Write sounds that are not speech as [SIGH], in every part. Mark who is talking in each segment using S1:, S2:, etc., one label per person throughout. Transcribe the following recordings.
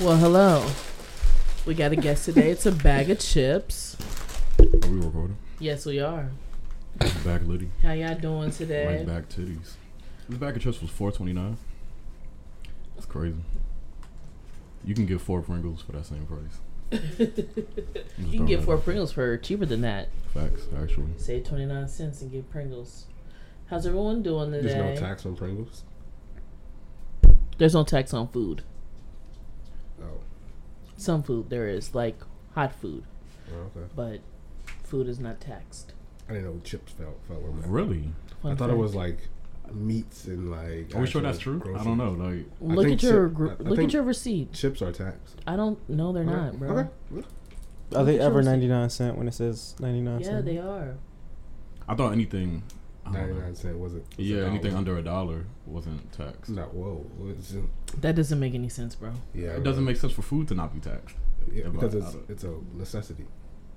S1: Well, hello. We got a guest today. It's a bag of chips.
S2: Are we recording?
S1: Yes, we are.
S2: Back Liddy.
S1: How y'all doing today?
S2: Like back titties. This bag of chips was four twenty nine. That's crazy. You can get four Pringles for that same price.
S1: [LAUGHS]
S2: I'm just
S1: You can
S2: throwing
S1: get
S2: that
S1: four
S2: out.
S1: Pringles for cheaper than that.
S2: Facts, actually.
S1: Save twenty nine cents and get Pringles. How's everyone doing today?
S3: There's no tax on Pringles.
S1: There's no tax on food.
S3: Oh,
S1: Some food there is, like hot food,
S3: oh, okay.
S1: but food is not taxed.
S3: I didn't know chips fell fell on that.
S2: Really?
S1: Fun
S3: I thought it
S1: fact.
S3: was like meats and like.
S2: Are we sure
S3: actual
S2: that's true? I
S3: groceries.
S2: don't know. Like,
S3: I
S1: Look
S3: think
S1: at your
S3: chip-
S1: gr-
S3: I- I
S1: look at
S3: think-
S1: your receipt.
S3: Chips are taxed.
S1: I don't. know they're not, bro.
S3: Okay. okay.
S4: Are they
S1: Look at
S4: ever
S1: yours.
S4: 99 cent when it says 99
S1: Yeah,
S4: cent?
S1: they are.
S2: I thought anything. I don't know.
S3: Ninety nine cent was it? was
S2: Yeah,
S3: a dollar.
S2: anything under a dollar wasn't taxed.
S3: Not whoa. It's,
S1: That doesn't make any sense, bro.
S3: yeah,
S2: It doesn't make sense for food to not be taxed.
S3: yeah,
S2: If
S3: because
S2: I-
S3: it's
S2: I don't-
S3: it's a necessity.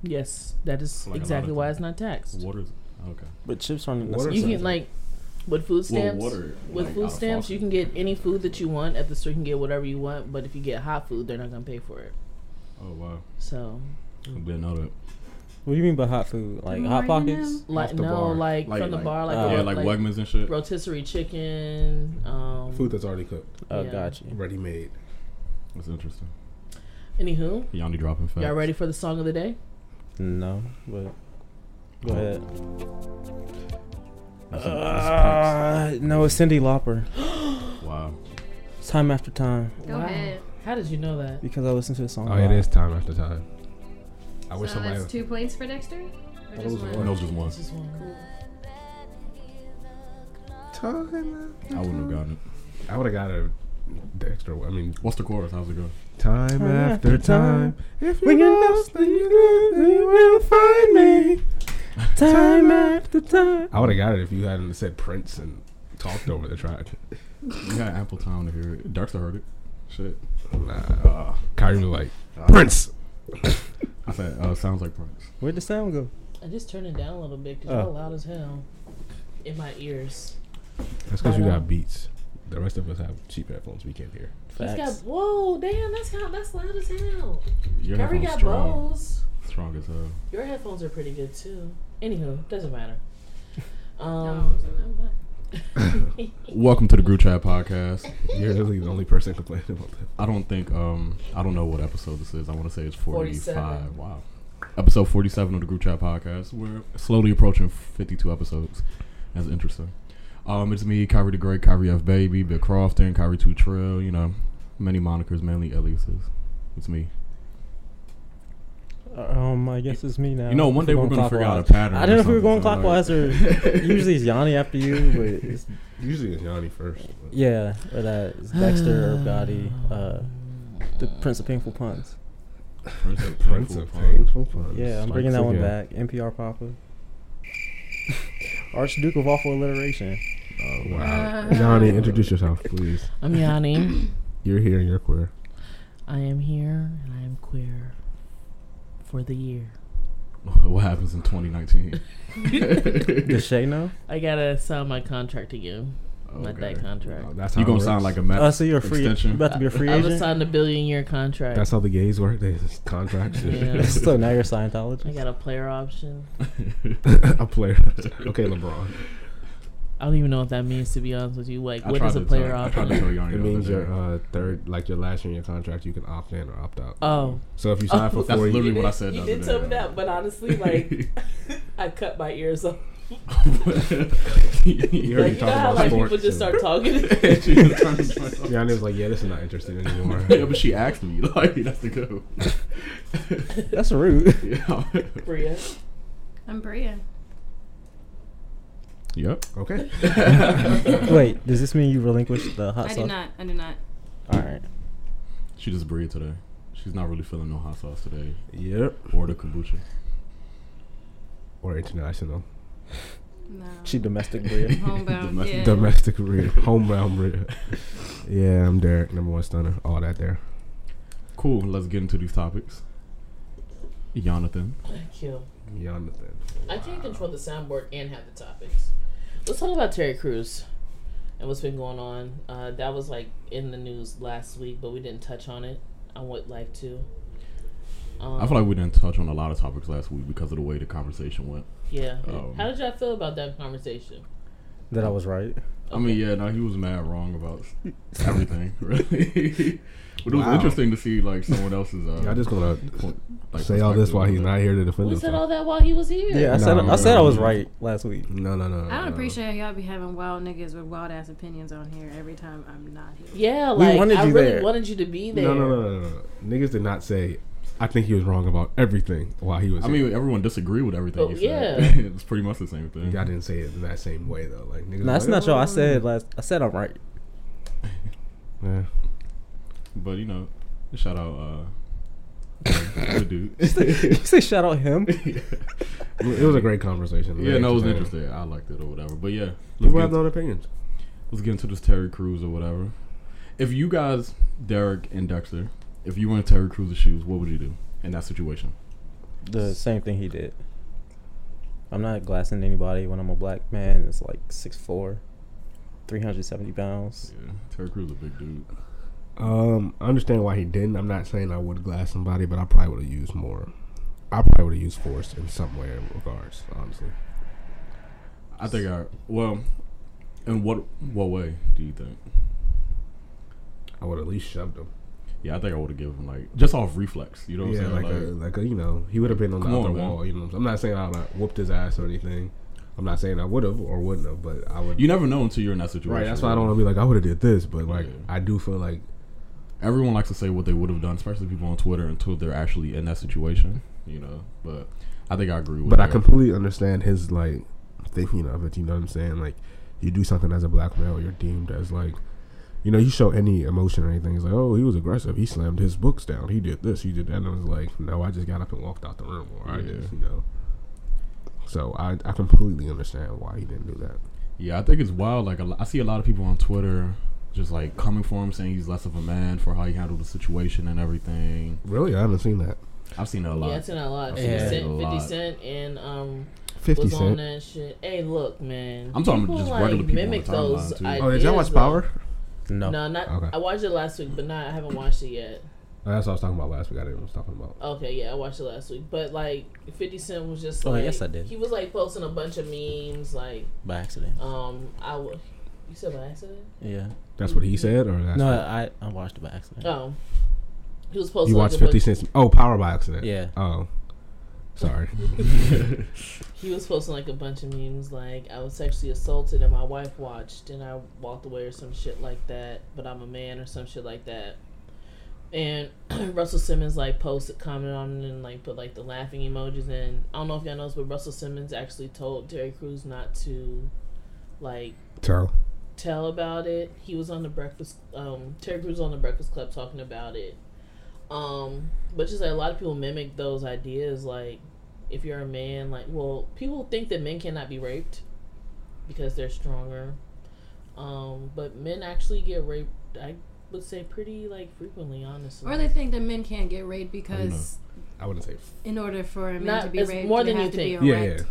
S1: Yes, that is
S2: Like a lot
S1: exactly
S2: of
S1: why
S2: things.
S1: it's not taxed.
S2: Water. is- Okay.
S4: But chips aren't
S3: What are
S1: You
S4: necessarily.
S1: can like with food stamps.
S2: water,
S1: with
S2: like, out
S1: food
S2: of
S1: stamps,
S2: faucet.
S1: you can get any food that you want at the store. You can get whatever you want, but if you get hot food, they're not gonna pay for it.
S2: Oh wow.
S1: So,
S2: I didn't know that.
S4: What do you mean by hot food? Like hot pockets?
S1: like,
S3: the
S1: no,
S3: bar.
S1: like, from the bar, like,
S4: uh,
S1: a-
S2: yeah, like, Wegmans and shit.
S1: rotisserie chicken. Um,
S3: Food that's already cooked,
S4: Oh,
S1: Yeah.
S4: gotcha.
S3: ready made.
S2: That's interesting.
S1: Anywho,
S2: Yanni dropping facts.
S1: y'all ready for the song of the day?
S4: No, but go ahead.
S2: That's- that's
S4: Uh, no, it's Cindy Lauper.
S2: facts. wow.
S4: Time after time,
S5: Go ahead.
S1: How did you know that?
S4: because I listened to the song.
S3: Oh,
S4: a
S3: it
S4: lot.
S3: is time after time. I wish
S5: so
S3: somebody.
S5: that's two points for Dexter? Or
S3: was
S5: just one?
S3: one.
S2: No, just one.
S1: This is one.
S3: Time.
S2: I wouldn't have gotten it.
S3: I would have got a extra. I mean,
S2: What's the chorus? How's it go?
S3: time after time. If
S4: When you're lost, then you know you will find me. Time after time.
S3: I would have got it if you hadn't said Prince and talked over the track.
S2: We had ample time to hear it. Darkster heard it. Shit.
S3: Nah. Kyrie was like, Prince!
S2: I said, uh, sounds like Prince.
S4: Where'd the sound go?
S1: I just turned it down a little bit because
S4: Oh.
S1: y'all loud as hell in my ears.
S3: That's because you
S1: Right
S3: got
S1: on.
S3: beats. The rest of us have cheap headphones we can't hear.
S1: He's got
S4: Facts.
S1: whoa, damn, that's how that's loud as hell.
S2: Your
S1: Carrie
S2: headphones
S1: got
S2: strong.
S1: Bose.
S2: Strong as hell.
S1: Your headphones are pretty good too. Anywho, doesn't
S2: [LAUGHS]
S1: matter. Um,
S5: No, it wasn't.
S2: Welcome to the Group Chat Podcast.
S3: You're really the only person complaining about that.
S2: I don't think, um, I don't know what episode this is. I want to say it's 45.
S1: 47.
S2: Wow. Episode 47 of the Group Chat Podcast. We're slowly approaching 52 episodes. That's interesting. Um, it's me, Kyrie the Great, Kyrie F. Baby, Bill Crofton, Kyrie 2 Trill, you know, many monikers, mainly aliases. It's me.
S4: Um, I guess it's me now.
S2: You know, one
S4: If
S2: day we're
S4: going
S2: gonna figure out a
S4: clockwise.
S2: pattern
S4: I didn't
S2: or
S4: know if we were going
S2: something, so, like-
S4: clockwise or
S3: [LAUGHS]
S4: [LAUGHS] usually it's Yanni after you, but
S2: [LAUGHS]
S4: it's
S3: Usually it's Yanni first.
S4: Yeah, or that is Dexter or
S1: [SIGHS]
S4: Gotti, uh, the Prince of Painful Puns. [LAUGHS]
S2: Prince of
S3: Prince
S2: Painful
S3: of
S2: Puns.
S3: Painful Puns.
S4: Yeah, I'm
S2: Spikes
S4: bringing that one
S2: again.
S4: back. NPR Papa. [LAUGHS] Archduke of Awful Alliteration.
S3: Oh, wow. Yanni, introduce yourself, please.
S1: I'm
S4: [LAUGHS]
S1: Yanni.
S3: You're here and you're queer.
S1: I am here and I am queer for the
S4: [LAUGHS]
S1: year.
S2: [LAUGHS] what happens in 2019?
S4: Does Shay know?
S1: I gotta sign my contract again. Not that contract.
S3: Oh, that's how
S2: You're
S3: it
S2: gonna
S3: works.
S2: sound like a
S4: I
S2: mess.
S4: Oh, so you're a free.
S2: extension.
S4: You're
S2: [LAUGHS]
S4: [LAUGHS] about to be a free
S1: I was
S4: agent.
S1: signed a billion year contract.
S3: That's how the gays work. They just contracts.
S1: Yeah.
S4: so now you're a
S1: I
S4: Scientologist.
S1: got a player option.
S3: a
S2: [LAUGHS]
S3: player. [LAUGHS] Okay, LeBron.
S1: I don't even know what that means to be honest with you. Like,
S2: I
S1: what
S2: tried
S1: is a
S2: to
S1: player
S2: tell- I tried to
S1: option?
S2: tell Yarny
S3: It
S2: the other
S3: means your
S2: day.
S3: uh, third, like your last year in your contract, you can opt in or opt out.
S1: Oh,
S3: So if you sign
S1: Oh.
S3: for
S2: That's
S3: four
S2: literally
S3: years,
S2: what I said.
S1: you
S2: the
S1: did tell
S2: other
S1: me
S2: day.
S1: that, but honestly,
S2: [LAUGHS]
S1: like, I cut my ears off.
S2: uh, you
S3: heard
S1: Like,
S3: me
S1: you
S3: talking
S1: know how
S3: about
S1: like
S3: sports
S1: people just
S3: and-
S1: start
S2: [LAUGHS]
S1: talking.
S3: [LAUGHS] Yanni was like, "Yeah, this is not interesting anymore."
S2: [LAUGHS] yeah, but she asked me. Like, that's the go.
S4: That's rude.
S2: [LAUGHS]
S4: [LAUGHS]
S2: yeah.
S1: Bria.
S5: I'm Bria.
S2: Yep.
S3: okay.
S4: Wait, does this mean you relinquished the hot
S5: I do
S4: sauce?
S5: not. I do not.
S4: All right.
S2: She just breathed today. She's not really feeling no hot sauce today,
S3: Yep.
S2: or the kombucha.
S3: Or international,
S5: No.
S4: She domestic
S2: [LAUGHS]
S4: breed.
S5: Homebound.
S2: Domestic-
S5: yeah.
S3: domestic [LAUGHS] rear, homebound rear. Yeah, I'm Derek, number one stunner. All that there.
S2: Cool. Let's get into these topics. Jonathan.
S1: Thank you.
S3: Jonathan.
S1: I can't control the soundboard and have the topics. Let's talk about Terry Crews and what's been going on. Uh, that was like in the news last week, but we didn't touch on it. I want life too. Um,
S2: I feel like we didn't touch on a lot of topics last week because of the way the conversation went.
S1: yeah.
S2: um,
S1: How did y'all feel about that conversation?
S4: That I was right.
S2: I mean, yeah, no, he was mad wrong about everything, [LAUGHS] really. but it was
S3: Wow.
S2: interesting to see like someone else's. Uh,
S3: Y'all just gonna
S2: point- like,
S3: say all this
S2: perspective
S3: while
S2: on
S3: he's
S2: that.
S3: not here to defend
S1: We said all
S3: himself.
S1: that while he was here.
S4: Yeah, I said
S3: Nah,
S4: I said I was
S3: man.
S4: right last week.
S3: No, no, no.
S4: Uh,
S5: I don't
S3: no.
S5: appreciate y'all be having wild niggas with wild ass opinions on here every time I'm not here.
S1: Yeah,
S4: We
S1: like
S4: wanted
S1: I
S4: you
S1: really
S4: there.
S1: wanted you to be there.
S3: No, no, no, no, no, no. Niggas did not say. I think he was wrong about everything while he was.
S2: I
S3: here."
S2: mean, everyone disagreed with everything.
S1: Oh,
S2: he said.
S1: yeah.
S2: [LAUGHS] it's pretty much the same thing.
S3: y'all didn't say it in that same way though. Like niggas.
S4: No, that's
S3: like, "Oh."
S4: not y'all. I said last. I said I'm right. [LAUGHS]
S3: Yeah.
S2: But you know, shout out, uh,
S3: [LAUGHS]
S2: good dude.
S4: you say shout out him.
S3: It was a great conversation.
S2: yeah, no, it was
S3: Like,
S2: interesting. I liked it or whatever. But yeah, let's
S3: People have
S2: get,
S3: their own opinions.
S2: let's get into this Terry Crews or whatever. If you guys, Derek and Dexter, if you were in Terry Crews' shoes, what would you do in that situation?
S4: The same thing he did. I'm not glassing anybody when I'm a black man. It's like 6'4", 370 pounds.
S2: Yeah, Terry Crews a big dude.
S3: Um, I understand why he didn't. I'm not saying I would glass somebody, but I probably would have used more. I probably would have used force in some way in regards, honestly.
S2: I think I well, in what what way do you think?
S3: I would at least shoved him.
S2: Yeah, I think I would have given him like just off reflex. You know what
S3: yeah,
S2: I'm saying?
S3: like, a, like a, you know, he would have been on the
S2: Come
S3: other
S2: on, man.
S3: wall. You know, what I'm saying? I'm not saying I would have whooped his ass or anything. I'm not saying I would have or wouldn't have, but I would.
S2: you never know until you're in that situation.
S3: right. That's why I don't want to be like I would have did this, but like
S2: Yeah.
S3: I do feel like
S2: everyone likes to say what they would have done, especially people on Twitter, until they're actually in that situation, you know. But I think I agree with.
S3: But I
S2: that.
S3: completely understand his like thinking of it. You know what I'm saying? Like, you do something as a black male, you're deemed as like, you know, you show any emotion or anything. It's like, oh, he was aggressive. He slammed his books down. He did this. He did that. And I was like, no, I just got up and walked out the room, or I
S2: Yeah.
S3: just, you know. So I, I completely understand why he didn't do that.
S2: yeah, I think it's wild. Like a lo- I see a lot of people on Twitter just like coming for him, saying he's less of a man for how he handled the situation and everything.
S3: Really, I haven't seen that.
S2: I've seen it a lot.
S1: Yeah, I seen that a lot.
S2: I've
S1: Fifty
S4: seen
S1: Cent,
S2: that a
S1: Fifty
S2: lot.
S1: Cent, and um,
S3: Fifty
S1: was on
S3: Cent.
S1: that shit. Hey, look, man.
S2: I'm talking about just regular people on the
S1: mimic
S2: timeline, too.
S3: Oh, did
S1: ideas
S3: y'all watch
S1: of-
S3: Power?
S4: No.
S1: No, not.
S3: Okay.
S1: I watched it last week, but not. I haven't watched it yet.
S3: Oh, that's what I was talking about last week. I didn't was talking about.
S1: Okay, yeah, I watched it last week, but like, Fifty Cent was just
S4: Oh,
S1: like,
S4: yes, I did.
S1: He was like posting a bunch of memes, like,
S4: By accident.
S1: um, I would. You said by accident?
S4: Yeah.
S3: That's what he
S1: Mm-hmm.
S3: said, or that's
S4: No,
S3: what-
S4: I, I watched it by accident.
S1: Oh, he was posting.
S3: you
S1: like,
S3: watched
S1: a bunch-
S3: Fifty Cent's Oh, Power by accident.
S4: Yeah.
S3: Oh, sorry.
S1: He was posting like a bunch of memes, like I was sexually assaulted and my wife watched and I walked away or some shit like that. But I'm a man or some shit like that. And [CLEARS THROAT] Russell Simmons like posted, commented on it and like put like the laughing emojis in. I don't know if y'all noticed, but Russell Simmons actually told Terry Crews not to like
S3: Terrell.
S1: tell about it. He was on the Breakfast. Um, Terry Crews was on the Breakfast Club talking about it. Um, but just like a lot of people mimic those ideas. Like, if you're a man, like, well, people think that men cannot be raped because they're stronger. Um, but men actually get raped. I would say pretty like frequently, honestly.
S5: Or they think that men can't get raped because
S3: I wouldn't say
S5: in order for a man
S1: Not-
S5: to be
S1: it's
S5: raped,
S1: more
S5: you
S1: than you
S5: have to
S1: think.
S5: be
S3: Yeah,
S5: erect.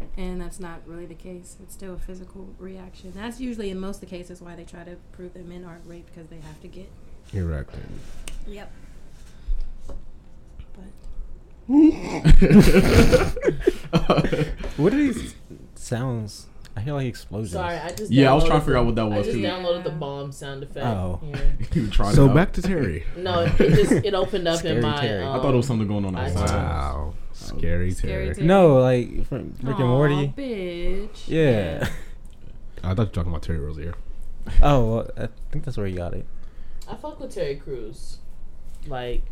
S3: yeah.
S5: And that's not really the case. It's still a physical reaction. That's usually in most of the cases why they try to prove that men aren't raped because they have to get.
S3: Erect.
S5: Yep. But
S2: [LAUGHS]
S4: What are these sounds? I hear like explosions.
S1: Sorry, I just
S2: yeah, I was
S1: downloaded
S2: trying to figure out
S1: the-
S2: what that
S1: I
S2: was
S1: just
S2: [LAUGHS] too.
S5: down-
S1: downloaded the bomb sound effect.
S4: Oh.
S1: Yeah.
S2: You tried it
S3: So
S2: out.
S3: back to Terry.
S1: No, it, it just it opened up
S4: Scary
S1: in my.
S4: Terry.
S2: I thought it was
S1: um,
S2: something going on
S1: I-
S2: outside.
S3: [LAUGHS] Wow. Scary Terry.
S5: Scary
S4: [LAUGHS]
S5: Terry.
S4: no, like from Rick
S5: Aw,
S4: and Morty.
S5: bitch.
S4: Yeah.
S3: I thought you were talking about Terry Rozier.
S4: [LAUGHS] oh, well, I think that's where you got it.
S1: I fuck with Terry Crews. Like,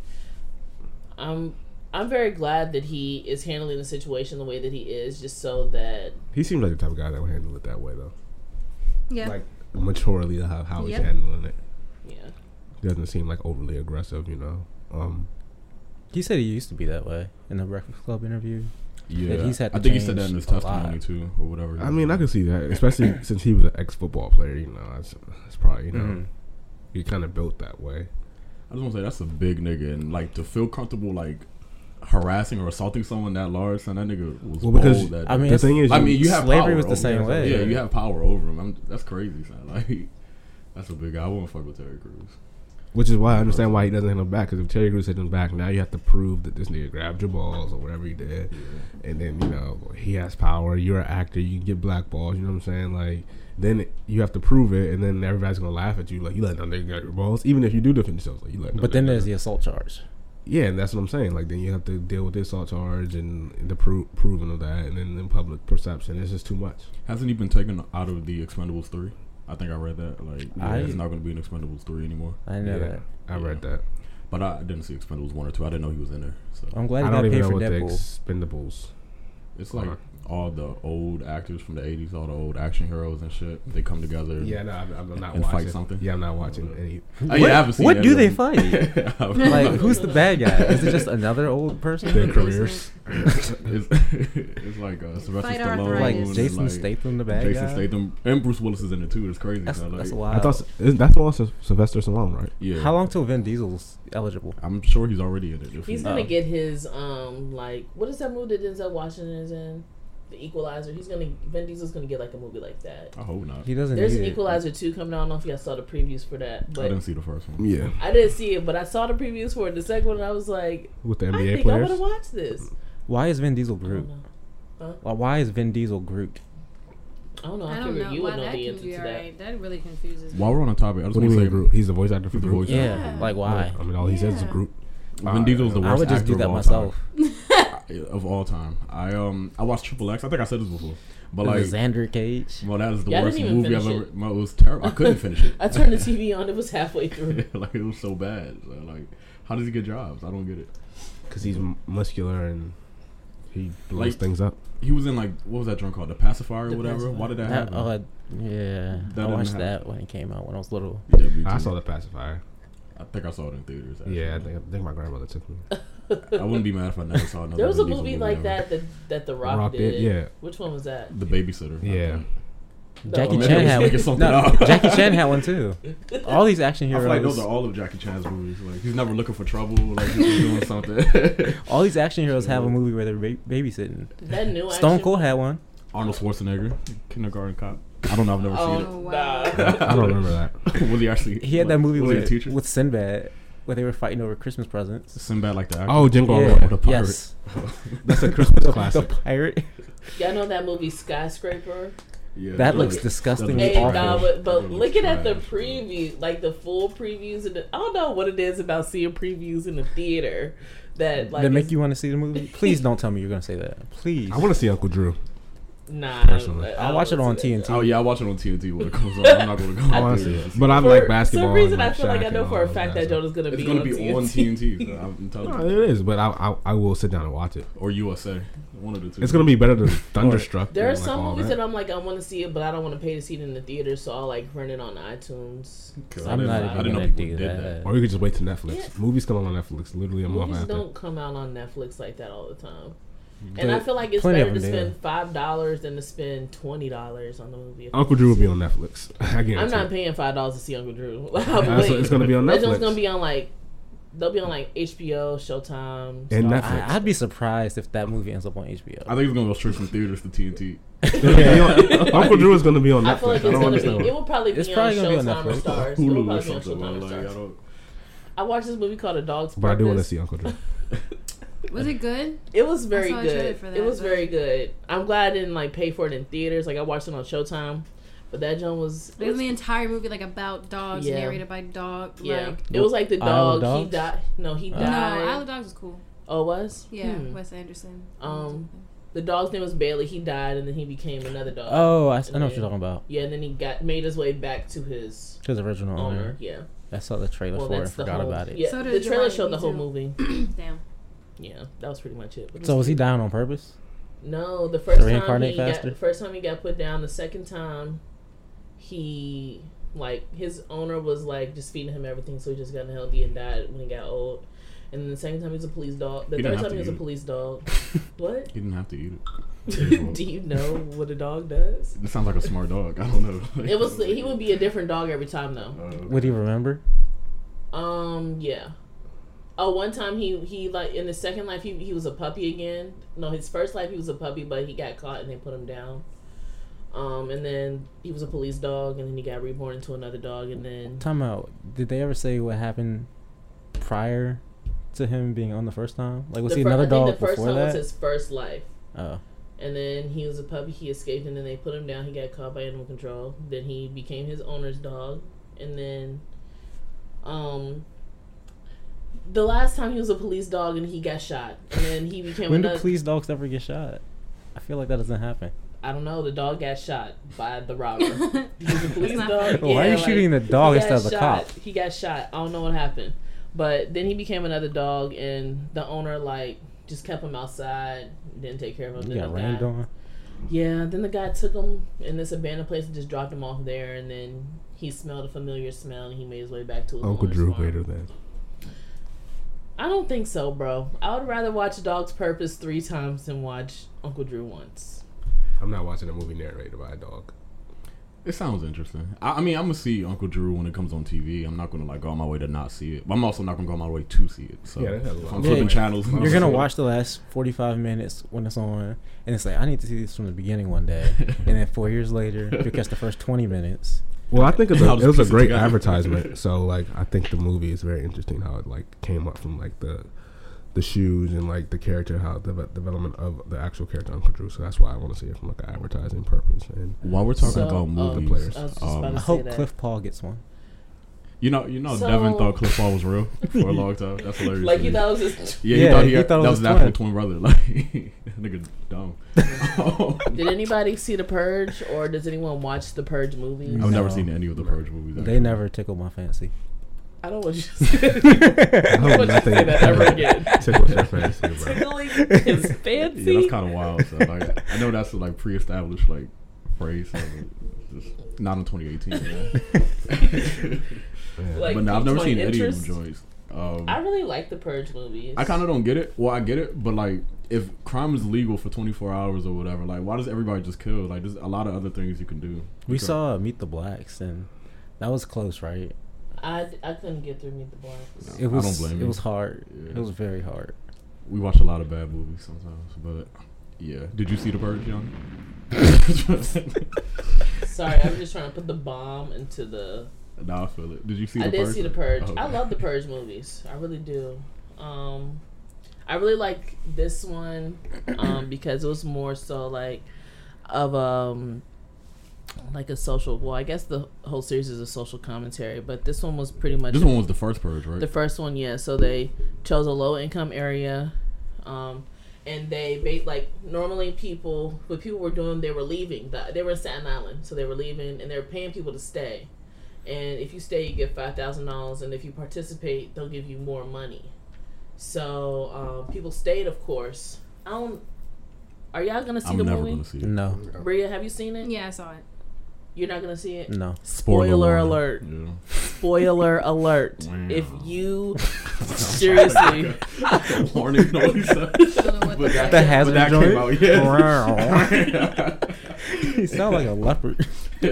S1: I'm I'm very glad that he is handling the situation the way that he is, just so that
S3: He seems like the type of guy that would handle it that way though.
S5: Yeah.
S3: Like maturely how how
S5: Yep.
S3: he's handling it.
S1: yeah.
S3: He doesn't seem like overly aggressive, you know. Um
S4: He said he used to be that way in the Breakfast Club interview.
S2: Yeah,
S4: That he's had
S2: I
S4: to
S2: think he said that
S4: change
S2: in his
S4: a lot.
S2: testimony too, or whatever.
S3: I mean I could see that, especially [COUGHS] since he was an ex football player, you know, that's, that's probably you know
S4: Mhm.
S3: he kinda built that way.
S2: I just want to say that's a big nigga, and like to feel comfortable like harassing or assaulting someone that large, son, that nigga was
S3: Well, because-
S2: bold that
S4: I mean,
S3: the
S4: it's-
S3: thing is
S2: I mean, you have
S4: slavery
S2: power
S4: was the
S2: over
S4: same
S2: him.
S4: way.
S2: Yeah, [LAUGHS] you have power over him. I'm, that's crazy, son. Like that's a big guy. I wouldn't fuck with Terry Crews.
S3: Which is why I understand why he doesn't hit him back. Because if Terry Crews hit him back, now you have to prove that this nigga grabbed your balls or whatever he did, and then you know he has power. You're an actor. You can get blackballs. You know what I'm saying? Like then you have to prove it, and then everybody's gonna laugh at you. Like you let another nigga grab your balls, even if you do defend yourself. Like you let.
S4: But
S3: another
S4: then
S3: nigga-
S4: there's the assault charge.
S3: yeah, and that's what I'm saying. Like then you have to deal with the assault charge and the pro- proving of that, and then in public perception, it's just too much.
S2: Hasn't he been taken out of the Expendables three? I think I read that. Like,
S4: I-
S2: it's not going to be an Expendables three anymore.
S4: I
S3: Yeah.
S4: know that.
S3: I read that.
S2: But I didn't see Expendables one or two. I didn't know he was in there. So
S4: I'm glad
S3: I
S4: you
S3: don't
S4: got
S3: even
S4: paid
S3: know
S4: for
S3: what the
S4: Deadpool.
S3: expendables.
S2: it's
S4: Uh-huh.
S2: like
S3: Alright.
S2: all the old actors from the '80s, all the old action heroes and shit. They come together.
S3: Yeah, no, I'm, I'm not
S2: And fight
S3: watching.
S2: something?
S3: Yeah, I'm not watching any.
S2: Uh, yeah, I haven't seen
S4: what
S2: any
S4: do
S2: of
S4: they
S2: them.
S4: fight?
S2: [LAUGHS] I was
S4: like,
S2: like-
S4: who's the bad guy? Is it just another old
S1: [LAUGHS]
S4: person?
S3: Their careers.
S2: [LAUGHS] it's, it's like uh, Sylvester
S5: Fight
S2: Stallone,
S5: arthritis.
S4: Like
S2: and,
S4: Jason
S2: like,
S4: Statham, the bad
S2: Jason
S4: guy.
S2: Statham, and Bruce Willis is in it too. It's crazy.
S4: That's,
S2: so, like,
S4: that's
S3: I
S4: wild.
S3: thought isn't that's the one Sy- Sylvester Stallone, right?
S2: Yeah,
S4: How long till Vin Diesel's eligible?
S2: I'm sure he's already in it. If
S1: He's
S2: he-
S1: gonna
S4: Oh.
S1: get his um like what is that movie that Denzel Washington is in? The Equalizer. He's gonna Vin Diesel's gonna get like a movie like that.
S2: I hope not.
S4: He doesn't.
S1: There's
S4: need
S1: an
S4: it.
S1: Equalizer two coming out. I don't know if y'all saw the previews for that,
S2: I
S1: but
S2: didn't see the first one.
S3: Yeah,
S1: I didn't see it. But I saw the previews for it. The second one, I was like,
S3: with the
S1: I
S3: NBA
S1: think I
S3: players.
S1: want to watch this.
S4: Why is Vin Diesel
S1: I don't
S4: Groot?
S1: know.
S4: Like, why is Vin Diesel Groot?
S1: I don't know. I,
S5: I
S1: figured
S5: don't know
S1: you
S5: why
S1: would know
S5: that
S1: the
S5: can
S1: answer
S5: be
S1: to that.
S5: alright. That really confuses me.
S2: While we're on the topic, I just
S3: What do
S2: want
S3: you
S2: to say
S3: mean, Groot? He's the voice actor for
S2: He's the
S3: Groot.
S2: voice
S4: Yeah,
S5: Yeah.
S4: like why?
S3: I mean, all he says is
S5: Yeah.
S3: Groot.
S2: Vin Diesel's the
S3: Uh,
S4: I
S2: worst
S4: would just
S2: actor
S4: do that
S2: of all
S4: myself.
S2: time. of all time. I um I watched Triple X. I think I said this before, but
S4: Like,
S2: like,
S4: Xander Cage.
S2: well, that is the
S1: Yeah, I
S2: worst
S1: didn't even
S2: movie I've
S1: finish
S2: ever.
S1: it.
S2: My, it was terrible. I couldn't finish it.
S1: [LAUGHS] I
S2: [LAUGHS]
S1: turned the TV on. It was halfway through.
S2: like it was so bad. So, like, how does he get jobs? I don't get it.
S3: because he's m- muscular and he blows
S2: Like-
S3: things up.
S2: He was in like what was that drink called? The pacifier or
S1: The
S2: whatever. Why did that
S4: That,
S2: happen?
S4: uh, yeah,
S2: That
S4: I
S2: didn't
S4: watched
S2: happen.
S4: that when it came out when I was little.
S2: Yeah, me
S3: I
S2: too.
S3: saw the pacifier.
S2: I think I saw it in theaters. Actually.
S3: Yeah, I think, I think my grandmother took me.
S2: I wouldn't be mad if I never saw another.
S1: There was a
S2: Vin Diesel
S1: movie like
S2: ever.
S1: that that that The Rock,
S3: Rock
S1: did.
S3: did, yeah.
S1: Which one was that?
S2: The babysitter. I
S3: Yeah.
S2: think.
S4: Jackie
S1: Oh, man,
S4: Chan
S1: he's
S4: had
S2: making
S4: one.
S2: something
S4: No,
S2: up.
S4: [LAUGHS] Jackie Chan had one too.
S2: [LAUGHS]
S4: All these action
S2: I feel like
S4: heroes,
S2: those are all of Jackie Chan's movies. Like he's never looking for trouble. Like he's doing something. [LAUGHS]
S4: all these action heroes have a movie where they're ba- babysitting.
S1: That new
S4: Stone
S1: action-
S4: Cold had one.
S2: Arnold Schwarzenegger, Kindergarten Cop. I don't know. I've never
S5: Oh.
S2: seen
S1: Oh,
S2: [LAUGHS]
S1: nah.
S3: [LAUGHS] I don't remember that.
S1: Oh,
S2: it. [LAUGHS] was he actually?
S4: He had that
S2: like,
S4: movie
S2: Was he a
S4: with
S2: teacher?
S4: with Sinbad where they were fighting over Christmas presents.
S2: Sinbad like the actor.
S3: Oh, Jim Gordon,
S4: Yeah.
S3: the pirate.
S2: [LAUGHS]
S4: Yes,
S3: That's a Christmas
S4: [LAUGHS] the
S3: classic.
S4: pirate.
S1: Y'all know that movie Skyscraper?
S2: yeah,
S4: that looks disgustingly
S2: that
S1: Hey,
S2: looks
S4: awful.
S1: nah,
S2: trash.
S1: but,
S2: That
S1: but
S2: looks
S1: looking at the
S2: trash.
S1: preview, like the full previews, and the, I don't know what it is about seeing previews in the theater that [LAUGHS] like
S4: that make
S1: is-
S4: you want to see
S1: [LAUGHS]
S4: the movie? Please don't tell me you're gonna say that. Please.
S3: I want to see Uncle Drew.
S1: nah.
S3: Personally.
S1: I
S4: I'll
S1: don't
S4: watch it
S1: wanna
S4: on
S1: see that.
S4: TNT.
S2: Oh yeah, I watch it on TNT when it comes on. I'm not
S1: [LAUGHS]
S2: gonna go.
S3: I
S2: on
S3: want to see it, but I'm
S1: For
S3: like basketball.
S1: some reason,
S3: and,
S1: I
S3: like,
S1: feel like
S3: Shaq
S1: I
S3: and
S1: know
S3: all
S1: for a
S3: those
S1: fact
S3: guys.
S1: that Jonah's gonna
S2: It's
S1: be
S2: gonna
S1: on
S2: be
S1: TNT.
S2: on TNT.
S1: [LAUGHS]
S2: so I'm
S3: No,
S2: telling you.
S3: it is, but I, I I will sit down and watch it.
S2: Or USA, one of the two.
S3: It's gonna be better than Thunderstruck.
S1: There are
S3: and, like,
S1: some
S3: all
S1: movies
S3: that.
S1: that I'm like, I want to see it, but I don't want to pay to see it in the theater, so I'll like rent it on iTunes.
S2: Cause
S4: I'm
S2: I didn't-
S4: not
S2: I
S4: even
S2: didn't know
S4: gonna
S2: people
S4: do
S2: did that.
S4: that.
S3: Or you could just wait to Netflix.
S1: Yeah.
S3: Movies come on Netflix literally a month
S1: Movies
S3: after.
S1: don't come out on Netflix like that all the time.
S4: But
S1: And I feel like it's
S4: plenty of
S1: better to
S4: them do.
S1: spend five dollars than to spend twenty dollars on the movie.
S3: Uncle Drew will be on Netflix. [LAUGHS] I guarantee.
S1: I'm not
S3: it.
S1: paying five dollars to see Uncle Drew. [LAUGHS]
S3: Uh, so it's gonna be on
S1: That
S3: Netflix.
S1: joint's
S3: [LAUGHS]
S1: gonna be on like they'll be on like HBO, Showtime,
S3: And
S1: Star-
S3: Netflix.
S4: I, I'd be surprised if that movie ends up on HBO. [LAUGHS]
S2: I [LAUGHS] think it's gonna go straight from theaters to TNT.
S1: [LAUGHS]
S3: Yeah, Uncle Drew is gonna be on Netflix.
S1: I feel like it's
S3: don't
S1: gonna
S3: understand.
S1: be. It will probably be
S4: It's
S1: on
S4: probably gonna be on
S1: Showtime or
S4: Netflix.
S1: Stars. It will
S2: Hulu or
S1: probably be
S2: something.
S1: on Showtime or
S2: Like, I
S1: Stars.
S2: don't.
S1: I watched this movie called A Dog's
S3: But I do want to
S1: Purpose.
S3: see Uncle Drew.
S5: Was it good?
S1: It was very
S5: saw a trailer
S1: good.
S5: for
S1: it
S5: that,
S1: was
S5: but-
S1: very good. I'm glad I didn't like pay for it in theaters. Like I watched it on Showtime, but that joint was. It
S5: It was
S1: was
S5: the entire movie like about dogs,
S1: Yeah.
S5: narrated by dog.
S1: [LAUGHS] yeah,
S5: Like,
S1: it was like the
S4: Isle
S1: dog.
S4: of
S1: He
S4: Dogs?
S1: died. No, he
S4: Uh,
S5: no,
S1: died.
S5: Isle of Dogs was cool.
S1: oh, it was
S5: Yeah,
S1: Hmm.
S5: Wes Anderson.
S1: Um, The dog's name was Bailey. He died, and then he became another dog.
S4: Oh, I, s- I know what you're talking about.
S1: Yeah, and then he got made his way back to his
S4: His original
S1: owner.
S4: owner.
S1: Yeah.
S4: I saw the trailer
S1: Oh, Well,
S4: for it and
S1: that's the
S4: forgot
S1: whole.
S4: about it.
S1: Yeah,
S5: So
S1: the
S5: did
S1: trailer
S5: Jumanji,
S1: showed the whole
S5: too.
S1: movie.
S5: [CLEARS THROAT] Damn.
S1: Yeah, that was pretty much it. But it
S4: So was he
S1: cute.
S4: dying on purpose?
S1: No, the first time
S4: reincarnate
S1: he got,
S4: faster?
S1: the first time he got put down. The second time, he like his owner was like just feeding him everything, so he just got unhealthy and died when he got old. And then the second time he was a police dog. The
S2: He didn't
S1: third
S2: have
S1: time
S2: to
S1: he was a
S2: eat it.
S1: police
S2: [LAUGHS]
S1: dog. What? [LAUGHS]
S2: He didn't have to eat it.
S1: Do you know what a dog
S2: [LAUGHS]
S1: does?
S2: It sounds like a smart dog. I don't know. [LAUGHS] uh,
S1: It was he would be a different dog every time though.
S4: Would he remember?
S1: Um, yeah. Oh, one time he he like in his second life he he was a puppy again. No, his first life he was a puppy, but he got caught and they put him down. Um, and then he was a police dog, and then he got reborn into another dog, and then
S4: Time out. Did they ever say what happened prior to him being on the first time? Like, was
S1: the
S4: he
S1: fir-
S4: another
S1: I think
S4: dog
S1: the first
S4: before
S1: time was
S4: that?
S1: his first life.
S4: oh,
S1: And then he was a puppy. He escaped, and then they put him down. He got caught by animal control. Then he became his owner's dog. And then, um, the last time he was a police dog, and he got shot. And then he became
S4: when do
S1: another.
S4: police dogs ever get shot? I feel like that doesn't happen.
S1: I don't know. The dog got shot by [LAUGHS] the robber. he was a police
S5: not
S1: dog.
S4: Why are
S1: Yeah,
S4: you
S1: like,
S4: shooting the dog
S1: he
S4: instead
S1: got
S4: of the
S1: shot.
S4: cop?
S1: He got shot. I don't know what happened, but then he became another dog, and the owner like just kept him outside, didn't take care of him.
S4: You
S1: Then
S4: got
S1: the guy-
S4: rained on.
S1: Yeah, then the guy took him in this abandoned place and just dropped him off there, and then he smelled a familiar smell and he made his way back to his
S3: Uncle
S1: owner's
S3: Drew
S1: farm.
S3: greater than.
S1: I don't think so, bro. I would rather watch Dog's Purpose three times than watch Uncle Drew once.
S3: I'm not watching a movie narrated by a dog.
S2: It sounds interesting. I, I mean, I'm gonna see Uncle Drew when it comes on TV. I'm not gonna like go on my way to not see it, but I'm also not gonna go on my way to see it. So
S3: Yeah, that has a
S2: if
S3: lot
S2: I'm
S3: of
S2: flipping
S4: weight.
S2: channels.
S4: You're gonna
S2: I'm
S4: watch the last 45 minutes when it's on, and it's like I need to see this from the beginning one day, [LAUGHS] and then four years
S1: [LAUGHS]
S4: later you'll catch the first 20 minutes.
S3: Well, I think it's a,
S2: How
S3: it
S2: does
S3: was a
S2: pizza
S3: great
S2: go?
S3: [LAUGHS] advertisement. So like, I think the movie is very interesting how it like came up from like the the shoes and like the character, how the ve- development of the actual character Uncle Drew. So that's why I want to see it from like an advertising purpose. And
S1: [LAUGHS]
S2: While we're talking
S1: So,
S2: about
S1: um,
S2: movies,
S3: players.
S1: I was just
S2: um,
S1: about
S4: I
S1: to say
S4: hope
S1: that.
S4: Cliff Paul gets one.
S2: you know, you know,
S1: So-
S2: Devin thought Cliff Paul was real for a long time. That's
S1: [LAUGHS]
S2: hilarious.
S1: Like
S2: to
S1: he
S2: me.
S1: thought it was just.
S2: Yeah, he
S4: Yeah,
S2: thought he,
S4: he
S2: got,
S4: thought it
S2: that was
S4: was
S2: his
S4: his
S2: actual twin brother. [LAUGHS] Like, that nigga
S1: [LAUGHS]
S2: dumb. [LAUGHS]
S1: Did anybody see The Purge, or does anyone watch The Purge movies?
S2: I've never
S4: No.
S2: seen any of the Purge movies.
S1: Mm-hmm.
S4: They
S2: actually.
S4: never tickled my fancy.
S1: [LAUGHS] I don't
S2: [LAUGHS]
S1: want you to say that.
S3: I
S1: I
S3: hope
S1: don't want you to
S3: nothing
S1: say that ever
S3: ever
S1: again.
S3: tickles your
S1: [LAUGHS]
S3: fancy, bro.
S1: Tickling is fancy.
S2: Yeah, that's kind of wild. So, like, I know that's a, like pre-established like phrase. So, but just not in 2018. man.
S3: Man.
S1: [LAUGHS] Like,
S2: but no, I've never
S1: piques my
S2: seen any of
S1: interest.
S2: them joints. Um,
S1: I really like the Purge movies.
S2: I kind of don't get it. Well, I get it, but like, if crime is legal for 24 hours or whatever, like, why does everybody just kill? Like, there's a lot of other things you can do.
S4: We
S2: You can-
S4: saw Meet the Blacks, and that was close, right?
S1: I, I couldn't get through Meet the Blacks.
S2: No. I
S4: It was.
S2: don't blame
S4: it
S2: you.
S4: was hard. It
S2: Yeah.
S4: was very hard.
S2: we watch a lot of bad movies sometimes, but yeah. Did you see The Purge,
S4: [LAUGHS]
S2: young?
S1: Sorry, I'm just trying to put the bomb into the.
S2: nah, I feel it. Did you see
S1: I
S2: The
S1: did
S2: Purge?
S1: see the Purge.
S2: Oh,
S1: I
S2: okay.
S1: love the Purge movies. I really do. Um, I really like this one
S2: [CLEARS THROAT]
S1: um, because it was more so like of um like a social. Well, I guess the whole series is a social commentary, but this one was pretty much
S2: [LAUGHS] This one was the first Purge, right?
S1: The first one, yeah. So they chose a low income area, um, and they ba- like normally people what people were doing they were leaving. The, they were in Staten Island, so they were leaving, and they were paying people to stay. And if you stay, you get five thousand dollars, and if you participate, they'll give you more money. So um, people stayed, of course. I don't. Are y'all gonna see
S2: I'm
S1: the
S2: never
S1: movie?
S2: gonna see it.
S4: No,
S1: Bria, have you seen it?
S5: yeah, I saw it.
S1: You're not gonna see it.
S4: no.
S1: Spoiler alert.
S4: [LAUGHS]
S2: Yeah. [LAUGHS]
S1: Spoiler alert.
S2: Wow.
S1: If you seriously. [LAUGHS]
S2: Warning noise.
S5: I don't know
S2: [LAUGHS] But
S5: what the
S2: that-
S5: heck
S4: The
S5: it-
S4: hazard
S2: that
S4: joint.
S2: came out, yeah.
S4: [LAUGHS] he sound like a leopard. [LAUGHS]
S2: [LAUGHS]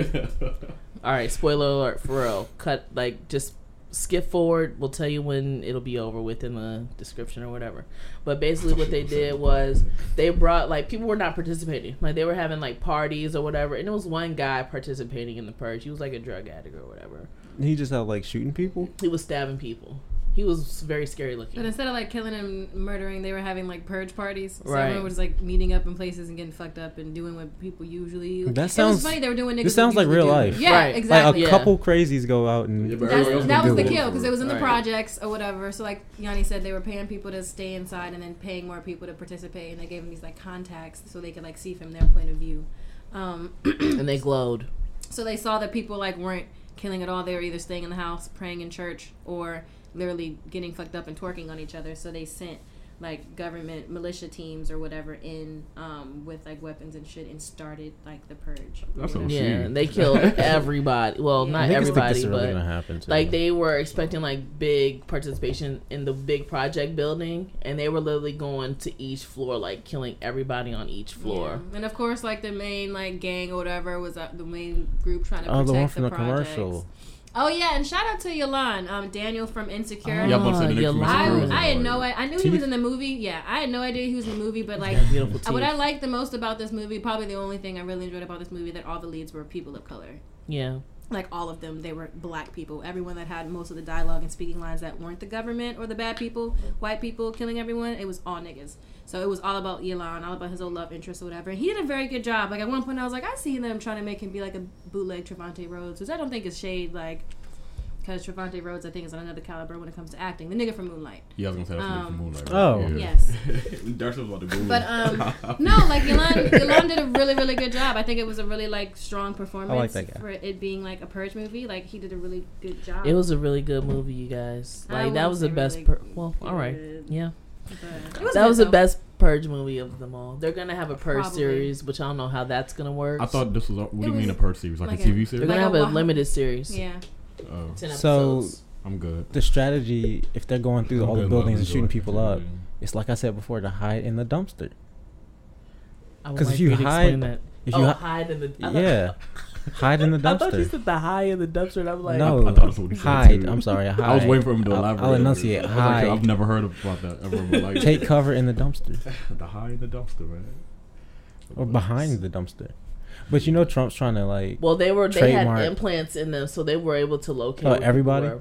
S1: All right, spoiler alert for real. Cut like just skip forward. We'll tell you when it'll be over within the description or whatever. But basically, what they did was they brought like people were not participating. Like they were having like parties or whatever, and it was one guy participating in the purge. He was like a drug addict or whatever.
S4: He just out like shooting people.
S1: He was stabbing people. He was very scary
S5: But
S1: looking.
S5: instead of like killing and murdering, they were having like purge parties. So
S1: Right.
S5: everyone was like meeting up in places and getting fucked up and doing what people usually.
S4: That
S5: It
S4: sounds-
S5: was funny. They were doing. niggas
S4: this sounds
S5: would
S4: like real
S5: usually do.
S4: life.
S5: Yeah,
S1: Right. Like a
S5: exactly.
S4: Like a
S1: Yeah.
S4: couple crazies go out and
S2: Yeah, but
S5: That's-
S2: everybody else
S5: that
S2: can
S5: was
S2: do
S5: the
S2: it.
S5: kill because it was in the
S1: Right.
S5: projects or whatever. So like Yanni said, they were paying people to stay inside and then paying more people to participate, and they gave them these like contacts so they could like see from their point of view. Um,
S1: And they glowed.
S5: so they saw that people like weren't killing at all. They were either staying in the house, praying in church, or literally getting fucked up and twerking on each other. So they sent like government militia teams or whatever in um, with like weapons and shit and started like the purge.
S2: That's
S5: Or
S2: some
S5: whatever.
S1: Yeah,
S2: shit.
S1: and they [LAUGHS] killed everybody. Well,
S5: Yeah.
S1: not
S4: niggas think this
S1: everybody,
S4: is really
S1: but
S4: gonna happen. To
S1: like they were expecting like big participation in the big project building and they were literally going to each floor like killing everybody on each floor
S5: Yeah. And of course, like the main like gang or whatever was uh, the main group trying to
S4: Oh,
S5: protect
S4: the one from the
S5: projects.
S4: commercial.
S5: Oh yeah, and shout out to Yolan, um, Daniel from Insecure.
S2: Y'all both said the
S1: Ah, yeah,
S2: next one.
S5: I,
S1: Insecure was
S5: I had no I, I knew he was
S4: Teeth.
S5: in the movie. Yeah, I had no idea he was in the movie, but like uh,
S1: Yeah, beautiful teeth.
S5: what I liked the most about this movie, probably the only thing I really enjoyed about this movie, that all the leads were people of color.
S1: yeah.
S5: Like all of them, they were black people. Everyone that had most of the dialogue and speaking lines that weren't the government or the bad people, white people killing everyone, it was all niggas. So it was all about Elon, all about his old love interest or whatever. And he did a very good job. Like at one point, I was like, I see them trying to make him be like a bootleg Trevante Rhodes, which I don't think is shade. Like because Trevante Rhodes, I think, is on another caliber when it comes to acting. The nigga from Moonlight.
S2: Yeah, I was gonna say that's um,
S5: Um,
S2: from Moonlight.
S4: Oh.
S5: Yes.
S2: [LAUGHS] Darcy was about to Google.
S5: But
S2: [LAUGHS]
S5: um, no, like Yolan, Yolan did a really, really good job. I think it was a really like strong performance
S4: I like that guy.
S5: for it being like a purge movie. Like he did a really good job.
S1: It was a really good movie, you guys.
S5: Um, I
S1: Like that
S5: wouldn't
S1: was the
S5: say
S1: best.
S5: really
S1: pur- well, all right,
S5: good,
S1: yeah.
S5: but-
S1: that
S5: good,
S1: was the
S5: though.
S1: best purge movie of them all. They're gonna have a purge
S5: Probably.
S1: series, which I don't know how that's gonna work.
S2: I thought this was. a- What do
S5: It
S2: you mean a
S5: was
S2: purge series? Like,
S5: like
S2: a
S5: a-
S2: TV
S1: they're
S2: series?
S1: gonna
S5: Like
S1: have
S5: a
S1: a
S5: wa-
S1: limited series.
S5: Yeah.
S2: oh,
S1: ten
S4: So-
S1: episodes.
S2: I'm good.
S4: The strategy, if they're going through
S2: I'm
S4: all the
S2: good,
S4: buildings
S2: love,
S4: and shooting
S2: enjoy.
S4: people up, it's like I said before to hide in the dumpster.
S1: I would
S4: 'Cause if
S1: like
S4: you
S1: you to explain
S4: hide-
S1: that.
S4: If
S1: oh,
S4: you hi-
S1: hide in the I thought-
S4: [LAUGHS] yeah, hide in the
S1: [LAUGHS] I thought you
S4: dumpster.
S1: said the high in the dumpster, and I'm like,
S4: no,
S2: I- I thought that's what he said,
S4: hide.
S2: too.
S4: I'm sorry, hide.
S2: I was waiting for him to
S4: I'll-
S2: elaborate.
S4: I'll enunciate.
S2: I was like, I've
S4: Hide.
S2: never heard about that ever in my life.
S4: [LAUGHS] Take cover in the dumpster
S2: [LAUGHS] the high in the dumpster, man.
S4: or behind the dumpster. But you know Trump's trying to like.
S1: Well, they were they
S4: Trademark.
S1: had implants in them, so they were able to locate.
S4: Oh,
S1: where people
S4: everybody?
S1: were.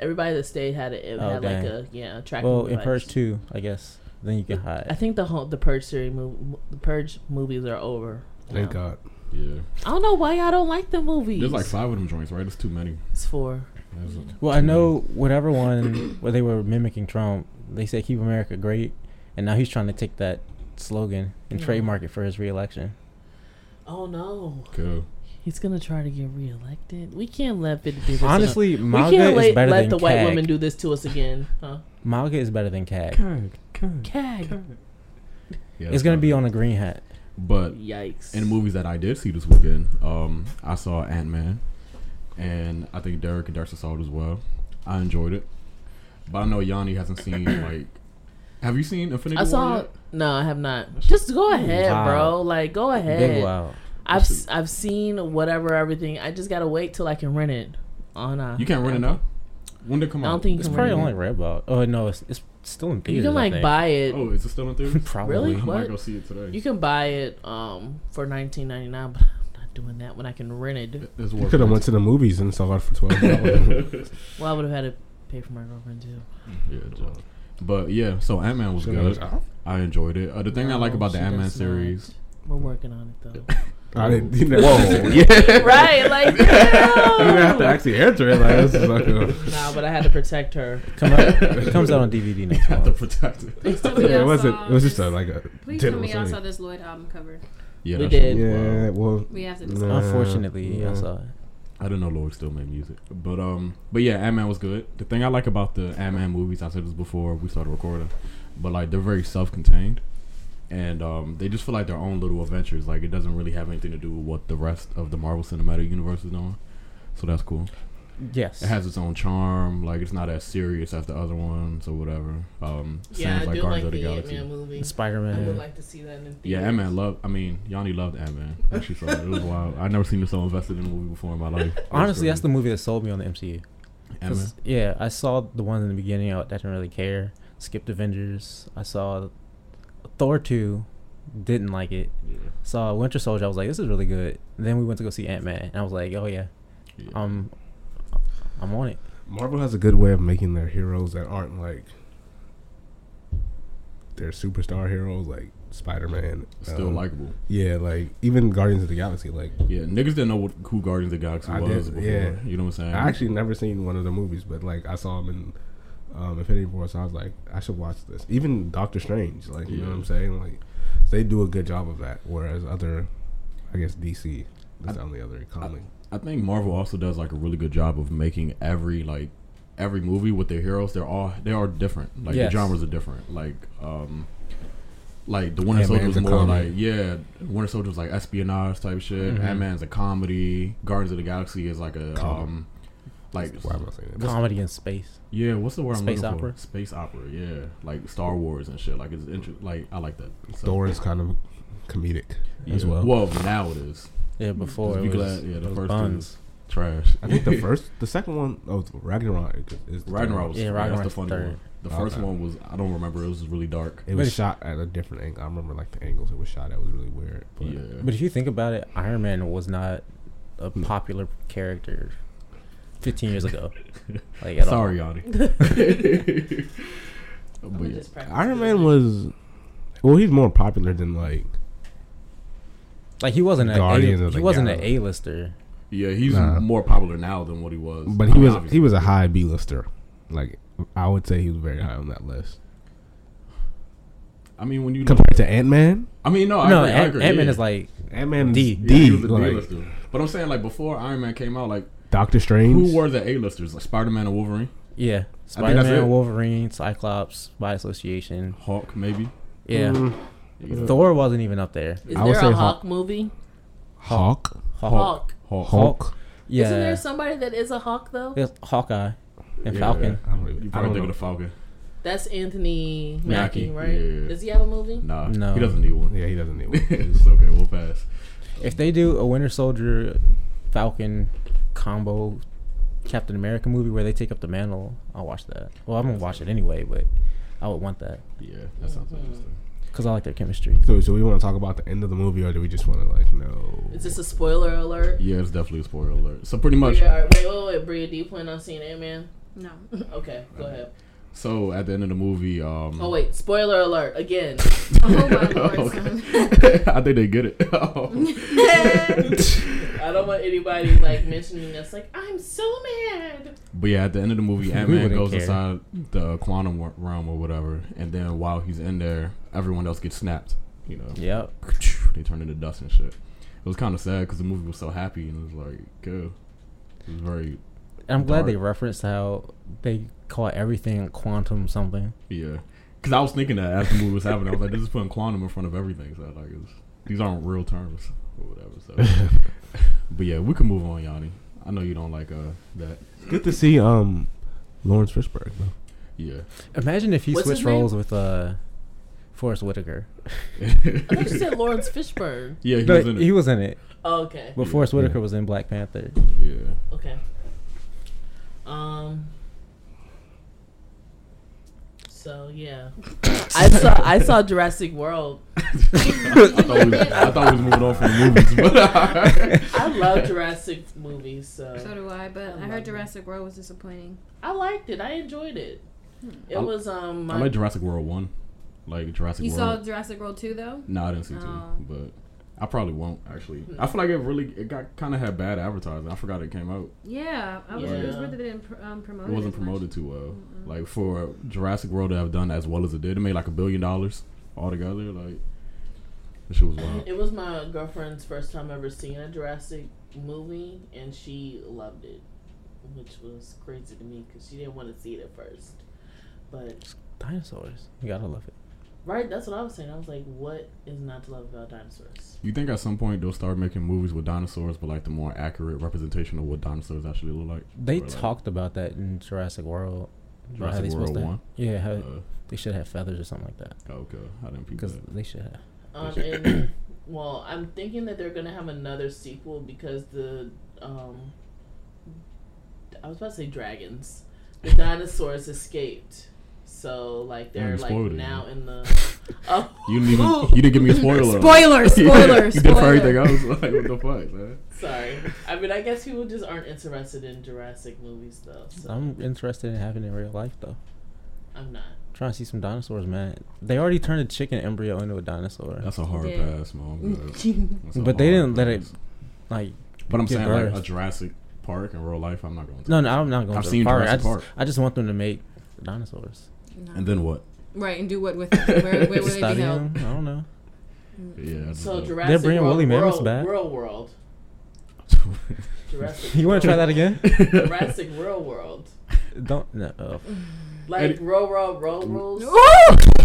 S1: Everybody that stayed had it. It
S4: Oh,
S1: had
S4: dang.
S1: like a yeah a tracking.
S4: Well, in
S1: device.
S4: Purge two, I guess. Then you can
S1: I
S4: hide.
S1: think the whole the purge series mov- the purge movies are over.
S3: Thank
S1: now.
S3: God.
S2: Yeah,
S1: I don't know why y'all don't like the movies.
S2: there's like five of them joints, right? It's too many.
S1: It's four.
S2: There's a-
S4: Well, I know whatever one [COUGHS] where they were mimicking Trump, they said "Keep America Great," and now he's trying to take that slogan and
S1: Yeah.
S4: trademark it for his reelection.
S1: Oh no,
S2: Cool.
S1: he's gonna try to get reelected. We can't let fifty people.
S4: Honestly,
S1: we
S4: MAGA
S1: can't
S4: is
S1: let,
S4: better
S1: let
S4: than
S1: the
S4: CAG.
S1: white women do this to us again, huh?
S4: MAGA is better than CAG.
S2: Cag, cag,
S1: Cag.
S2: Yeah,
S4: It's gonna be on a green hat.
S2: But
S1: Yikes.
S2: in the movies that I did see this weekend, um, I saw Ant Man, and I think Derek and Darcy saw it as well. I enjoyed it, but I know Yanni hasn't
S3: [CLEARS THROAT]
S2: seen like. Have you seen Infinity
S1: I
S2: War?
S1: saw.
S2: yet?
S1: No, I have not. Just go ahead,
S4: Wow.
S1: bro. Like, go ahead.
S4: Big wow.
S1: I've s- I've seen whatever everything. I just gotta wait till I can rent it on. Uh,
S2: You can't rent it now. When did it come
S1: I
S2: out?
S1: don't think you
S4: It's
S1: can
S4: probably
S1: rent
S4: only Redbox. Oh no, it's, it's still in
S1: it. You
S4: theaters.
S1: can
S4: I
S1: like
S4: think. [LAUGHS]
S1: buy it.
S2: Oh, is it still in
S1: [LAUGHS]
S2: theaters?
S4: Probably.
S1: Really?
S2: I
S1: What?
S2: might go see it today.
S1: You can buy it um for nineteen ninety nine, but I'm not doing that when I can rent it.
S2: There's
S3: You
S2: war
S3: could have went
S2: fans.
S3: to the movies and saw it for twelve dollars.
S1: Well, I would have had to pay for my girlfriend too.
S2: Yeah, Joe. But yeah, so Ant Man was good. I enjoyed it. Uh, the thing I like
S1: No,
S2: about the
S1: she
S2: Ant Man
S1: does not.
S2: series,
S1: We're working on it
S2: [LAUGHS]
S3: I didn't. [LAUGHS] You know, Whoa! Yeah,
S1: though. right? Like,
S3: you
S1: damn.
S3: didn't have to actually answer it. Like, this is like a,
S1: Nah, but I had to protect her.
S4: Come out, it comes out
S1: [LAUGHS]
S4: on DVD
S2: you
S4: next [LAUGHS]
S2: have to
S4: month.
S2: protect it. [LAUGHS]
S5: Please tell me
S3: yeah, it
S5: y'all
S3: wasn't.
S5: saw
S3: It was just
S5: this-
S3: a, like a.
S5: Please tell
S3: general
S5: me y'all
S3: thing.
S5: saw this Lloyd album cover.
S2: Yeah,
S1: We
S2: that shit
S1: did.
S2: was
S3: Yeah,
S2: wild.
S3: well,
S5: We have to
S3: Nah.
S1: Uh,
S5: discuss.
S4: Unfortunately,
S3: Yeah.
S4: I saw it.
S2: I didn't know Lloyd still made music, but um, but yeah, Ant Man was good. The thing I like about the Ant Man movies, I said this before we started recording, but like they're very self-contained, and um, they just feel like their own little adventures. Like it doesn't really have anything to do with what the rest of the Marvel Cinematic Universe is doing, so that's cool.
S4: Yes.
S2: It has its own charm. Like it's not as serious as the other ones or whatever. Um, sounds like Guardians of the Galaxy.
S1: movie.
S4: Spider Man.
S1: to see that in
S2: Yeah, Ant Man loved. I mean, Yanni loved Ant Man. Actually, so it was wild. I never seen him so invested in a movie before in my life.
S4: [LAUGHS] Honestly, that's the movie that sold me on the MCU.
S2: Ant Man.
S4: 'Cause, Yeah, I saw the one in the beginning. I I didn't really care. Skipped Avengers. I saw Thor two. Didn't like it. Saw Winter Soldier. I was like, this is really good. And then we went to go see Ant Man, and I was like, oh yeah,
S2: Yeah.
S4: um, I'm on it.
S3: Marvel has a good way of making their heroes that aren't like their superstar heroes, like Spider Man.
S2: Still likable.
S3: Yeah, like even Guardians of the Galaxy. Like
S2: Yeah, niggas didn't know what, who Guardians of the Galaxy
S3: I
S2: was
S3: did,
S2: before.
S3: yeah.
S2: You know what I'm saying?
S3: I actually never seen one of the movies, but like I saw them in um, Infinity War, so I was like, I should watch this. Even Doctor Strange, like you know
S2: Yeah.
S3: what I'm saying? Like they do a good job of that. Whereas other, I guess DC, that's the only other comic.
S2: I think Marvel also does like a really good job of making every like every movie with their heroes. They're all they are different. Like
S4: Yes.
S2: the genres are different. Like um, like the Winter
S3: Ant-Man's
S2: Soldier was
S3: a
S2: more
S3: comedy.
S2: like yeah, Winter Soldier was like espionage type shit.
S4: Mhm.
S2: Ant Man's a comedy. Guardians of the Galaxy is like a
S3: Comedy.
S2: um, like
S3: Why am I saying that?
S4: Comedy in space.
S2: yeah, what's the word I'm
S4: Space
S2: looking
S4: opera?
S2: for? Space opera. Yeah, like Star Wars and shit. Like it's inter- like I like that so,
S3: Thor is kind of comedic as
S2: yeah.
S3: well.
S2: Well, now it is.
S4: Yeah, before
S2: Just
S4: it
S2: be
S4: was,
S2: glad- yeah, the
S4: it was
S2: first two
S4: buns.
S2: Trash.
S3: I think the
S2: [LAUGHS]
S3: first, the second one, oh, it's Ragnarok is the
S2: Ragnarok was
S4: Yeah,
S2: yeah,
S4: Ragnarok
S2: that's the funny
S4: third.
S2: one. The
S3: Okay.
S2: first one was I don't remember. It was really dark.
S3: It was shot at a different angle. I remember like the angles it was shot at was really weird. But
S2: yeah,
S4: But if you think about it, Iron Man was not a
S2: Mm.
S4: popular character 15
S2: [LAUGHS]
S4: years ago. Like at all.
S2: sorry, Yanni.
S4: [LAUGHS]
S1: I'ma
S2: but yeah.
S1: just practice
S3: Iron
S1: doing
S3: Man
S1: it.
S3: was, well, he's more popular than like
S4: Like he wasn't an a,
S3: Guardians of
S4: he
S3: the
S4: wasn't an
S3: Galaxy.
S4: A-lister.
S2: yeah, he's
S3: Nah.
S2: more popular now than what he was.
S3: But
S2: I
S3: he
S2: mean,
S3: was
S2: obviously.
S3: he was a high B lister. Like I would say he was very high on that list.
S2: I mean, when you look,
S3: Compared to Ant Man,
S2: I mean, no, Oh, I
S4: no,
S2: agree, I
S4: Ant
S2: agree,
S4: Man
S2: yeah.
S4: is like
S3: Ant Man
S4: D.
S3: D
S2: Yeah,
S3: D
S2: he was a
S3: like
S2: D-lister. But I'm saying like before Iron Man came out, like
S3: Doctor Strange.
S2: who were the A-listers? Like Spider-Man and Wolverine,
S4: yeah,
S2: I think that's it.
S4: Spider-Man, Wolverine, Cyclops by association.
S2: Hulk, maybe.
S4: Yeah.
S3: Mm,
S2: Yeah.
S4: Thor wasn't even up there.
S1: Is
S3: I would
S1: there
S3: say
S1: a Hawk,
S3: Hawk.
S1: movie?
S3: Hawk.
S4: Haw-
S1: Hawk.
S2: Hulk.
S3: Hulk.
S4: Yeah.
S1: Isn't there somebody that is a Hawk though?
S4: There's Hawkeye and
S2: Yeah.
S4: Falcon.
S3: I don't even.
S2: You
S3: I don't
S2: probably think
S3: know.
S2: of the Falcon.
S1: That's Anthony Mackie,
S2: Mackie,
S1: right?
S2: yeah.
S1: Does he have a movie?
S2: Nah,
S4: No.
S2: he doesn't need one.
S3: Yeah, he doesn't
S2: [LAUGHS]
S3: need one.
S2: it's okay. We'll pass.
S4: If they do a Winter Soldier, Falcon combo, Captain America movie where they take up the mantle, I'll watch that. Well, I'm gonna watch it anyway, but I would want that
S2: Yeah, that sounds interesting.
S4: because I like their chemistry.
S3: So, so we want to talk about the end of the movie, or do we just want to like no?
S1: Is this a spoiler alert?
S2: Yeah, it's definitely a spoiler alert. So pretty much,
S1: Bria, wait, wait, wait, Bria, do you plan on seeing Ant
S2: [LAUGHS]
S1: Man?
S5: No.
S1: Okay, go ahead.
S2: so at the end of the movie, um, [LAUGHS]
S1: Oh wait, spoiler alert again. [LAUGHS]
S5: Oh my lord,
S2: Okay.
S5: son.
S2: [LAUGHS] I think they get it. [LAUGHS] Oh.
S1: I don't want anybody
S2: [LAUGHS]
S1: like mentioning this. Like I'm so mad.
S2: But yeah, at the end of the movie, Ant
S4: We
S2: Man
S4: wouldn't
S2: goes
S4: care.
S2: inside the quantum wa- realm or whatever, and then while he's in there, everyone else gets snapped. You know,
S4: Yep.
S2: they turn into dust and shit. It was kind of sad because the movie was so happy and it was like, cool. It was very,
S4: And I'm glad
S2: Dark.
S4: they referenced how they call everything quantum something.
S2: yeah. Because I was thinking that as the movie was happening, I was like, this is putting quantum in front of everything. So like, it's, these aren't real terms or whatever. So, but yeah, we can move on, Yanni. I know you don't like uh that.
S3: Good to see um Lawrence Fishburne.
S2: Yeah.
S4: Imagine if he
S1: What's his
S4: switched roles with uh, Forrest Whitaker.
S1: I thought you said Lawrence Fishburne.
S2: [LAUGHS] yeah, he
S4: No,
S2: was in it.
S4: it,
S1: Oh, okay,
S4: but
S2: Yeah.
S4: Forrest
S3: Yeah.
S4: Whitaker was in Black Panther.
S2: yeah.
S1: okay. Um. So yeah,
S2: [LAUGHS]
S1: I saw I saw Jurassic World.
S2: I
S5: [LAUGHS]
S2: thought, we, I thought we was moving on from the movies, but [LAUGHS]
S1: I love Jurassic movies,
S5: So
S1: so
S5: do I, but I heard Jurassic World was disappointing.
S1: I liked it. I enjoyed it. It
S5: Hmm.
S2: I-
S1: was um.
S2: I
S1: My,
S2: like Jurassic World one, like Jurassic
S5: You saw
S2: World.
S5: Jurassic World 2 though?
S2: No, I didn't see
S5: Oh.
S2: two, but I probably won't actually. I feel like it really it got kind of had bad advertising. I forgot it came out.
S5: Yeah, I was. It was
S1: Yeah.
S5: weird that they didn't pr- um, promote
S2: It wasn't
S5: as much.
S2: promoted too well.
S5: [LAUGHS]
S2: Like for Jurassic World to have done as well as it did, it made like a billion dollars altogether. Like this shit was wild.
S1: It was my girlfriend's first time ever seeing a Jurassic movie, and she loved it, which was crazy to me because she didn't want to see it at first. But
S4: Dinosaurs, you gotta love it.
S1: right, that's what I was saying. I was like, "What is not to love about dinosaurs?"
S2: You think at some point they'll start making movies with dinosaurs, but like the more accurate representation of what dinosaurs actually look like? Or,
S4: They
S2: like,
S4: talked about that in Jurassic World. about how they
S2: Jurassic
S4: supposed
S2: World
S4: to-
S2: one.
S4: Yeah, how
S2: Uh,
S4: they should have feathers or something like that.
S2: okay, I didn't peep
S4: Because
S2: that.
S4: they should have.
S1: Um, and well, I'm thinking that they're gonna have another sequel because the um, I was about to say dragons, the dinosaurs escaped. So like
S2: Damn,
S1: they're
S2: you
S1: like
S2: spoiled it.
S1: now in the oh.
S2: You didn't even you didn't give me a spoiler. [LAUGHS] alert.
S5: [LAUGHS] Spoiler, spoiler,
S2: you did for everything
S5: spoiler.
S2: else. [LAUGHS] Like what the fuck, man?
S4: [LAUGHS]
S1: Sorry. I mean, I guess people just aren't interested in Jurassic movies, though. So I'm,
S4: I'm interested in having it in real life though.
S1: not.
S4: trying to see some dinosaurs, man. They already turned a chicken embryo into a dinosaur.
S2: That's a hard
S5: Yeah.
S2: pass, man.
S5: [LAUGHS]
S2: That's a
S4: But they
S2: hard
S4: didn't let it-
S2: pass.
S4: Like,
S2: But I'm
S4: get
S2: saying
S4: birth.
S2: like a Jurassic Park in real life. I'm not going. to.
S4: no, no, I'm not going.
S2: I've
S4: to
S2: seen
S4: the park. I
S2: Jurassic
S4: just,
S2: Park.
S4: I just want them to make dinosaurs.
S5: No.
S2: And then what?
S5: right, and do what with it? Where, where would it be held?
S4: Stadium? I don't know.
S5: Mm-hmm.
S2: Yeah. that's
S1: So
S2: dope.
S1: Jurassic
S4: They're bringing
S1: World,
S4: woolly mammoths
S1: World,
S4: back.
S1: Real World.
S2: [LAUGHS]
S1: Jurassic.
S4: [LAUGHS] You want to try that again?
S1: Jurassic Real
S4: [LAUGHS]
S1: World.
S4: don't no.
S5: [LAUGHS]
S4: oh.
S1: Like
S2: And-
S1: row, row, row rules.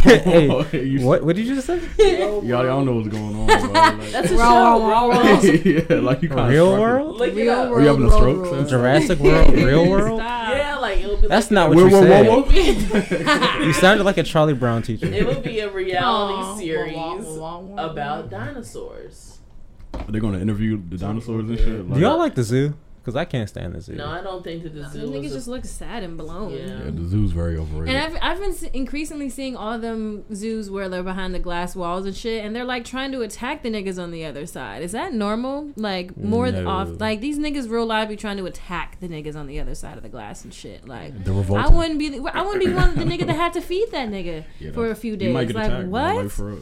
S4: hey,
S2: [LAUGHS] You-
S4: what? What did you just say?
S1: Row,
S2: Y'all, y'all
S1: row.
S2: know what's going on. Bro.
S5: [LAUGHS]
S2: Like,
S1: That's a
S5: Row,
S1: show.
S5: row, row,
S1: Row, row.
S2: [LAUGHS] yeah, like you kinda
S4: Real
S2: struck it.
S4: world?
S1: Look it
S5: Real
S1: up.
S5: world.
S2: you having a
S5: road
S2: stroke,
S5: rules.
S2: son?
S4: Jurassic
S2: [LAUGHS]
S4: World? Real world?
S1: Yeah, like it'll be.
S4: That's
S1: like,
S4: not what
S2: Whoa,
S4: you
S2: whoa,
S4: said.
S2: whoa,
S4: [LAUGHS] You sounded like a Charlie Brown
S1: It
S4: teacher.
S1: would be a reality
S5: Aw,
S1: series
S5: wah, wah, wah, wah,
S1: about dinosaurs.
S2: Are they gonna interview the dinosaurs and shit?
S4: Do y'all like the zoo? because I can't stand this. Either.
S1: No, I don't think that the
S5: I
S1: zoo
S5: think it
S1: was a-
S5: just looks sad and blown.
S1: Yeah.
S2: Yeah, the zoo's very overrated.
S5: And I've I've been se- increasingly seeing all them zoos where they're behind the glass walls and shit, and they're like trying to attack the niggas on the other side. Is that normal? Like more th-
S4: No.
S5: off, like these niggas real life be trying to attack the niggas on the other side of the glass and shit. Like
S2: the revolt.
S5: I wouldn't be the- I wouldn't be one of the nigga that had to feed that nigga
S2: Yeah,
S5: for a
S2: that's- [LAUGHS]
S5: few
S2: you
S5: days.
S2: might get
S5: like
S2: attacked,
S5: what?
S2: bro, right, for real.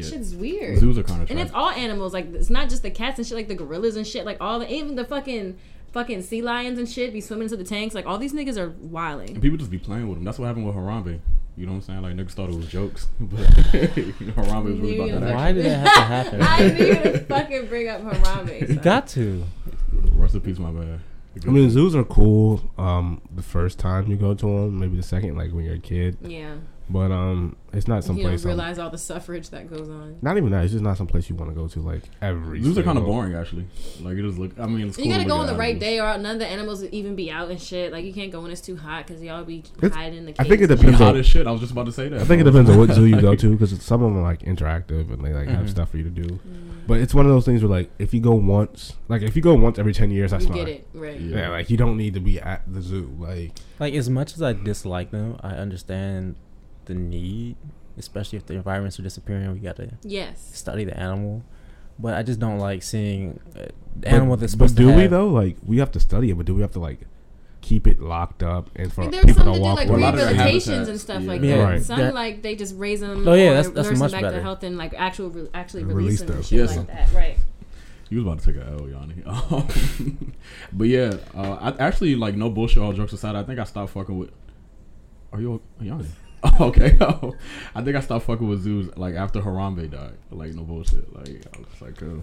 S2: Yeah.
S5: Shit's weird.
S2: Zoos are kind of
S5: And it's all animals. Like it's not just the cats and shit, like the gorillas and shit. Like all the even the fucking fucking sea lions and shit be swimming to the tanks. Like all these niggas are wilding.
S2: And people just be playing with them. That's what happened with Harambe. You know what I'm saying? Like niggas thought it was jokes, [LAUGHS] but Harambe was really about that
S4: Why did it have to happen?
S5: [LAUGHS] I knew you to fucking bring up Harambe.
S4: you
S5: son.
S4: [LAUGHS] got to.
S2: action. Rest in peace, my bad.
S3: I mean, zoos are cool. Um, the first time you go to them, maybe the second, like when you're a kid.
S5: yeah.
S3: But um, it's not
S5: You don't
S3: someplace. I'm-
S5: realize all the suffrage that goes on.
S3: not even that. It's just not someplace you want to go to. Like every.
S2: zoos are kind of
S3: single-
S2: boring, actually. Like it just look. I mean, it's cool
S5: You gotta
S2: to
S5: go
S2: look
S5: on
S2: at
S5: the right
S2: animals.
S5: day, or none of the animals would even be out and shit. Like you can't go when it's too hot because y'all be
S3: It's-
S5: hiding in the.
S3: I think it
S5: caves.
S2: Be
S3: depends
S2: hot
S3: on.
S2: as shit. I was just about to say that.
S3: I think it
S2: bro.
S3: depends
S2: [LAUGHS]
S3: on what zoo you go to because some of them are like interactive and they like
S2: Mm-hmm.
S3: have stuff for you to do. But it's one of those things where like if you go once, like if you go once every ten years, that's
S5: You
S3: fine.
S5: get it right.
S2: Yeah.
S3: Yeah, like you don't need to be at the zoo. Like
S4: Like as much as I dislike them, I understand the need, especially if the environments are disappearing. We gotta
S5: Yes.
S4: study the animal, but I just don't like seeing uh, the
S3: but-
S4: animal that's
S3: but
S4: supposed
S3: do
S4: to
S3: we
S4: have.
S3: though? Like we have to study it, but do we have to like keep it locked up and for
S5: Like, there's
S3: people to
S5: some that do
S3: walk
S5: like
S2: Well, a
S3: with?
S2: lot of their
S5: rehabilitations
S2: habitats,
S5: and stuff
S2: yeah.
S5: like
S4: Yeah,
S5: that.
S3: Right.
S5: Some
S4: that-
S5: like they just raise them.
S4: Oh, yeah,
S5: or
S4: that's- that's
S5: nurse them
S4: much
S5: back to
S4: better.
S5: health and like actual re- actually
S3: Release
S5: release them
S3: them.
S5: and shit
S2: Yes.
S5: like that. Right.
S2: You was about to take a L, Yanni. [LAUGHS] Um, but yeah, uh, I actually like no bullshit. All jokes aside, I think I stopped fucking with. Are you o- Yanni? [LAUGHS] Oh, okay, I think I stopped fucking with zoos like after Harambe died. Like no bullshit. Like I was just like, oh.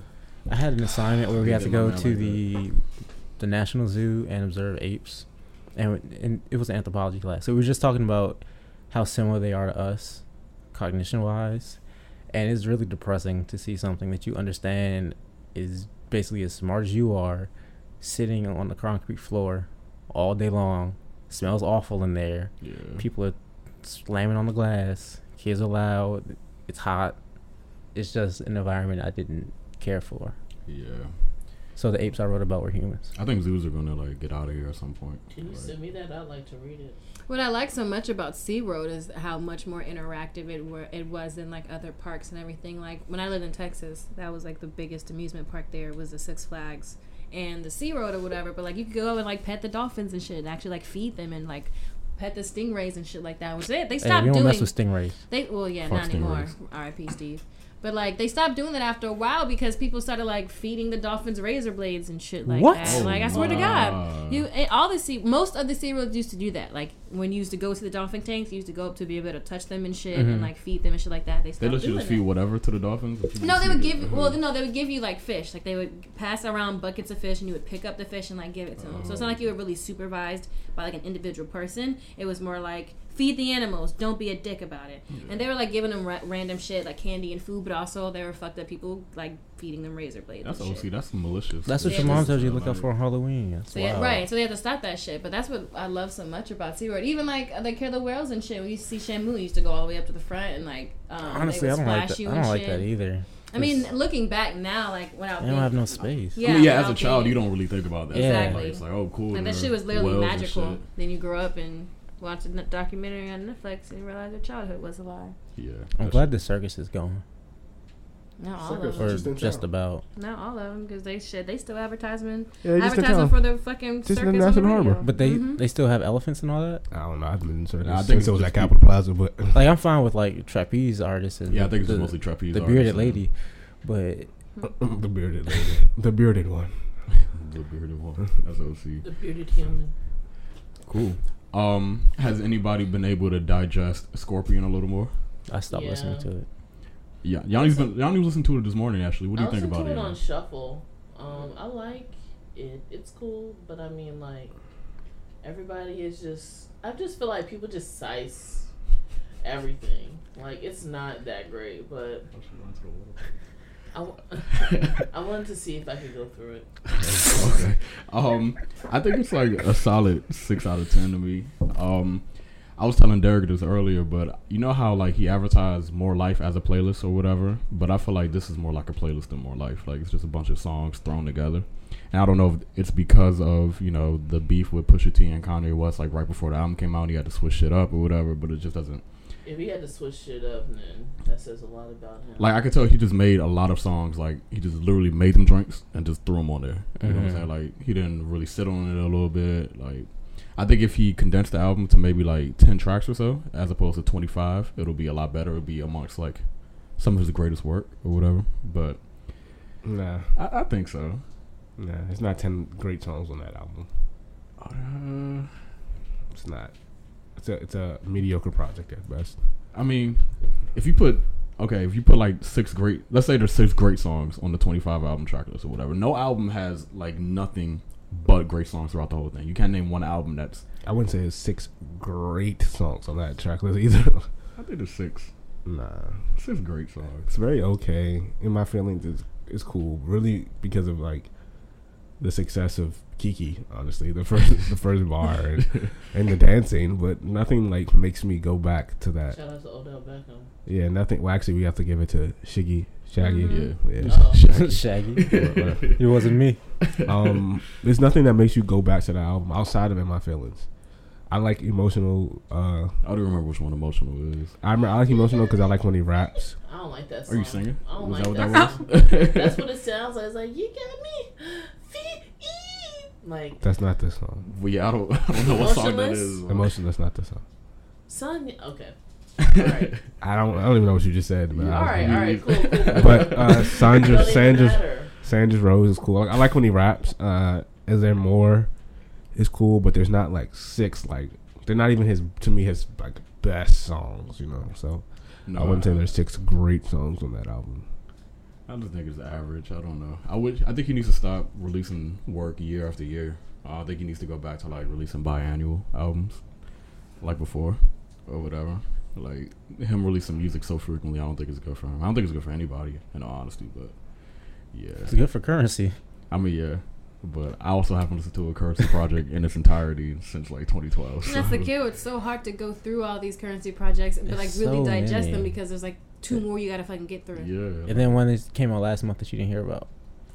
S4: I had an assignment where we
S2: They
S4: had to
S2: did
S4: go
S2: mine
S4: to
S2: like
S4: the the National Zoo and observe apes, and and it was an anthropology class. So we were just talking about how similar they are to us, cognition wise, and it's really depressing to see something that you understand is basically as smart as you are, sitting on the concrete floor all day long, smells awful in there.
S2: yeah.
S4: People are slamming on the glass. Kids are loud. It's hot. It's just an environment I didn't care for.
S2: Yeah,
S4: So the apes I wrote about were humans.
S2: I think zoos are gonna like get out of here at some point.
S1: Can you
S2: Like,
S1: send me that? I'd like to read it.
S5: What I like so much about SeaWorld is how much more interactive it were it was than like other parks and everything. Like when I lived in Texas, that was like the biggest amusement park there was the Six Flags and the SeaWorld or whatever. But like you could go and like pet the dolphins and shit and actually like feed them and like pet the stingrays and shit like that. Which they they
S4: Hey,
S5: stopped
S4: we don't
S5: doing.
S4: mess with stingrays.
S5: They well, yeah,
S2: Fuck
S5: not anymore.
S2: stingrays.
S5: R.I.P. Steve. But like they stopped doing that after a while because people started like feeding the dolphins razor blades and shit like
S4: What?
S2: oh,
S5: that. Like I swear to
S2: wow.
S5: God, you and all the sea, most of the sea roads used to do that. Like when you used to go to the dolphin tanks, you used to go up to be able to touch them and shit and like feed them and shit like that.
S2: Mm-hmm.
S5: They
S2: They
S5: stopped
S2: let you
S5: doing
S2: just feed
S5: that.
S2: whatever to the dolphins. If you
S5: No, they
S2: just
S5: would
S2: feed it.
S5: give well, no, they would give you like fish. Like they would pass around buckets of fish, and you would pick up the fish and like give it to them. So it's not like you were really supervised by like an individual person. It was more like feed the animals, don't be a dick about it. And they were like giving them ra- random shit like candy and food, but also they were fucked up people like feeding them razor blades.
S2: That's
S5: and shit.
S2: OC. That's malicious.
S4: That's what
S5: Yeah,
S4: your mom
S5: just-
S4: tells you to look out
S2: Like,
S4: for on Halloween. That's
S5: So yeah,
S4: wild.
S5: right. So they had to stop that shit. But that's what I love so much about SeaWorld. Even like the killer whales and shit. We used to see Shamu we used to go all the way up to the front and like um, they
S4: Honestly,
S5: would
S4: I don't like
S5: splash
S4: that.
S5: you
S4: I
S5: and
S4: don't like
S5: shit.
S4: that either.
S5: I mean, looking back now, like when I
S4: they don't have no space.
S2: I mean, yeah, as
S5: without
S2: a child,
S5: being-
S2: you don't really think about that.
S4: Exactly.
S2: Like, it's like, oh, cool.
S5: Like that
S2: they're
S5: shit was literally
S2: whales and
S5: magical.
S2: shit.
S5: Then you grow up and watch a n- documentary on Netflix and you realize your childhood was a lie.
S2: Yeah.
S4: I'm
S2: that's-
S4: glad the circus is gone,
S5: Not all
S3: Circus
S5: of
S4: or
S5: them.
S3: Just in
S4: just
S3: town.
S4: about.
S5: Not all of them because they shit. They still advertisement
S3: Yeah, just in
S5: advertising
S3: town.
S5: for the fucking
S3: Just in
S5: circus on the
S3: National Harbor.
S5: radio.
S4: But they
S5: Mhm.
S4: they still have elephants and all that.
S3: I don't know. I've been in circus.
S2: Nah, I
S3: I
S2: think
S3: think
S2: it's
S3: it was
S2: just
S3: at Capitol Plaza, but [LAUGHS]
S4: Like I'm fine with like trapeze artists and
S2: Yeah, I think it's
S4: the,
S2: just mostly trapeze.
S4: the
S2: artists
S4: bearded
S2: and-
S4: lady, but
S3: the
S2: [LAUGHS]
S3: bearded lady, the bearded one.
S2: The bearded one. That's OC.
S1: The bearded human.
S2: Cool. Um, has anybody been able to digest Scorpion a little more?
S4: I stopped
S1: Yeah.
S4: listening to it.
S2: Yeah, Yanni's been Yanni was listening to it this morning. Actually, what do
S1: I
S2: you think
S1: listened
S2: about
S1: to
S2: it?
S1: it on
S2: Yanni?
S1: shuffle. Um, I like it. It's cool, but I mean, like everybody is just. I just feel like people just size everything. Like it's not that great, but I, w- [LAUGHS]
S2: [LAUGHS]
S1: I wanted to see if I could go through it.
S2: okay. Um, I think it's like a solid six out of ten to me. Um, I was telling Derek this earlier, but you know how like he advertised More Life as a playlist or whatever, but I feel like this is more like a playlist than More Life. Like it's just a bunch of songs thrown together. And I don't know if it's because of you know the beef with Pusha T and Kanye West, like right before the album came out, and he had to switch shit up or whatever. But it just doesn't
S1: If he had to switch shit up, then that says a lot about him.
S2: like I could tell he just made a lot of songs. Like he just literally made them drinks and just threw them on there. You know what I'm
S4: Mhm.
S2: saying? Like he didn't really sit on it a little bit. Like I think if he condensed the album to maybe like ten tracks or so, as opposed to twenty five, it'll be a lot better. It'll be amongst like some of his greatest work or whatever. But
S3: Nah,
S2: I, I think so.
S3: nah, it's not ten great songs on that album.
S2: Uh,
S3: It's not. It's a it's a mediocre project at best.
S2: I mean, if you put okay, if you put like six great, let's say there's six great songs on the 25 album track list or whatever. No album has like nothing but great songs throughout the whole thing. You can't name one album that's.
S3: I wouldn't say there's six great songs on that track list either. [LAUGHS]
S2: I think there's six,
S3: nah,
S2: six great songs.
S3: it's very okay. In my feelings, it's it's cool. Really, because of like the success of Kiki. Honestly, the first [LAUGHS] the first bar and, and the dancing, but nothing like makes me go back to that.
S1: Shout out to Odell Beckham.
S3: Yeah, nothing. Well, actually, we have to give it to Shiggy, Shaggy.
S5: Mhm.
S3: Yeah.
S1: Oh,
S2: [LAUGHS]
S4: Shaggy.
S3: Whatever.
S4: It wasn't me.
S3: [LAUGHS] um, there's nothing that makes you go back to the album outside of in my feelings. I like emotional. Uh,
S2: I don't remember which one emotional is.
S3: I remember I like emotional because I like when he raps.
S1: I don't like that song.
S2: Are you singing?
S1: I don't
S2: Was
S1: like
S2: that
S1: that,
S2: what
S1: song.
S2: that was?
S1: Oh [LAUGHS] That's
S2: [LAUGHS]
S1: what it sounds like. It's like you got me, fe like
S3: That's not this song.
S2: Well, yeah, I don't, I don't know what song that
S1: Emotionless?
S2: is. [LAUGHS]
S3: Emotional. That's not this song.
S1: son. Okay,
S2: right.
S3: I don't. I don't even know what you just said. But,
S2: Yeah,
S1: all
S3: I was
S1: right,
S3: confused.
S1: all right, cool. cool, cool.
S3: but uh,
S1: It
S3: [LAUGHS] Sandra,
S1: don't even
S3: Sandra's,
S1: matter.
S3: Sandra's Rose is cool. I, I like when he raps. Uh, is there more? Is cool, but there's not like six. Like they're not even his. To me, his like best songs. You know. So
S2: No,
S3: I wouldn't say there's six great songs on that album.
S2: I just think it's average. I don't know. I would. I think he needs to stop releasing work year after year. Uh, I think he needs to go back to like releasing biannual albums, like before, or whatever. Like him releasing music so frequently, I don't think it's good for him. I don't think it's good for anybody, in all honesty. But
S4: It's
S2: yeah,
S4: good for currency.
S2: I mean yeah. But I also haven't listened to a Currency project in its entirety since like 2012.
S5: And that's the
S2: so-
S5: kill. It's so hard to go through all these currency projects and but like
S4: It's
S5: really
S4: so
S5: digest them
S4: many.
S5: because there's like two more you gotta fucking get through.
S2: Yeah,
S4: And then one that came out last month that you didn't hear about.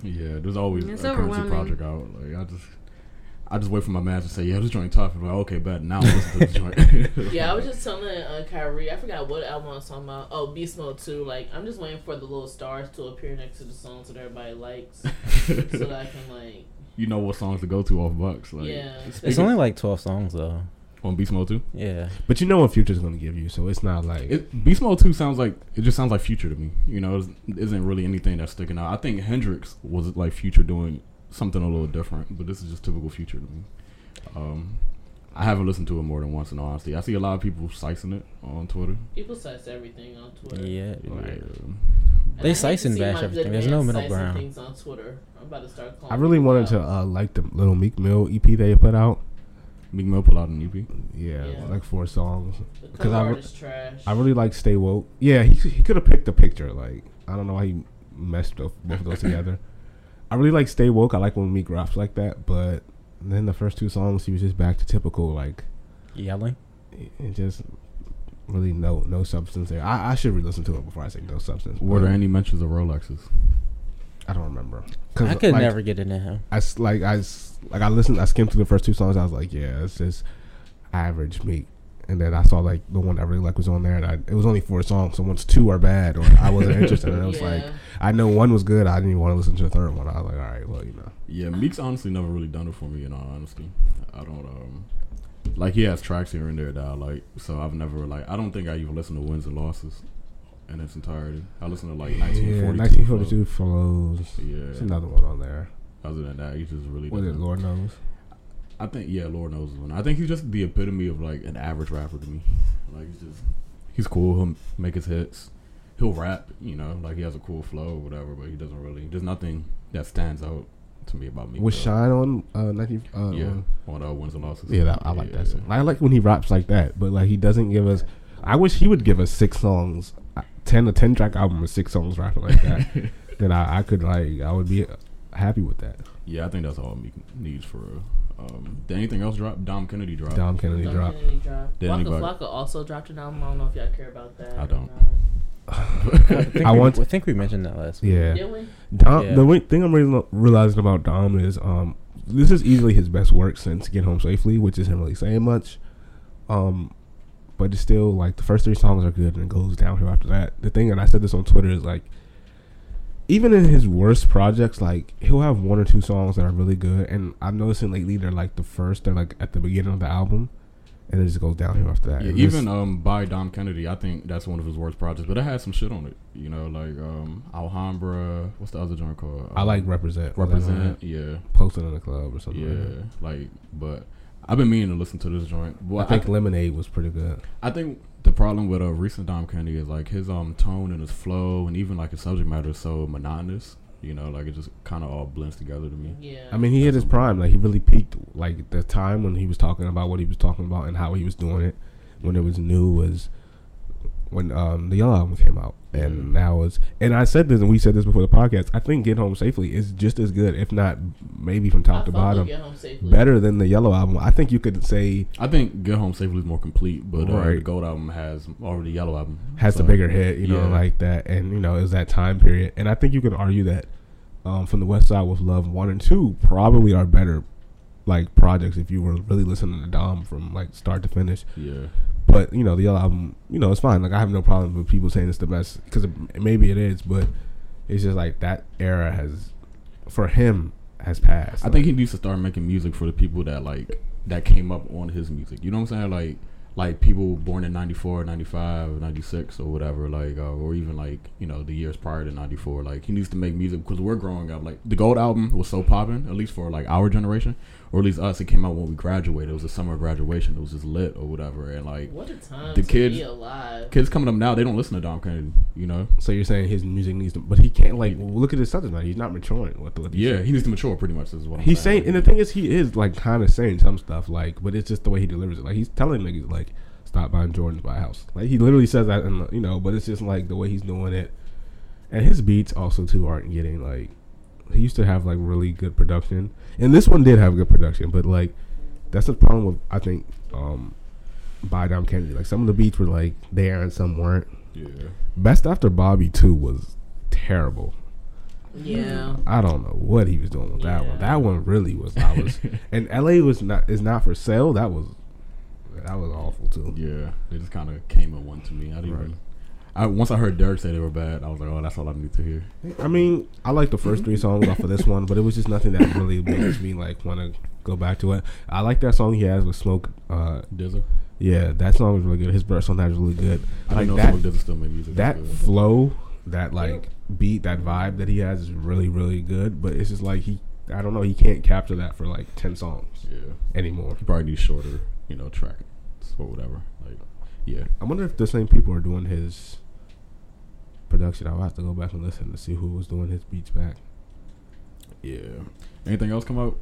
S2: Yeah, there's always
S5: It's
S2: a currency
S5: overwhelming.
S2: project out. Like I just, I just wait for my manager to say, "Yeah, this joint tough." I'm like, "Okay, bet now I'll listen to this
S1: [LAUGHS]
S2: joint."
S1: Yeah, I was
S2: [LAUGHS]
S1: just telling uh, Kyrie. I forgot what album I was talking about. Oh, Beast Mode Two. Like I'm just waiting for the little stars to appear next to the songs that everybody
S3: [LAUGHS]
S1: likes, so that I can like
S2: you know what songs to go to off Bucks, like
S1: yeah.
S4: It's only like 12 songs, though.
S2: on Beast Mode Two.
S4: Yeah.
S3: But you know what Future's gonna give you, so it's not like
S2: It, Beast Mode Two sounds like it just sounds like Future to me. You know, it isn't really anything that's sticking out. I think Hendrix was like Future doing something a little different, but this is just typical Future to me. Um, I haven't listened to it more than once in all honesty. I see a lot of people slicing it on Twitter.
S1: People cite everything on Twitter.
S4: Yeah.
S2: Like, um,
S1: And I
S4: They
S1: hate to
S4: sice and
S1: see my
S4: bash
S1: good
S4: everything. There's
S1: man
S4: no middle
S1: sicing
S4: ground.
S1: Things on Twitter. I'm about to start calling
S3: I really
S1: people
S3: wanted to
S1: out.
S3: uh, like the little Meek Mill EP they put out.
S2: Meek Mill put out an E EP.
S3: Yeah,
S1: Yeah.
S3: like four songs.
S1: The
S3: 'cause
S1: cover
S3: I re-
S1: art is trash.
S3: I really like Stay Woke. Yeah, he he could have picked a picture. Like I don't know why he messed up both of those together. I really like Stay Woke. I like when Meek raps like that, but then the first two songs he was just back to typical like
S4: Yelling.
S3: it it just really no no substance there. I, I should re-listen to it before I say no substance.
S2: Were
S3: but
S2: there any mentions of Rolexes?
S3: I don't remember. 'Cause,
S4: I could
S3: like,
S4: never get into him.
S3: I s- like I s- like I listened. I skimmed through the first two songs. I was like, yeah, it's just average meat. And then I saw like the one I really like was on there, and I, it was only four songs. So once two are bad, or I wasn't interested, and it was
S1: yeah.
S3: like I know one was good. I didn't even want to listen to the third one. I was like, all right, well, you know,
S2: Yeah, Meek's honestly never really done it for me. In all honesty, I don't um like he has tracks here and there that I like. So I've never like I don't think I even listened to Wins and Losses in its entirety. I listened to like
S3: yeah,
S2: 1942.
S3: 1942 flows. There's
S2: Yeah.
S3: another one on there.
S2: Other than that, he just really.
S3: Was it
S2: doesn't-
S3: Lord knows?
S2: I think yeah, Lord knows one. I think he's just the epitome of like an average rapper to me. Like he's just he's cool. He'll make his hits. He'll rap. You know, like he has a cool flow or whatever. But he doesn't really. There's nothing that stands out to me about Meek.
S3: Was
S2: though.
S3: Shine on uh, 19? Uh,
S2: Yeah, on
S3: on-
S2: uh, wins and losses.
S3: yeah, that, I like that. Song. I like when he raps like that, but like he doesn't give us. I wish he would give us six songs, uh, ten a ten track album with six songs rapping like that. [LAUGHS]
S2: [LAUGHS]
S3: then I, I could like I would be happy with that.
S2: Yeah, I think that's all Meek needs for real. Um, did anything else drop? Dom Kennedy dropped. [LAUGHS]
S3: Dom [LAUGHS] Kennedy
S1: Duncan
S3: dropped.
S1: and he dropped.
S2: Did
S1: Waka
S2: anybody-
S1: Flocka also dropped an album. I don't know if y'all care about that.
S2: I
S1: or
S2: don't.
S1: not.
S3: [LAUGHS]
S4: I think,
S3: I
S4: we,
S3: want-
S4: I think we mentioned that last week.
S3: Yeah.
S1: Did we?
S3: Dom,
S4: Yeah.
S3: The way, thing I'm real- realizing about Dom is um, this is easily his best work since Get Home Safely, which isn't really saying much. Um, but it's still like the first three songs are good and it goes downhill after that. The thing, and I said this on Twitter, is like even in his worst projects, like he'll have one or two songs that are really good. And I'm noticing lately they're like the first, they're like at the beginning of the album, and it just goes downhill after that.
S2: Yeah,
S3: And this-
S2: even um, by Dom Kennedy, I think that's one of his worst projects, but it had some shit on it. You know, like um, Alhambra. What's the other joint called? Um,
S3: I like represent
S2: Represent. Yeah,
S3: posting in the club or something. like that.
S2: yeah. Like, but I've been meaning to listen to this joint. Well,
S3: I think Lemonade was pretty good.
S2: I think the problem with a recent Dom Kennedy is like his um tone and his flow and even like his subject matter is so monotonous. You know, like it just kind of all blends together to me.
S1: Yeah.
S3: I mean, he hit his prime. Like he really peaked. Like the time when he was talking about what he was talking about and how he was doing it when it was new was when um the Yellow album came out,
S1: Mm-hmm.
S3: and now it's and I said this and we said this before the podcast. I think Get Home Safely is just as good, if not maybe from
S1: I
S3: top to
S1: fuck with
S3: bottom,
S1: Get Home Safely.
S3: better than the Yellow album. I think you could say
S2: I think Get Home Safely is more complete, but uh, the
S3: Right.
S2: Gold album has or the Yellow album
S3: has
S2: so-
S3: the bigger hit, you know,
S2: yeah.
S3: like that, and you know, it was that time period. And I think you could argue that um, from the West Side with Love one and two probably are better like projects if you were really listening to Dom from like start to finish.
S2: Yeah,
S3: But you know, the other album, you know, it's fine. Like I have no problem with people saying it's the best because maybe it is, but it's just like that era has for him has passed.
S2: I think he needs to start making music for the people that like that came up on his music. You know what I'm saying? Like like people born in 94, 95, 96 or whatever like uh, or even like, you know, the years prior to 94. Like he needs to make music because we're growing up like the Gold album was so popping at least for like our generation or at least us it came out when we graduated. It was the summer of graduation. It was just lit or whatever and like
S1: what a time
S2: The
S1: to
S2: kids-
S1: be alive.
S2: kids coming up now they don't listen to Dom Kennedy, you know?
S3: so. You're saying his music needs to, but he can't like look at his subject matter. He's not maturing with with these
S2: Yeah, he needs to mature pretty much is what I'm
S3: He's
S2: saying.
S3: saying, and the thing is, he is like kind of saying some stuff, like, but it's just the way he delivers it. Like he's telling niggas like, stop buying Jordans, buy a house. Like he literally says that, and you know, but it's just like the way he's doing it, and his beats also too aren't getting like. He used to have like really good production, and this one did have good production, but like, that's the problem with I think, um, by Dom Kennedy. Like some of the beats were like there and some weren't.
S2: Yeah.
S3: Best After Bobby too was terrible.
S1: Yeah.
S3: I don't know what he was doing with that
S1: Yeah.
S3: one. That one really was. I was, [LAUGHS] and LA was not is not for sale. That was, that was awful too.
S2: Yeah, they just kind of came at one to me. I didn't.
S3: Right.
S2: Even, I once I heard Derek say they were bad, I was like, oh, that's all I need to hear.
S3: I mean, I like the first three songs off of this one, but it was just nothing that really makes me like want to go back to it. I like that song he has with Smoke. Uh,
S2: Dizzle.
S3: yeah, that song was really good. His verse on that was really good.
S2: I
S3: Like
S2: didn't know
S3: that-
S2: Smoke Dizzle still made music.
S3: That
S2: That's good.
S3: flow, that like beat, that vibe that he has is really really good. But it's just like he, I don't know, he can't capture that for like ten songs
S2: yeah,
S3: anymore.
S2: he probably needs shorter, you know, track or whatever. Like, yeah,
S3: I wonder if the same people are doing his production. I'll have to go back and listen to see who was doing his beats back.
S2: yeah. Anything else come
S3: [LAUGHS]
S2: out?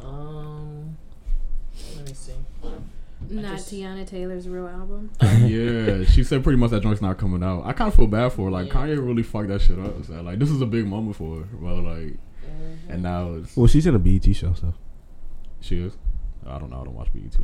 S2: Mm-hmm.
S1: Um. Let me see.
S5: Not
S1: just-
S5: Tiana Taylor's real album.
S2: yeah, she said pretty much that joint's not coming out. I kind of feel bad for her. Like
S1: Yeah.
S2: Kanye really fucked that shit up. So, like this is a big moment for her. Well, like,
S1: Mhm.
S2: and uh, now it's
S3: Well, she's in a BET show, so
S2: she is. I don't know. I don't watch BET.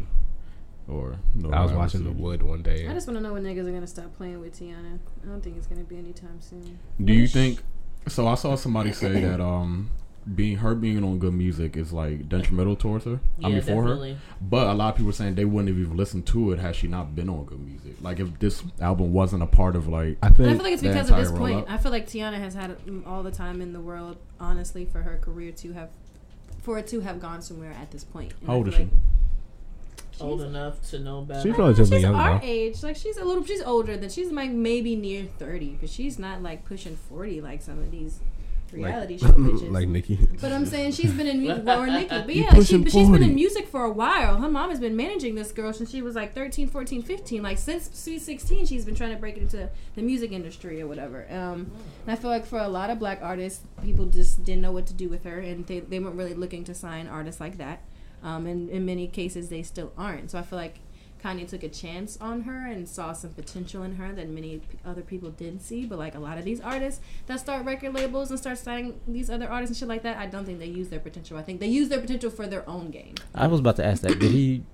S2: Or no,
S3: I was watching The Wood one day.
S5: I just want to know when niggas are gonna stop playing with Tiana. I don't think it's gonna be anytime soon.
S2: Do you think? So I saw somebody say
S1: [CLEARS THROAT]
S2: that um, being her being on good music is like detrimental towards her. I mean, for her. But a lot of people are saying they wouldn't have even listened to it had she not been on good music. Like if this album wasn't a part of like
S3: I
S5: I
S3: think
S5: feel like it's
S2: the
S5: because of this
S2: entire
S5: point.
S2: rollout.
S5: I feel like Tiana has had mm, all the time in the world, honestly, for her career to have, for it to have gone somewhere at this point. And
S2: how
S5: I
S2: old is
S5: feel
S2: she?
S5: like
S1: Old enough to know better.
S3: She's relatively
S5: she's
S3: young
S5: our
S3: now.
S5: age. Like she's a little, she's older than she's like maybe near thirty, but she's not like pushing forty like some of these
S3: [LAUGHS]
S5: reality show bitches.
S3: like Nicki.
S5: but I'm saying she's been in music, well, or Nicki, but
S3: You
S5: yeah, like,
S3: pushing
S5: she, but she's been
S3: 40.
S5: in music for a while. Her mom has been managing this girl since she was like 13, 14, 15. Like since she's 16, she's been trying to break into the music industry or whatever. Um, and I feel like for a lot of black artists, people just didn't know what to do with her, and they, they weren't really looking to sign artists like that. Um, and in many cases, they still aren't. So I feel like Kanye took a chance on her and saw some potential in her that many p- other people didn't see. But like a lot of these artists that start record labels and start signing these other artists and shit like that, I don't think they use their potential. I think they use their potential for their own gain.
S4: I was about to ask that. Did he?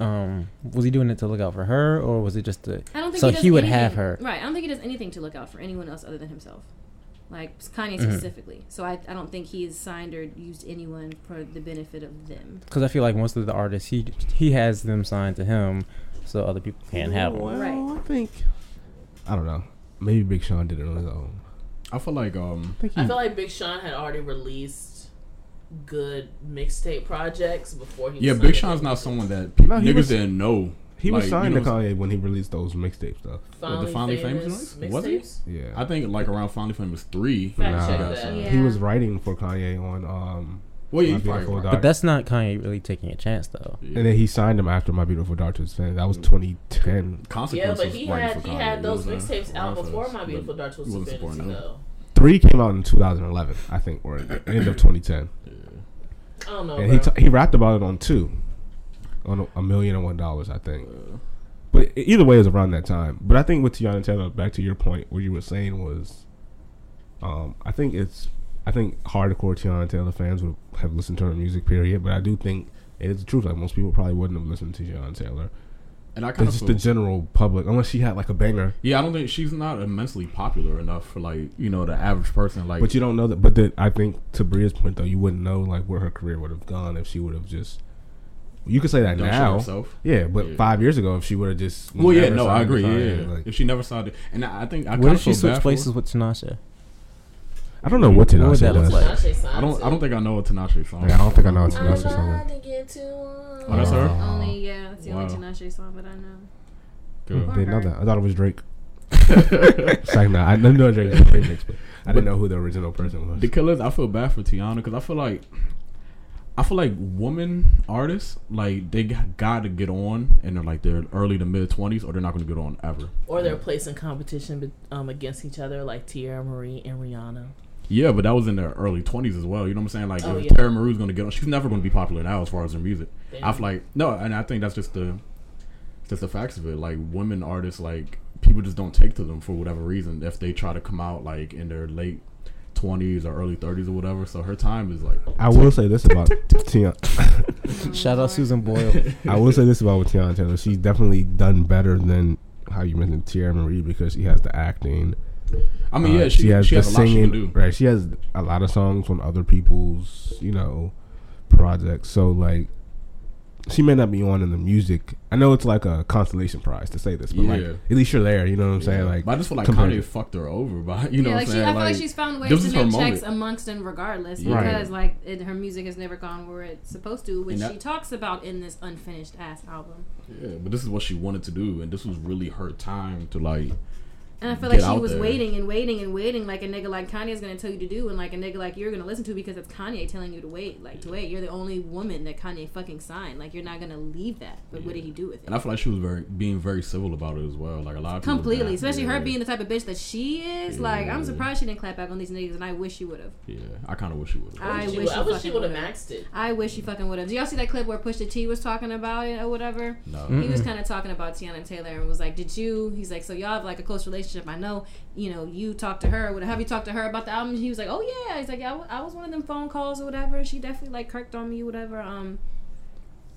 S4: Um, was he doing it to look out for her, or was it just to?
S5: I don't think
S4: So
S5: does
S4: he would
S5: anything-
S4: have her.
S5: Right. I don't think he does anything to look out for anyone else other than himself. Like Kanye
S2: Mm-hmm.
S4: Mhm.
S5: specifically. So I, I don't think he's signed or used anyone for the benefit of them.
S4: Because I feel like most of the artists, he he has them signed to him, so other people can't have them.
S3: Well,
S5: Right.
S3: I think. I don't know. Maybe Big Sean did it on his own.
S2: I feel like um,
S3: I think he,
S1: I feel like Big Sean had already released good mixtape projects before he.
S2: yeah,
S1: was
S2: Big
S1: signed
S2: Sean's
S1: to
S2: not
S1: Apple.
S2: someone that pe-
S3: No, he
S2: niggas
S3: was-
S2: didn't know.
S3: he was
S2: Like,
S3: signed
S2: you know,
S3: to Kanye when he released those mixtape stuff.
S1: Finally,
S2: the Finally
S1: famous,
S2: Famous joints? Was it?
S1: mixtapes?
S3: Yeah.
S2: I think like around Finally Famous three.
S1: Fact
S2: when
S3: Nah.
S2: she
S1: check
S2: got
S1: that.
S2: signed.
S5: Yeah.
S3: He was writing for Kanye on um,
S2: Well, yeah,
S3: My
S2: he's probably
S3: Beautiful
S2: right.
S3: Dark.
S4: But that's not Kanye really taking a chance though.
S2: Yeah. Mm.
S3: and then he signed him after My Beautiful Dark to his fan. That was 2010.
S1: Yeah,
S2: consequences.
S1: but he
S2: writing
S1: had
S2: for
S1: he
S2: Kanye,
S1: had
S2: you
S1: those
S2: know what I'm saying?
S1: mixtapes out
S2: Around
S1: before
S2: first,
S1: My
S2: but
S1: Beautiful Dark Twisted
S2: wasn't
S1: Fantasy,
S2: supporting him.
S1: though.
S3: Three came out in 2011, I think, or at the end of 2010.
S1: I don't know.
S3: And he
S1: bro.
S3: t- he rapped about it on two, on a, a million and one dollars, I think.
S2: Uh,
S3: But e- either way, it was around that time. But I think with Tiana Taylor, back to your point, what you were saying was, um, I think it's, I think hardcore Tiana Taylor fans would have listened to her music, period. But I do think it is the truth. Like most people probably wouldn't have listened to Tiana Taylor.
S2: and I kind
S3: It's
S2: of
S3: just the general public, unless she had like a banger.
S2: yeah, I don't think she's not immensely popular enough for like you know the average person. Like,
S3: But you don't know that. But the, I think to Bria's point though, you wouldn't know like where her career would have gone if she would have just. You could say that
S2: don't show
S3: now.
S2: yourself.
S3: Yeah, but
S2: Yeah.
S3: five years ago, if she would have just
S2: Well, yeah,
S3: never
S2: no, I
S3: signed
S2: agree.
S3: Kanye,
S2: Yeah,
S3: like-
S2: if she never saw it, and I, I think I
S4: What
S2: kind of
S4: if
S2: feel
S4: she
S2: bad
S4: switched
S2: for
S4: places
S2: her.
S4: with Tinashe?
S3: I don't know what
S4: What would
S3: Tinashe
S4: that look
S3: does.
S4: like?
S1: Tinashe signed
S2: I don't. I don't
S1: it.
S2: think I know a Tinashe song.
S3: Like, I don't think I know what
S1: I'm
S3: Tinashe
S1: about
S3: song.
S1: to get to one.
S2: Oh, that's her?
S3: Uh,
S5: Only yeah, that's the only
S2: Wow.
S5: Tinashe song that
S2: [LAUGHS]
S5: I know.
S2: Good. [LAUGHS]
S3: [LAUGHS]
S5: Or
S3: Didn't know
S5: her.
S3: that. I thought it was Drake. It's like, nah, I didn't know Drake was a remix, but I didn't know who the original person was.
S2: The killers. I feel bad for Tiana because I feel like, I feel like woman artists like they got to get on, and they're like they're early to mid twenties, or they're not going to get on ever.
S1: Or they're placing competition be- um, against each other, like Tierra Marie and Rihanna.
S2: Yeah, but that was in their early twenties as well. You know what I'm saying? Like,
S1: Oh,
S2: if
S1: yeah.
S2: Tara Maru's going to get on, she's never going to be popular now as far as her music. I feel like no, and I think that's just the, just the facts of it. Like women artists, like people just don't take to them for whatever reason. If they try to come out like in their late twenties or early thirties or whatever, so her time is like
S3: I will say this about Tiana.
S4: Shout out Susan [LAUGHS] Boyle.
S3: I will say this about with Tiana Taylor. She's definitely done better than how you mentioned Tierra Marie because she has the acting.
S2: I mean,
S3: Uh,
S2: yeah, she, she, has a lot she can do.
S3: Right, she has a lot of songs on other people's, you know, projects. So like, she may not be on in the music. I know it's like a consolation prize to say this, but like
S2: Yeah.
S3: at least you're there. You know what I'm saying? Like,
S2: but I just feel like
S3: compared
S2: Kanye
S3: to-
S2: fucked her over by [LAUGHS] you know
S5: yeah,
S2: what
S5: like
S2: I'm
S5: she,
S2: saying.
S5: I feel like,
S2: like,
S5: she's found ways
S2: this is
S5: to
S2: her
S5: make
S2: moment.
S5: checks amongst them regardless
S2: Right.
S5: because like it, her music has never gone where it's supposed to, which
S2: And that-
S5: she talks about in this unfinished ass album.
S2: yeah, but this is what she wanted to do, and this was really her time to like.
S5: And I feel
S2: Get
S5: like she
S2: out
S5: was
S2: there.
S5: waiting and waiting and waiting, like a nigga like Kanye's gonna tell you to do, and like a nigga like you're gonna listen to because it's Kanye telling you to wait, like to wait. You're the only woman that Kanye fucking signed. Like you're not gonna leave that. But what did he do with
S2: And I
S5: it?
S2: feel like she was very being very civil about it as well. Like a lot of people
S5: Completely,
S2: got-
S5: especially her
S2: yeah,
S5: being the type of bitch that she is. Like I'm surprised she didn't clap back on these niggas, and I wish she would have.
S2: Yeah, I kind of wish she would.
S5: I
S1: She
S5: wish
S1: would- I
S5: she
S1: wish she
S5: fucking
S1: would have
S5: would've.
S1: maxed
S5: [LAUGHS]
S1: it.
S5: I wish she fucking would have. Did y'all see that clip where Pusha T was talking about it or whatever?
S2: No.
S3: Mm-hmm.
S5: He was kind of talking about Tiana Taylor and was like, "Did you?" He's like, "So y'all have like a close relationship? I know, you know, you talked to her. Would have you talked to her about the album?" He was like, "Oh yeah." He's like, "Yeah, I wa- I was one of them phone calls or whatever. She definitely like kirked on me, whatever." Um,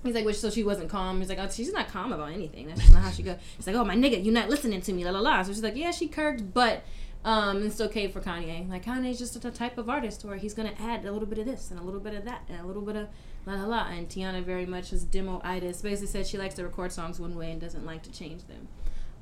S5: he's like, "Which so she wasn't calm." He's like, "Oh, she's not calm about anything. That's just not how she go." He's like, "Oh my nigga, you're not listening to me, la la la." So she's like, "Yeah, she kirked, but." Um, it's okay for Kanye. Like Kanye's just the type of artist where he's gonna add a little bit of this and a little bit of that and a little bit of la la la. And Tiana very much is demo itis. Basically said she likes to record songs one way and doesn't like to change them.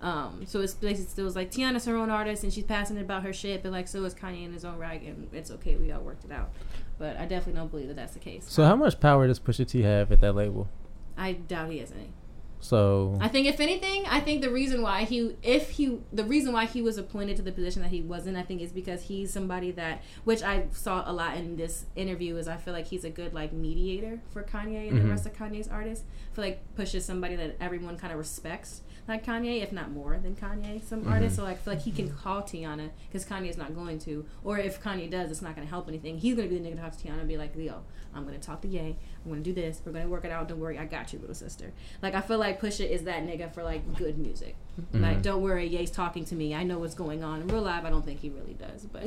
S5: Um, so it's basically still was like Tiana's her own artist and she's passionate about her shit, but like so is Kanye in his own rag and it's okay. We all worked it out. But I definitely don't believe that that's the case.
S4: So how much power does Pusha T have at that label?
S5: I doubt he has any.
S4: So
S5: I think if anything, I think the reason why he, if he, the reason why he was appointed to the position that he wasn't, I think is because he's somebody that, which I saw a lot in this interview, is I feel like he's a good like mediator for Kanye and the
S4: Mhm.
S5: rest of Kanye's artists. I feel like Push is somebody that everyone kind of respects, like Kanye, if not more than Kanye, some artists. So like, I feel like he can call Tiana because Kanye's not going to, or if Kanye does, it's not going to help anything. He's going to be the nigga to talk to Tiana and be like, Leo, I'm going to talk to Ye. I'm gonna do this. We're gonna work it out. Don't worry, I got you, little sister. Like I feel like like Pusha is that nigga for like good music.
S4: Mm-hmm.
S5: Like, don't worry, Ye's talking to me. I know what's going on in real life. I don't think he really does, but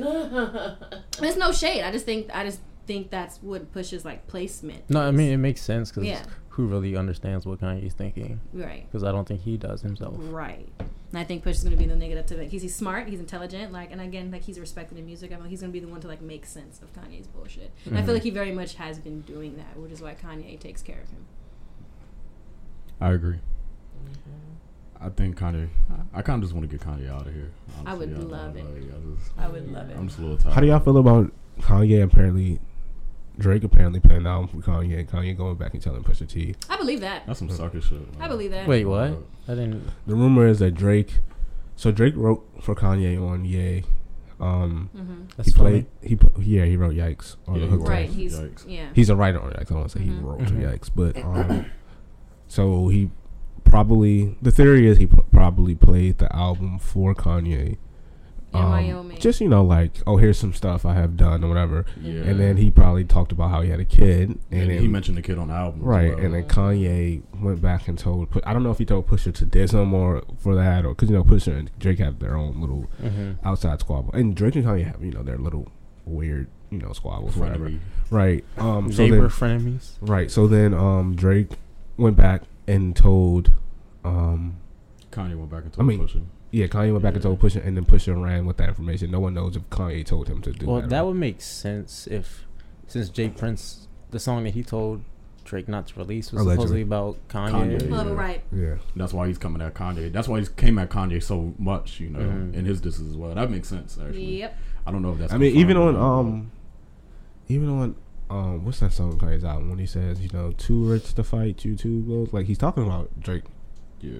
S5: it's no shade. I just think I just think that's what Pusha's like placement.
S4: No, I mean it makes sense because
S5: Yeah.
S4: who really understands what Kanye's thinking?
S5: right,
S4: Because I don't think he does himself.
S5: right. And I think Pusha's gonna be the nigga that to because he's smart, he's intelligent, like, and again, like he's respected in music. I mean, he's gonna be the one to like make sense of Kanye's bullshit. And
S4: Mm-hmm.
S5: I feel like he very much has been doing that, which is why Kanye takes care of him.
S2: I agree. I think Kanye. I, I kind of just want to get Kanye out of here.
S5: I would
S2: honestly.
S5: love it.
S2: like, I just,
S5: I would love it.
S2: I'm just a little tired.
S3: How do y'all feel about Kanye apparently, Drake apparently playing an album with Kanye, and Kanye going back and telling Pusha T?
S5: I believe that.
S2: That's some sucker shit.
S5: I believe that.
S4: Wait, what? I didn't.
S3: The rumor is that Drake, so Drake wrote for Kanye on Yay. Um,
S5: Mm-hmm.
S4: That's
S3: he
S4: funny.
S3: played. He pl- yeah, he wrote Yikes on
S2: Yeah,
S3: the
S2: he
S3: hook.
S2: wrote
S3: line.
S5: Right. He's
S2: Yikes.
S5: yeah.
S3: He's a writer on Yikes. I don't want to say
S5: Mhm.
S3: he wrote
S2: Mm-hmm.
S4: Mhm.
S3: to Yikes, but um, so he probably the theory is he p- probably played the album for Kanye.
S5: in
S3: um,
S5: Wyoming.
S3: Just you know, like oh, here's some stuff I have done or whatever.
S2: Yeah.
S3: And then he probably talked about how he had a kid, and
S2: And
S3: then
S2: he mentioned the kid on the album. as
S3: right,
S2: well.
S3: and then Kanye went back and told. Pu- I don't know if he told Pusher to diss him or for that, or because you know Pusher and Drake have their own little
S4: hmm
S3: outside squabble, and Drake and Kanye have you know their little weird you know squabbles, whatever.
S2: Fraternity.
S3: Right. Um. So
S4: They
S3: then,
S4: were frenemies.
S3: Right. So then um Drake went back and told um
S2: Kanye went back and
S3: I
S2: told
S3: mean,
S2: Pusha.
S3: yeah, Kanye went back and told Pusha and then Pusha ran with that information. No one knows if Kanye told him to do
S4: Well,
S3: that. or
S4: that
S3: not.
S4: would make sense if, since Jay Prince, the song that he told Drake not to release was
S3: Allegedly.
S4: supposedly about Kanye.
S2: Kanye.
S5: Well,
S2: Yeah.
S5: right.
S3: yeah.
S2: That's why he's coming at Kanye. That's why he came at Kanye so much, you know,
S4: Mhm.
S2: in his disses as well. That makes sense, actually.
S5: Yep.
S2: I don't know if that's.
S3: I mean, even on
S2: confirmed or not.
S3: um even on um what's that song Kanye's album when he says, you know, too rich to fight, you too blows like he's talking about Drake.
S2: Yeah.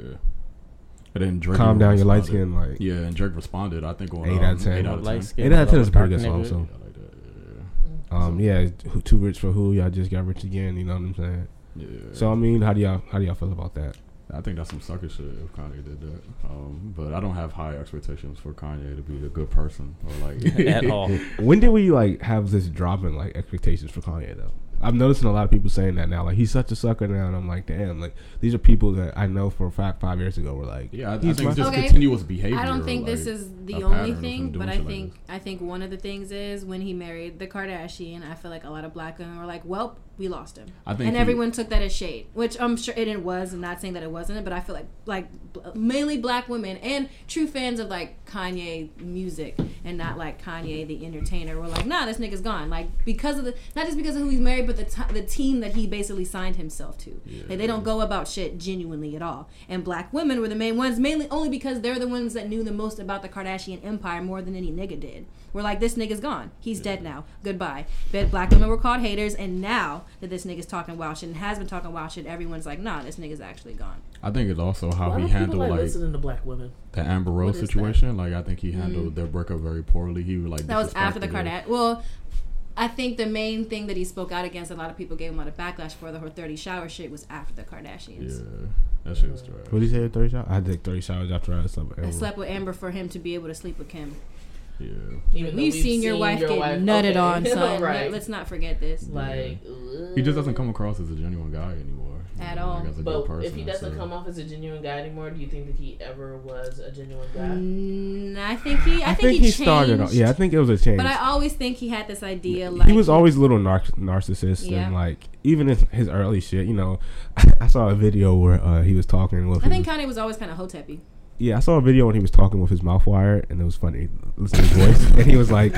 S2: And then Drake.
S3: Calm down your light
S2: responded.
S3: skin like
S2: Yeah, and Drake responded. I think on
S3: Eight
S2: um,
S3: out of 10.
S2: Eight out of ten.
S4: Light-skinned,
S3: Eight out of ten is a
S4: dark
S3: pretty good song,
S4: nigga.
S3: so.
S2: Yeah, I like that.
S3: um yeah, who- too rich for who, y'all just got rich again, you know what I'm saying?
S2: Yeah. yeah.
S3: So I mean, how do y'all how do y'all feel about that?
S2: I think that's some sucker shit if Kanye did that. Um, but I don't have high expectations for Kanye to be a good person or like [LAUGHS]
S4: [LAUGHS] at all.
S3: [LAUGHS] When did we like have this drop in like expectations for Kanye though? I'm noticing a lot of people saying that now. Like he's such a sucker now, and I'm like, damn. Like these are people that I know for a fact five years ago were like,
S2: Yeah, I, I
S3: He's
S2: think
S3: my-
S2: it's just
S5: Okay.
S2: continuous behavior.
S5: I don't think this
S2: like-
S5: is the
S2: a
S5: only
S2: pattern of him
S5: thing,
S2: doing
S5: but I
S2: shit like
S5: think
S2: this.
S5: I think one of the things is when he married the Kardashian. I feel like a lot of black women were like, "Welp, we lost him,"
S2: I think
S5: and
S2: he-
S5: everyone took that as shade, which I'm sure it was. I'm not saying that it wasn't, but I feel like like bl- mainly black women and true fans of like Kanye music and not like Kanye the entertainer were like, "Nah, this nigga's gone." Like because of the not just because of who he's married, but the t- the team that he basically signed himself to. Like they don't go about shit genuinely at all. And black women were the main ones, mainly only because they're the ones that knew the most about the Kardashian empire more than any nigga did. We're like, this nigga's gone. He's dead now. Goodbye. But black women were called haters, and now that this nigga's talking wild shit and has been talking wild shit, everyone's like, nah, this nigga's actually gone.
S2: I think it's also how
S1: Why do
S2: he
S1: people
S2: handled
S1: like,
S2: like,
S1: listening to black women?
S2: the Amber Rose
S1: is that?
S2: situation. Like I think he handled their breakup very poorly. He like
S5: Mm-hmm. That was after the
S2: disrespected her.
S5: Kardashian. Well, I think the main thing that he spoke out against, a lot of people gave him a lot of backlash for the her 30 shower shit, was after the Kardashians.
S2: Yeah, that shit was trash.
S3: "What did you say? Thirty showers? I did thirty showers after I slept."
S5: I slept with Amber for him to be able to sleep with Kim.
S2: Yeah.
S1: Even though
S5: We've, seen, your wife get nutted
S1: okay. [LAUGHS]
S5: on, son.
S1: right.
S5: Let's not forget this.
S1: like,
S2: He just doesn't come across as a genuine guy anymore. you
S5: At
S2: know,
S5: all.
S2: Like, as a
S1: But
S2: good person,
S1: if he doesn't
S2: so-
S1: come off as a genuine guy anymore, do you think that he ever was a genuine guy?
S5: Mm, I think he. I,
S3: I
S5: think, he, changed,
S3: started. off- Yeah, I think it was a change.
S5: But I always think he had this idea. Like
S3: he was always a little nar- narcissist
S5: Yeah.
S3: and like even his, his early shit. You know, [LAUGHS] I saw a video where uh, he was talking with.
S5: I think
S3: his-
S5: Kanye was always kind of hoteppy.
S3: yeah, I saw a video when he was talking with his mouth wired, and it was funny. Listen to his voice, [LAUGHS] and he was like,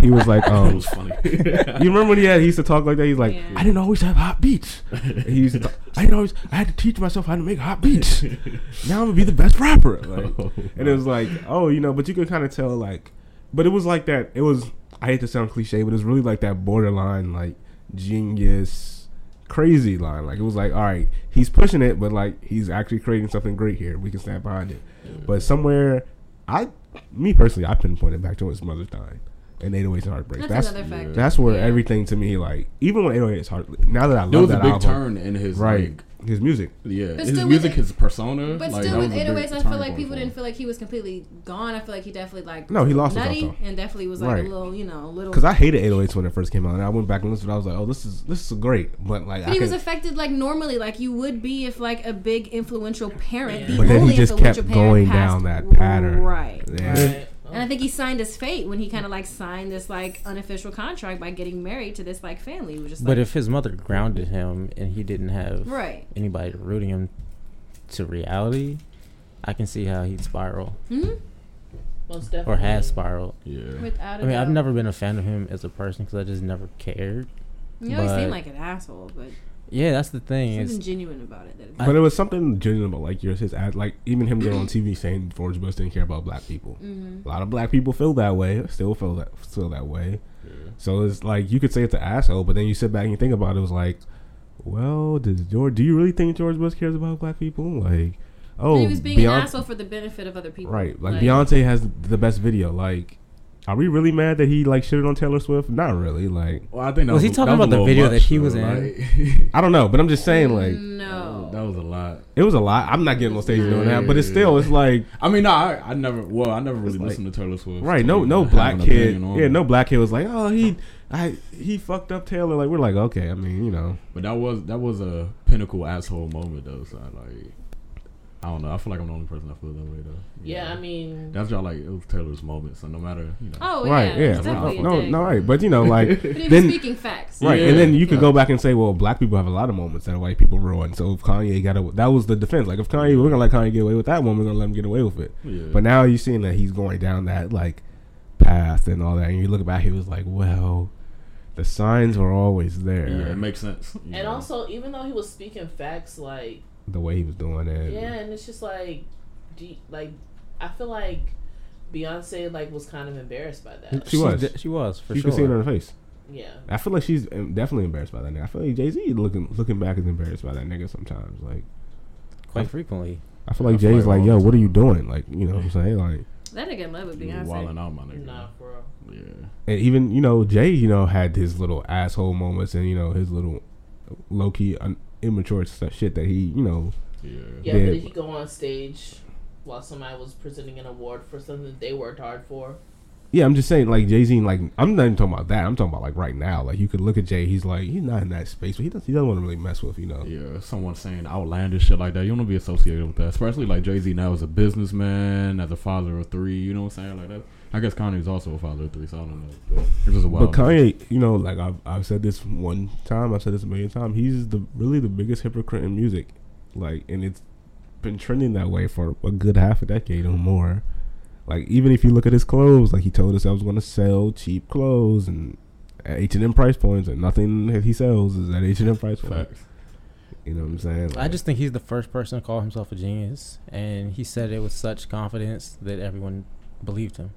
S3: he was like,
S2: [LAUGHS] It
S3: um,
S2: was funny.
S3: You remember when he, had, he used to talk like that? He's like,
S5: Yeah.
S3: I didn't always have hot beats. [LAUGHS]
S2: [LAUGHS]
S3: He used to talk, I didn't always. I had to teach myself how to make hot beats. now I'm gonna be the best rapper. Like,
S2: Oh,
S3: and [LAUGHS] it was like, oh, you know, but you could kind of tell like, but it was like that. It was. I hate to sound cliche, but it was really like that borderline like genius, crazy line. Like it was like, all right, he's pushing it, but like he's actually creating something great here. We can stand
S2: Mm.
S3: behind it. But somewhere, I, me personally, I pinpointed back to his mother's dying. and 808s and Heartbreak.
S5: That's
S3: That's that's,
S5: another factor.
S3: where
S5: Yeah.
S3: everything to me like even when 808 is Heartbreak. Now that I love
S2: There was a
S3: that
S2: big
S3: album,
S2: turn in his
S3: right?
S2: like,
S3: His music,
S2: yeah,
S5: But
S2: his
S5: still with
S2: music,
S5: it-
S2: his persona.
S5: But
S2: like,
S5: still,
S2: that
S5: with
S2: was a big
S5: 808s, I
S2: turn
S5: feel like
S2: point
S5: people
S2: for
S5: didn't
S2: him.
S5: feel like he was completely gone. I feel like he definitely like
S3: No, he lost himself,
S5: nutty
S3: though.
S5: and definitely was like
S3: Right.
S5: a little, you know, a little.
S3: because I hated 808s when it first came out, and I went back and listened. I was like, oh, this is this is great, but like
S5: But
S3: I
S5: he was
S3: can-
S5: affected like normally, like you would be if like a big influential parent. The
S3: But then he
S5: only
S3: just
S5: influential
S3: kept
S5: parent
S3: going
S5: passed-
S3: down that pattern.
S5: right?
S3: yeah.
S1: Right.
S5: And I think he signed his fate when he kind of like signed this like unofficial contract by getting married to this like family. It was just like,
S4: But if his mother grounded him and he didn't have
S5: right,
S4: anybody rooting him to reality, I can see how he'd spiral
S5: hmm
S1: Most definitely.
S4: or has spiraled.
S2: Yeah,
S5: without.
S4: I
S5: a
S4: mean, I've
S5: doubt.
S4: never been a fan of him as a person because I just never cared.
S5: You know, he
S4: but-
S5: seemed like an asshole, but
S4: Yeah, that's the thing.
S5: something
S4: It's,
S5: genuine about it. That
S3: But it was something genuine about like yours, his ad, like even him going on TV saying George Bush didn't care about black people. A
S5: mm-hmm.
S3: lot of black people feel that way, still feel that, still that way.
S2: yeah.
S3: So it's like you could say it's an asshole, but then you sit back and you think about it. It was like, well, does George? Do you really think George Bush cares about black people? Like, oh,
S5: he was being
S3: Beyonce-
S5: an asshole for the benefit of other people,
S3: right? Like, Beyonce has the best video. Like, are we really mad that he like shitted on Taylor Swift? Not really. Like,
S2: Well, I think that
S4: Was he
S2: that
S4: talking
S2: a
S4: about the
S2: little
S4: video that
S2: much,
S4: he was
S2: though,
S4: in?
S2: like- [LAUGHS]
S3: I don't know, but I'm just saying like.
S5: no,
S2: that was a lot.
S3: It was a lot. I'm not getting on stage doing that, but it's
S2: Yeah.
S3: still, it's like
S2: I mean, no, I, I never. Well, I never really
S3: like-
S2: listened to Taylor Swift.
S3: Right.
S2: to
S3: No. No
S2: have
S3: black
S2: an
S3: kid.
S2: opinion on
S3: Yeah.
S2: it.
S3: No black kid was like, oh, he, I, he fucked up Taylor. Like we're like, okay. I mean, you know,
S2: But that was that was a pinnacle asshole moment though. So I like, I don't know. I feel like I'm the only person that feels that way though. You
S1: Yeah,
S2: know?
S1: I mean,
S2: that's y'all like it was Taylor's moment. So no matter you know.
S5: oh
S3: right.
S5: yeah,
S3: Yeah.
S5: it's
S3: No.
S5: definitely a
S3: No.
S5: dick.
S3: no, Right. But you know,
S2: [LAUGHS]
S3: like
S5: But he
S3: then.
S5: was speaking facts,
S3: Right,
S2: Yeah.
S3: and then you could
S2: Yeah.
S3: go back and say, "Well, black people have a lot of moments that white people ruin." So if Kanye got a, that was the defense. Like if Kanye, we're gonna let Kanye get away with that one, we're gonna let him get away with it.
S2: Yeah.
S3: But now you're seeing that he's going down that like path and all that, and you look back, he was like, "Well, the signs were always there."
S2: yeah, it makes sense. you
S1: and
S2: know.
S1: also, even though he was speaking facts, like
S3: The way he was doing it,
S1: yeah, and it's just like, do you- like I feel like Beyonce like was kind of embarrassed by that.
S3: [LAUGHS] She was.
S4: di- she was for
S3: you
S4: sure.
S3: could see it on her face.
S1: Yeah,
S3: I feel like she's um, definitely embarrassed by that nigga. I feel like Jay Z looking looking back is embarrassed by that nigga sometimes. Like
S4: quite frequently.
S3: I feel
S2: Yeah,
S3: like
S2: I feel
S3: Jay's
S2: like
S3: like,
S2: all
S3: yo,
S2: the
S3: what are you doing? Like you know what I'm saying? Like
S5: That nigga in love with
S2: You
S5: Beyonce.
S2: wilding out, my nigga.
S1: nah, bro.
S2: Yeah.
S3: and even you know Jay, you know had his little asshole moments and you know his little low key un- immature stuff, shit that he you know
S2: Yeah.
S1: Yeah,
S3: Yeah.
S1: but did he go on stage while somebody was presenting an award for something that they worked hard
S3: [LAUGHS]
S1: for?
S3: yeah I'm just saying like Jay Z like I'm not even talking about that I'm talking about like right now like you could look at Jay he's like he's not in that space but he doesn't he doesn't want to really mess with you know
S2: Yeah, someone saying outlandish shit like that, you don't want to be associated with that. Especially like Jay Z now is a businessman, as a father of three, you know what I'm saying? Like that. I guess Kanye's also a father of three, so I don't know. But it's just a wild.
S3: But Kanye, you know, like I've, I've said this one time, I've said this a million times. He's the really the biggest hypocrite in music, like, and it's been trending that way for a good half a decade or more. Like, even if you look at his clothes, like he told us I was going to sell cheap clothes and at H and M price points, and nothing that he sells is at H and M price point.
S2: Facts.
S3: You know what I'm saying?
S4: I just think he's the first person to call himself a genius, and he said it with such confidence that everyone believed him.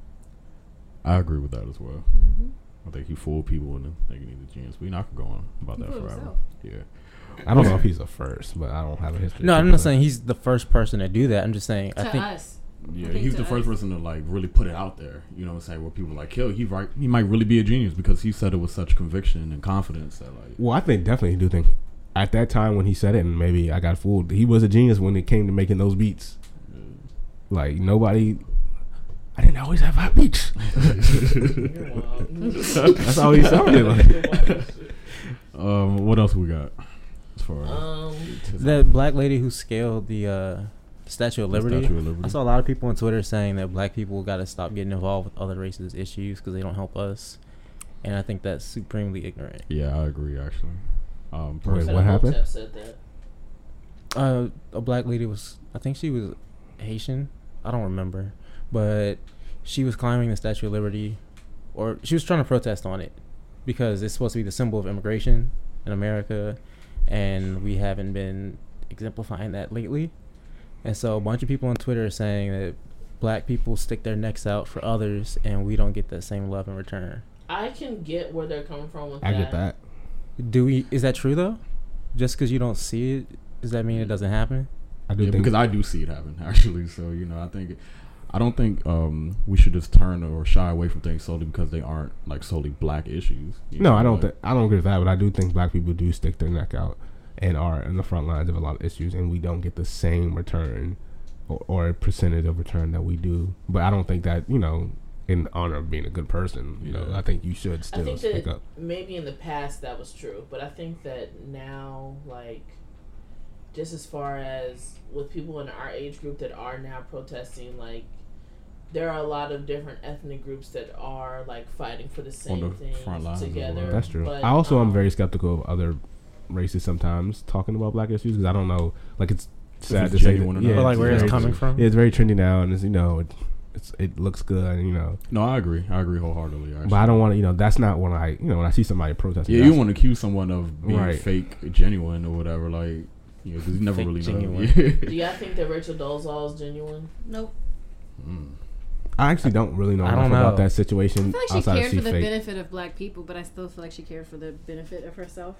S2: I agree with that as well.
S5: Mm-hmm.
S2: I think he fooled people into thinking he's a genius. But you know, I could go on about that forever. Yeah.
S3: I don't know if he's the first, but I don't have a history.
S4: No, I'm not saying he's the first person to do that. I'm just saying I
S5: To
S4: think
S5: us,
S2: Yeah,
S5: think
S2: he's
S5: to
S2: the first
S5: us-
S2: person to like really put it out there. You know what I'm saying? Where people like, yo, he right, he might really be a genius because he said it with such conviction and confidence that
S3: [LAUGHS]
S2: like, [LAUGHS]
S3: Well, I think definitely do think at that time when he said it, and maybe I got fooled. He was a genius when it came to making those beats. Like nobody, I didn't always have hot beats.
S1: You're wild.
S3: That's how he sounded like.
S1: You're wild.
S2: um, what else we got? As far as
S1: Um,
S4: that black lady who scaled the uh, Statue of
S2: the
S4: Liberty.
S2: Statue of Liberty.
S4: I saw a lot of people on Twitter saying that black people got to stop getting involved with other racist issues because they don't help us, and I think that's supremely ignorant.
S2: Yeah, I agree actually. Um,
S3: Wait,
S2: personally,
S3: what happened?
S1: Hotep said that.
S4: Uh, a black lady was, I think she was Haitian. I don't remember, but she was climbing the Statue of Liberty, or she was trying to protest on it because it's supposed to be the symbol of immigration in America, and we haven't been exemplifying that lately. And so a bunch of people on Twitter are saying that black people stick their necks out for others, and we don't get that same love in return.
S1: I can get where they're coming from with
S3: I
S1: that.
S3: get that.
S4: Do we? Is that true though? Just because you don't see it, does that mean it doesn't happen?
S3: I do
S2: yeah, [LAUGHS]
S3: think
S2: because I do see it happen actually. So you know, I think I don't think um, we should just turn or shy away from things solely because they aren't like solely black issues. you
S3: No,
S2: know,
S3: I don't
S2: like-
S3: think I don't agree with that, but I do think black people do stick their neck out and are in the front lines of a lot of issues, and we don't get the same return or, or a percentage of return that we do. But I don't think that you know, in honor of being a good person, you know,
S2: Yeah.
S3: I think you should still
S1: I think
S3: stick
S1: that
S3: up.
S1: maybe in the past that was true, but I think that now, like, just as far as with people in our age group that are now protesting, like, there are a lot of different ethnic groups that are like fighting for the same
S2: the
S1: things
S2: front lines of the
S1: together.
S2: world.
S3: That's true.
S1: but,
S3: I also am
S1: um,
S3: very skeptical of other races sometimes talking about black issues because I don't know, like it's sad
S2: it's
S3: to say, that,
S2: genuine or not.
S3: yeah,
S4: But like
S3: it's
S4: where it's
S3: very-
S4: coming from.
S3: Yeah, it's very trendy now, and it's you know, it, it's it looks good, and you know,
S2: No, I agree. I agree wholeheartedly. Actually.
S3: but I don't want to, you know, that's not when I, you know, when I see somebody protesting.
S2: yeah,
S3: that's-
S2: you want to accuse someone of being
S3: Right.
S2: fake, genuine, or whatever. Like, you know, 'cause you never
S4: Fake
S2: really know.
S4: genuine.
S1: Do
S2: [LAUGHS] Yeah.
S1: y'all think that Rachel Dolezal is genuine?
S5: Nope.
S2: Mm.
S3: I actually don't really know
S4: I
S3: enough
S4: don't
S3: about
S4: know.
S3: that
S5: I
S3: situation
S5: feel like she
S3: outside
S5: cared
S3: of
S5: for
S3: she
S5: the
S3: fake.
S5: benefit of black people, but I still feel like she cared for the benefit of herself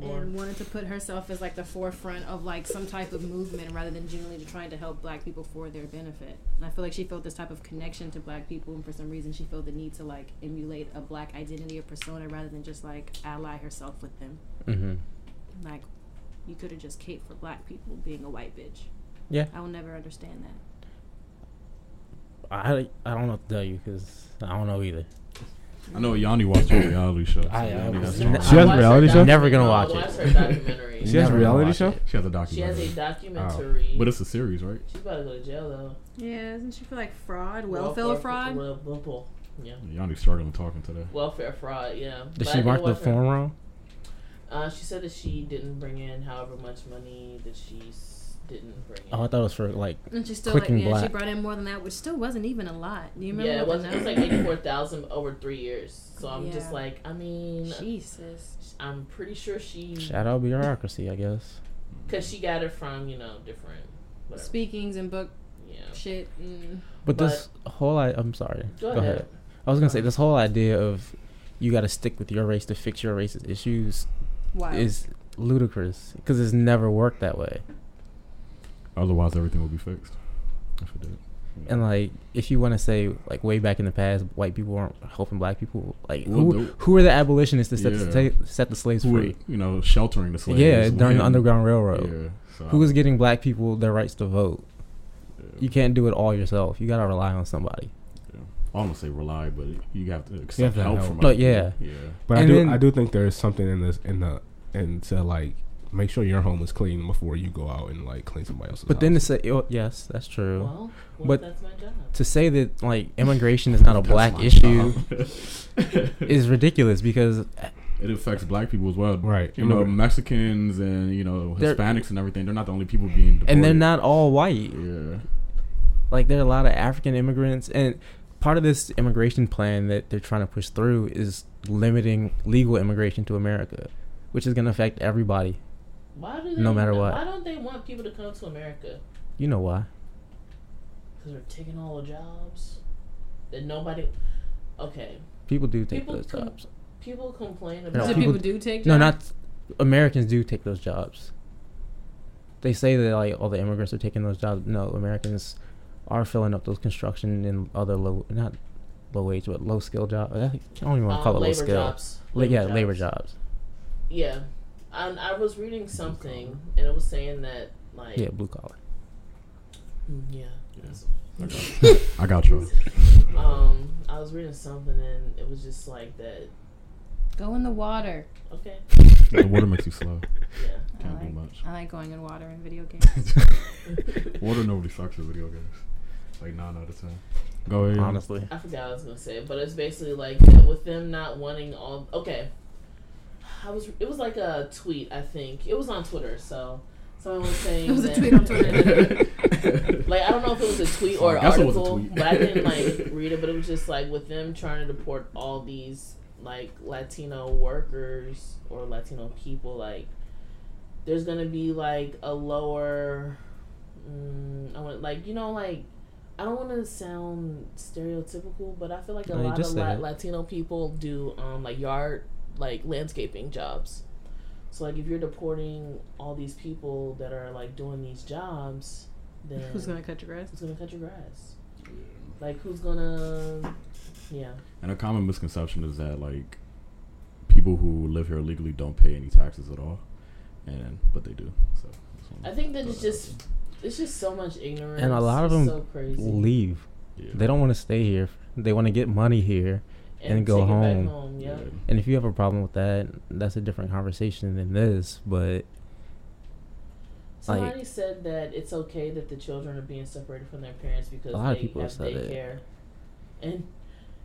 S1: Or-
S5: and wanted to put herself as like the forefront of like some type of movement rather than genuinely to trying to help black people for their benefit. And I feel like she felt this type of connection to black people, and for some reason she felt the need to like emulate a black identity or persona rather than just like ally herself with them.
S4: Mm-hmm.
S5: Like, you could have just cared for black people being a white bitch.
S4: Yeah.
S5: I will never understand that.
S4: I I don't know what to tell you because I don't know either.
S2: I know Yanni watched a reality show. so
S4: I- I
S2: Yanni,
S4: was-
S2: that's wrong.
S4: She
S1: I
S3: has a
S1: watched
S3: reality
S1: her
S3: show?
S1: documentary-
S4: Never gonna
S1: no, I
S4: watch it.
S1: watched her documentary.
S3: [LAUGHS] She has a
S4: Never
S3: reality
S4: watch
S3: show.
S4: it.
S2: She has a
S1: she has a
S3: Oh.
S2: documentary.
S1: documentary.
S2: But it's a series, right?
S1: She's about to go to jail though.
S5: Yeah, isn't she for like fraud,
S1: Well, well, well, yeah.
S2: Yanni's struggling talking today.
S1: Welfare fraud, yeah.
S4: Did
S1: But I
S4: she
S1: did
S4: mark the
S1: watch her-
S4: form wrong?
S1: Uh, she said that she didn't bring in however much money that she s- didn't bring in.
S4: Oh, I thought it was for like.
S5: And she still
S4: Clicking
S5: like yeah, she
S4: black.
S5: brought in more than that, which still wasn't even a lot. Do you remember?
S1: yeah, it
S5: what the
S1: wasn't. It was like
S5: number-
S1: eighty-four thousand over three years. So I'm just
S5: Yeah.
S1: like, I mean,
S5: Jesus.
S1: I'm pretty sure she,
S4: Shout out bureaucracy, I guess.
S1: because she got it from you know different, whatever.
S5: Speakings and book
S1: Yeah.
S5: shit. And
S4: But, this whole I, I'm sorry.
S1: Go ahead.
S4: I was gonna say this whole idea of you got to stick with your race to fix your racist issues
S5: wow.
S4: is ludicrous because it's never worked that way.
S2: Otherwise, everything will be fixed. If it did.
S4: And like, if you want to say like way back in the past, white people weren't helping black people. Like,
S2: Well,
S4: who
S2: the-
S4: who were the abolitionists that set,
S2: Yeah.
S4: the, sta- set the slaves
S2: Who were,
S4: free?
S2: you know, sheltering the slaves.
S4: yeah, during
S2: when-
S4: the Underground Railroad.
S2: Yeah. So
S4: Who was getting black people their rights to vote?
S2: yeah.
S4: You can't do it all yourself. You gotta rely on somebody.
S2: I don't want to say rely, but you have to accept
S3: to
S2: help,
S3: help.
S2: from. other
S4: But
S2: people.
S4: yeah.
S2: yeah.
S3: But I
S4: And
S3: do,
S4: then-
S3: I do think there is something in this, in the, and to like make sure your home is clean before you go out and like clean somebody else's.
S4: But then to
S3: house.
S4: say, oh, yes, that's true.
S1: Well, well
S4: But-
S1: that's my job.
S4: to say
S1: [LAUGHS]
S4: that like immigration is not a
S2: That's
S4: black
S2: my
S4: issue [LAUGHS]
S2: job.
S1: [LAUGHS]
S2: [LAUGHS]
S4: is ridiculous because
S2: it affects black people as well.
S3: Right.
S2: You know, Mexicans and you know
S4: They're-
S2: Hispanics and everything. They're not the only people being. Deported.
S4: and they're not all white.
S2: Yeah.
S4: Like there are a lot of African immigrants and part of this immigration plan that they're trying to push through is limiting legal immigration to America, which is going to affect everybody.
S1: Why do they?
S4: no matter what.
S1: Why don't they want people to come to America?
S4: You know why?
S1: Because they're taking all the jobs that nobody. Okay,
S4: People do take
S1: People
S4: those
S1: come-
S4: jobs.
S1: people complain
S4: No,
S1: about.
S5: so
S4: people-
S5: people, do take
S4: No,
S5: jobs?
S4: not Americans do take those jobs. They say that like all the immigrants are taking those jobs. No, Americans are filling up those construction and other low not low wage but low skill jobs. I think- I don't even
S1: Uh,
S4: want to call it low
S1: labor
S4: skill.
S1: jobs.
S4: La- yeah, labor jobs.
S1: Yeah, um, I was reading something and it was saying that like
S4: Yeah, blue collar.
S1: Mm, yeah.
S2: I got
S4: [LAUGHS]
S2: you.
S1: Um, I was reading something and it was just like that.
S5: Go in the water.
S1: Okay,
S2: the water makes you slow.
S1: yeah.
S5: I
S2: Can't do
S5: like,
S2: much.
S5: I like going in water in video games.
S2: Water normally sucks with video games. Like nine out of ten. Go ahead.
S4: Honestly,
S1: I forgot what I was gonna say, but it's basically like that with them not wanting all. Okay, I was. It was like a tweet. I think it was on Twitter. So someone
S5: [LAUGHS]
S1: was saying
S5: It was a
S1: that-
S5: tweet
S1: [LAUGHS]
S5: on Twitter.
S1: Like I don't know if it was a tweet or
S2: Sorry,
S1: an
S2: I guess it was a
S1: article,
S2: tweet.
S1: but I didn't
S2: [LAUGHS]
S1: like read it. But it was just like with them trying to deport all these like Latino workers or Latino people. Like there's gonna be like a lower. Mm, I want like you know like I don't want to sound stereotypical, but I feel like a
S4: No, you
S1: lot
S4: just
S1: of
S4: said
S1: la-
S4: it.
S1: Latino people do um like yard like landscaping jobs. So like if you're deporting all these people that are like doing these jobs, then
S5: Who's gonna cut your grass?
S1: who's gonna cut your grass? Like, who's gonna? Yeah.
S2: [LAUGHS] And a common misconception is that like people who live here illegally don't pay any taxes at all, and but they do. So that's one-
S1: I think that it's just it's just so much ignorance
S4: And a lot of
S1: It's
S4: them
S1: so crazy.
S4: Leave.
S2: yeah.
S4: They don't want to stay here. They want to get money here. and go
S1: take it back
S4: home.
S1: home. Yeah.
S4: And if you have a problem with that, that's a different conversation than this. But
S1: Somebody said that it's okay that the children are being separated from their parents because
S4: A lot of
S1: they
S4: people
S1: have
S4: have said it.
S1: daycare. And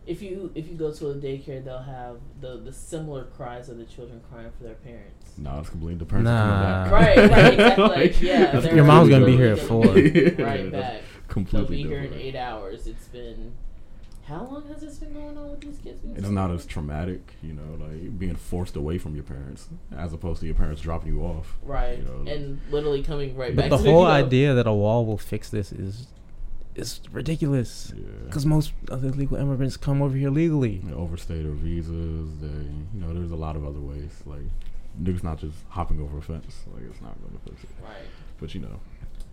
S1: if you if you go to a daycare, they'll have the the similar cries of the children crying for their parents.
S2: No, it's completely the parents.
S4: Nah.
S2: are coming
S1: Right,
S2: back. [LAUGHS]
S1: right, exactly.
S2: Like,
S1: yeah,
S2: that's
S1: they're
S4: Your mom's gonna be
S1: literally
S4: here
S1: gonna be
S2: at four.
S1: Right
S2: [LAUGHS] Yeah, that's
S1: back. They'll
S2: completely
S1: be here in
S2: different.
S1: eight hours. It's been how long has this been going on with these kids? being
S2: It's not as
S1: separated?
S2: traumatic, you know, like being forced away from your parents as opposed to your parents dropping you off.
S1: right,
S2: you know,
S1: and literally coming right
S4: but
S1: back.
S4: the
S1: to you
S4: whole
S1: know,
S4: idea that a wall will fix this is is ridiculous.
S2: Yeah.
S4: Because most of the legal immigrants come over here legally.
S2: They overstay their visas. They, you know, there's a lot of other ways. Like, niggas not just hopping over a fence. Like, it's not going to fix it.
S1: Right.
S2: But you know,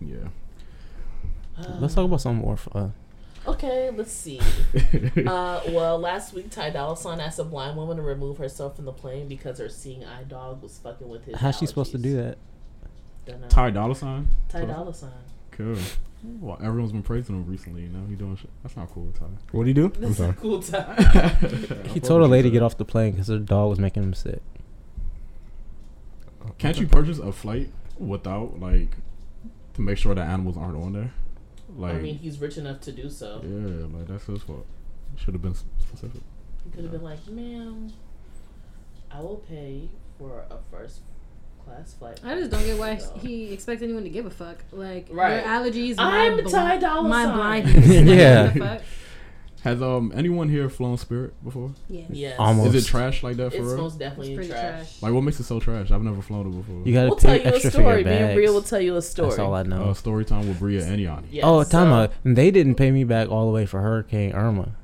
S2: yeah.
S4: Let's talk about something more uh, fun.
S1: Um, Okay, let's
S2: [LAUGHS]
S1: see. uh, well, last week Ty Dolla Sign asked a blind woman to remove herself from the plane because her seeing eye dog was fucking with his.
S4: How's she supposed to do that?
S1: that?
S2: Ty Dolla Sign.
S1: Ty Dolla Sign.
S2: Cool. Well, everyone's been praising him recently. You know, he doing shit. That's not cool, Ty. [LAUGHS]
S3: What do you do? I'm
S1: This is
S3: sorry.
S1: cool Ty.
S4: He told a lady to get off the plane because her dog was making him sick.
S2: Can't you purchase a flight without like to make sure the animals aren't on there? Like,
S1: I mean, he's rich enough to do so.
S2: yeah, like that's his fault. Should have been s- specific.
S1: He could have been like, "Ma'am, I will pay for a first class flight."
S5: I just don't get why
S1: So-
S5: he expects anyone to give a fuck. Like
S1: Right.
S5: your allergies,
S1: I'm
S5: my,
S1: Ty Dolla
S5: my
S1: Sign.
S4: [LAUGHS]
S5: blindness. Like,
S4: Yeah.
S5: what the fuck?
S2: Has um anyone here flown Spirit before?
S5: yeah.
S1: Yes.
S4: Almost.
S2: Is it trash like that for
S1: It's
S2: real?
S1: most
S5: It's
S1: definitely
S5: pretty
S1: trash.
S5: trash.
S2: like, what makes it so trash? I've never flown it before.
S4: You gotta
S1: We'll tell
S4: pay
S1: you a
S4: extra for your
S1: story. Being
S4: bags.
S1: real will tell you a story.
S4: That's all I know.
S2: Uh, story time with Bria and Yanni.
S1: Yeah,
S4: oh, time
S1: so-
S4: out. And They didn't pay me back all the way for Hurricane Irma,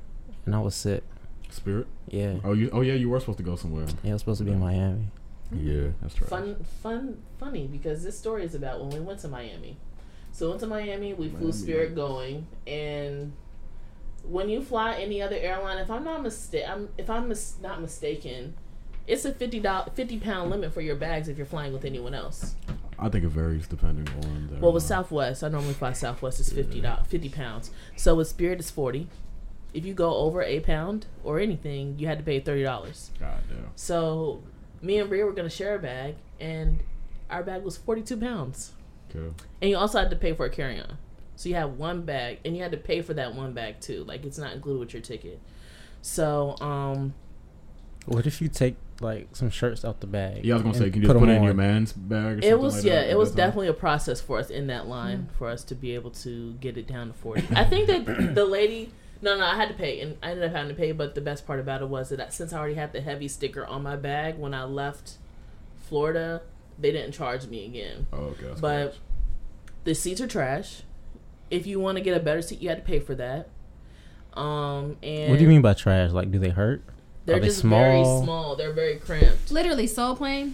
S4: and I was sick.
S2: Spirit.
S4: Yeah,
S2: Oh, you. Oh yeah, you were supposed to go somewhere.
S4: yeah, I was supposed to be in Miami.
S2: Yeah, that's trash.
S1: fun, fun, funny because this story is about when we went to Miami. So we went to Miami, we flew
S2: Miami.
S1: Spirit going, and when you fly any other airline, if I'm not mistaken, I'm, if I'm mis- not mistaken, it's a fifty dollar, fifty pound limit for your bags if you're flying with anyone else.
S2: I think it varies depending on. The
S1: Well, with Southwest, I normally fly Southwest is fifty do- fifty pounds. So with Spirit is forty. If you go over a pound or anything, you had to pay thirty dollars.
S2: God damn.
S1: So me and Bria were gonna share a bag, and our bag was forty two pounds.
S2: Cool.
S1: And you also had to pay for a carry on. So you had one bag and you had to pay for that one bag too. Like it's not included with your ticket. So, um
S4: What if you take like some shirts out the bag?
S2: Yeah, I was gonna say,
S4: and
S2: can you just
S4: 'em
S2: put it in
S4: on?
S2: your man's bag? Or
S1: it
S2: something
S1: was
S2: like
S1: yeah,
S2: that
S1: it
S2: at
S1: was
S2: that time?
S1: definitely a process for us in that line for us to be able to get it down to
S2: [LAUGHS]
S1: forty. I think that the lady no, no, I had to pay, and I ended up having to pay. But the best part about it was that since I already had the heavy sticker on my bag when I left Florida, they didn't charge me again.
S2: Oh, okay. that's
S1: But-
S2: gross.
S1: the seats are trash. If you want to get a better seat, you had to pay for that. Um, and
S4: What do you mean by trash? Like, do they hurt?
S1: They're
S4: Are they
S1: just very
S4: small?
S1: small. They're very cramped.
S5: Literally, Soul Plane,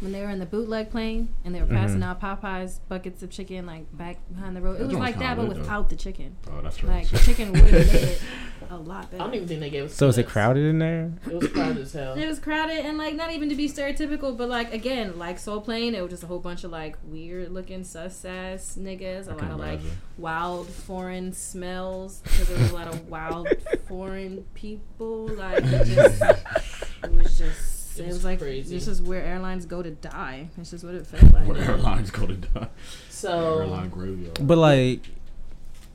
S5: when they were in the bootleg plane and they
S4: Mm-hmm.
S5: were passing out Popeyes buckets of chicken like back behind the road.
S2: That
S5: It was
S2: joint's
S5: like
S2: kinda
S5: that, but
S2: lit, though.
S5: without the chicken.
S2: oh, that's
S5: Like
S2: trash.
S5: the chicken would have made it a lot
S1: I don't
S5: better.
S1: even think they gave us.
S4: So is it
S1: peanuts.
S4: crowded in there?
S1: It was crowded as hell.
S5: It was crowded and like not even to be stereotypical, but like again, like Soul Plane, it was just a whole bunch of like weird looking sus ass niggas, a
S2: I can
S5: lot of
S1: [LAUGHS]
S5: like
S2: imagine.
S5: wild foreign smells because there was a lot
S4: [LAUGHS]
S5: of wild foreign people. Like it, just, it was just,
S1: It
S5: it,
S1: was
S5: was, like
S1: crazy.
S5: this is where airlines go to die. This is what it felt like.
S2: Where airlines go to die.
S1: So
S2: Airline graveyard.
S4: But like,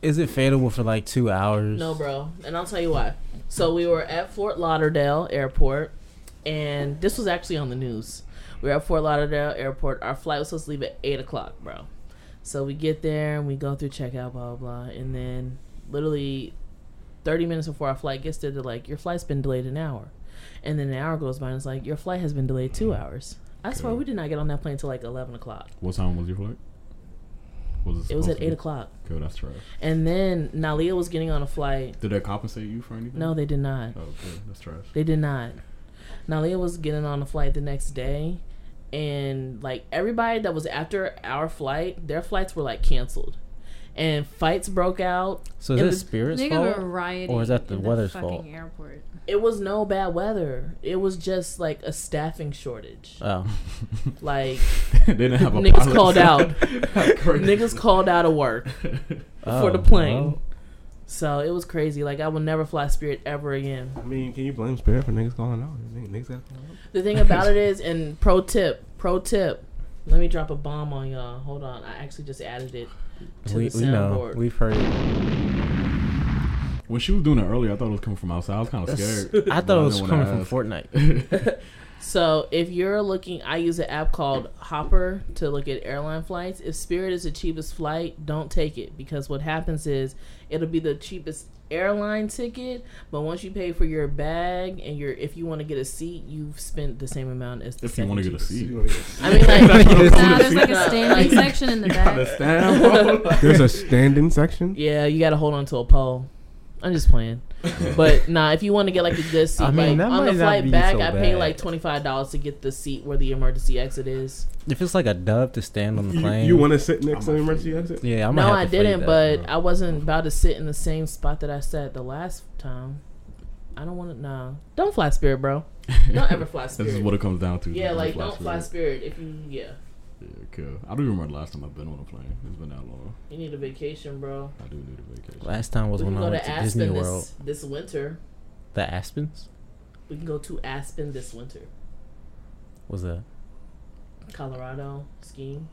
S4: is it fatal for like two hours?
S1: no, bro, and I'll tell you why. So we were at Fort Lauderdale Airport, and this was actually on the news. We were at Fort Lauderdale Airport. Our flight was supposed to leave at eight o'clock, bro. So we get there and we go through checkout, blah blah, blah and then literally 30 minutes before our flight gets there, they're like, your flight's been delayed an hour. And then an hour goes by and it's like, your flight has been delayed two hours. I swear
S2: Okay.
S1: we did not get on that plane until like 11 o'clock.
S2: what time was your flight? Was
S1: It was
S2: supposed
S1: at
S2: to
S1: 8
S2: be?
S1: o'clock.
S2: Cool, that's trash.
S1: And then Nalia was getting on a flight.
S2: Did they compensate you for anything?
S1: No, they did not.
S2: Oh, okay, that's trash. [LAUGHS]
S1: They did not. Nalia was getting on a flight the next day, and like everybody that was after our flight, their flights were like canceled. and fights broke out.
S4: So is
S1: In
S4: this
S1: the-
S4: spirit's
S5: Niggas
S4: fault?
S5: were rioting.
S4: Or is that the
S5: in
S4: weather's
S5: fucking
S4: fault?
S5: Airport.
S1: It was no bad weather. It was just like a staffing shortage.
S4: Oh,
S1: Like
S2: they didn't Uh, [LAUGHS] have a
S1: niggas
S2: pilot.
S1: called
S2: [LAUGHS]
S1: out.
S2: How crazy.
S1: niggas called out of work for
S4: Oh,
S1: the plane.
S4: well.
S1: So it was crazy. Like I will never fly Spirit ever again.
S3: I mean, can you blame Spirit for niggas calling out? Niggas niggas got called out.
S1: The thing about it is, and pro tip, pro tip. Let me drop a bomb on y'all. Hold on, I actually just added it to
S4: we,
S1: the
S4: we know
S1: soundboard.
S4: we've [LAUGHS] heard. it.
S2: When she was doing it earlier, I thought it was coming from outside. I was kind of scared.
S4: I
S2: but
S4: thought it was
S2: didn't
S4: coming
S2: wanna
S4: from
S2: ask.
S4: Fortnite.
S1: So if you're looking, I use an app called Hopper to look at airline flights. If Spirit is the cheapest flight, don't take it because what happens is it'll be the cheapest airline ticket, but once you pay for your bag and your if you want to get a seat, you've spent the same amount as the
S2: If you
S1: second
S2: want to get a
S1: cheapest. [LAUGHS]
S2: seat.
S1: I mean,
S4: [LAUGHS]
S1: like
S5: Nah, there's like a standing
S1: Like-
S5: section in the
S2: [LAUGHS]
S3: [LAUGHS]
S5: back.
S3: There's a standing section.
S1: [LAUGHS] yeah, you got to hold on to a pole. I'm just playing, but nah. If you want to get like a good seat,
S4: I mean,
S1: like
S4: that
S1: on
S4: might
S1: the
S4: not
S1: flight
S4: be
S1: back,
S4: so
S1: I pay
S4: bad.
S1: like twenty five dollars to get the seat where the emergency exit is.
S4: If it's like a dove to
S1: [LAUGHS]
S4: stand on the
S3: You,
S4: plane,
S3: you want to sit next to
S2: I'm
S3: the
S2: not
S3: emergency
S2: sure.
S3: exit?
S4: Yeah, I might
S1: No,
S4: have
S1: I
S4: to fade
S1: didn't,
S4: that,
S1: but
S4: bro.
S1: I wasn't about to sit in the same spot that I sat the last time. I don't want to. Nah, don't fly Spirit,
S2: [LAUGHS]
S1: bro. Don't ever fly
S2: This is
S1: Spirit.
S2: what it comes down to.
S1: yeah,
S2: just
S1: like don't fly Spirit if you. Yeah,
S2: Yeah, cool. I don't even remember the last time I've been on a plane. It's been that long.
S1: you need a vacation, bro.
S2: I do need a vacation.
S4: Last time was
S1: we
S4: when
S1: can
S4: I
S1: go
S4: went
S1: to
S4: to Disney
S1: Aspen
S4: World.
S1: this, this winter.
S4: The Aspens
S1: We can go to Aspen this winter,
S4: was that?
S1: Colorado skiing.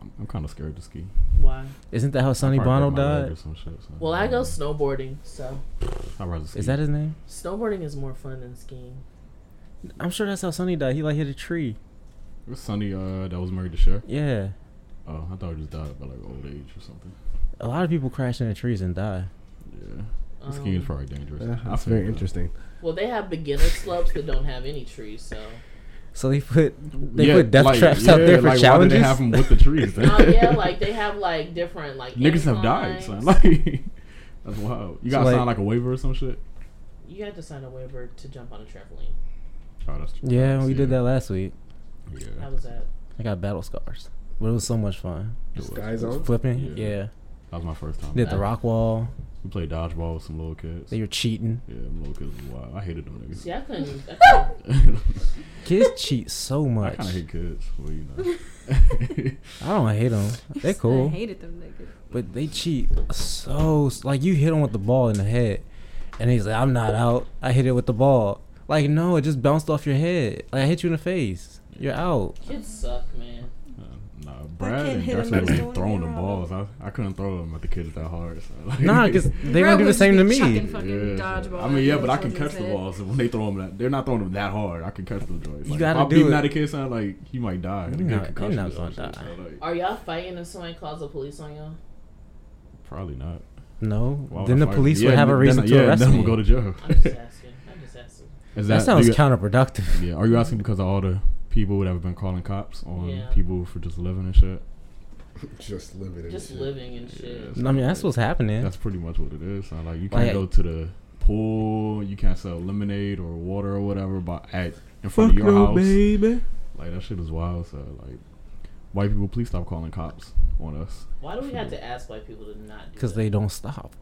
S2: I'm, I'm kind of scared to ski.
S1: Why?
S4: Isn't that how Sonny
S2: Probably
S4: Bono
S2: break my leg
S4: died?
S2: or some shit, so-
S1: Well, I go
S4: Mm.
S1: snowboarding, so
S2: I'd rather ski.
S4: Is that his name?
S1: snowboarding is more fun than skiing.
S4: I'm sure that's how Sonny died. He like hit a tree.
S2: It was Sonny uh, that was married to Cher.
S4: Yeah,
S2: Oh, I thought he just died by like old age or something.
S4: a lot of people crash into trees and die.
S2: Yeah.
S1: Um,
S2: Skiing is probably dangerous.
S3: Uh,
S2: I think
S3: that's very
S2: that.
S3: interesting.
S1: well, they have beginner slopes that don't have any trees, so.
S4: So they put they put death
S2: like,
S4: traps out
S2: yeah,
S4: there for
S2: like, Why did
S4: challenges.
S2: they have them with the [LAUGHS] trees?
S1: [LAUGHS]
S2: then?
S1: Oh yeah, like they have like different like
S2: Niggas have died,
S1: inclines.
S2: son. [LAUGHS] Like, that's wild. You
S4: So,
S2: gotta
S4: like-
S2: sign like a waiver or some shit.
S1: you had to sign a waiver to jump on a trampoline.
S2: Oh, that's true.
S4: yeah, we did that last week.
S1: How
S2: Yeah.
S1: was that?
S4: I got battle scars, but it was so much fun.
S2: It was-
S3: Sky Zone.
S4: Flipping,
S2: Yeah.
S4: yeah.
S2: That was my first time.
S4: Did the rock wall?
S2: We played dodgeball with some little kids.
S4: They were cheating.
S2: yeah, them little kids was wild. I hated them niggas.
S1: See, I
S2: [LAUGHS]
S1: couldn't.
S4: [LAUGHS]
S1: I couldn't
S4: Kids cheat so
S2: I
S4: much.
S2: kind of hate kids. Well, you
S1: [LAUGHS]
S2: know. [LAUGHS]
S4: I don't hate them. They're
S5: [LAUGHS] I
S4: cool,
S5: hated them niggas.
S4: but they cheat so like you hit them with the ball in the head, and he's like, "I'm not out. I hit it with the ball." Like no, it just bounced off your head. Like I hit you in the face. You're out.
S1: kids suck, man.
S2: Uh, nah, Brad
S6: can't
S2: and
S6: hit 'em,
S2: Dustin
S6: it's
S2: was
S6: doing
S2: throwing
S6: me
S2: the
S6: wrong.
S2: balls. I, I couldn't throw them at the kids that hard. So, [LAUGHS] like,
S4: Nah, because they gonna
S5: Bro
S4: do
S5: would
S4: the
S5: just
S4: same to
S5: be
S4: me.
S5: chucking fucking dodgeball
S2: I mean, yeah,
S5: at
S2: but I can
S5: children's
S2: catch the
S5: head.
S2: balls when they throw them. That, they're not throwing them that hard. I can catch the joints.
S4: You
S2: Like,
S4: gotta
S2: if I'm
S4: do
S2: beating
S4: it.
S2: out a kid, son, like he might die. He'll
S4: You're
S2: get
S4: not-
S2: concussion
S4: you're not
S2: or some
S4: gonna
S2: shit, so,
S4: die.
S2: like,
S1: Are y'all fighting if somebody calls the police on y'all?
S2: probably not.
S4: No.
S2: Why would
S4: then
S2: I
S4: the
S2: fight?
S4: police would
S2: Yeah,
S4: have a
S2: then-
S4: reason
S2: then-
S4: to
S2: yeah,
S4: arrest
S2: then
S4: me.
S2: we'll go to
S5: [LAUGHS]
S2: jail.
S1: I'm just asking. I'm just
S2: [LAUGHS]
S1: asking.
S2: Is
S4: that,
S2: do
S4: sounds
S2: you-
S4: counterproductive.
S2: Yeah, are you asking because of all the people that have been calling cops on
S1: Yeah.
S2: people for just living and shit?
S3: Just living.
S1: Just living and shit.
S2: Yeah.
S4: I mean, that's what's happening.
S2: That's pretty much what it is. So, like you can't
S4: Like-
S2: go to the pool, you can't sell lemonade or water or whatever, but at in front
S3: Fuck
S2: of your
S3: no,
S2: house,
S3: baby.
S2: like that shit is wild. So like, white people, please stop calling cops on us.
S1: Why do we have to ask white people to not? do
S4: because
S1: that?
S4: they don't stop.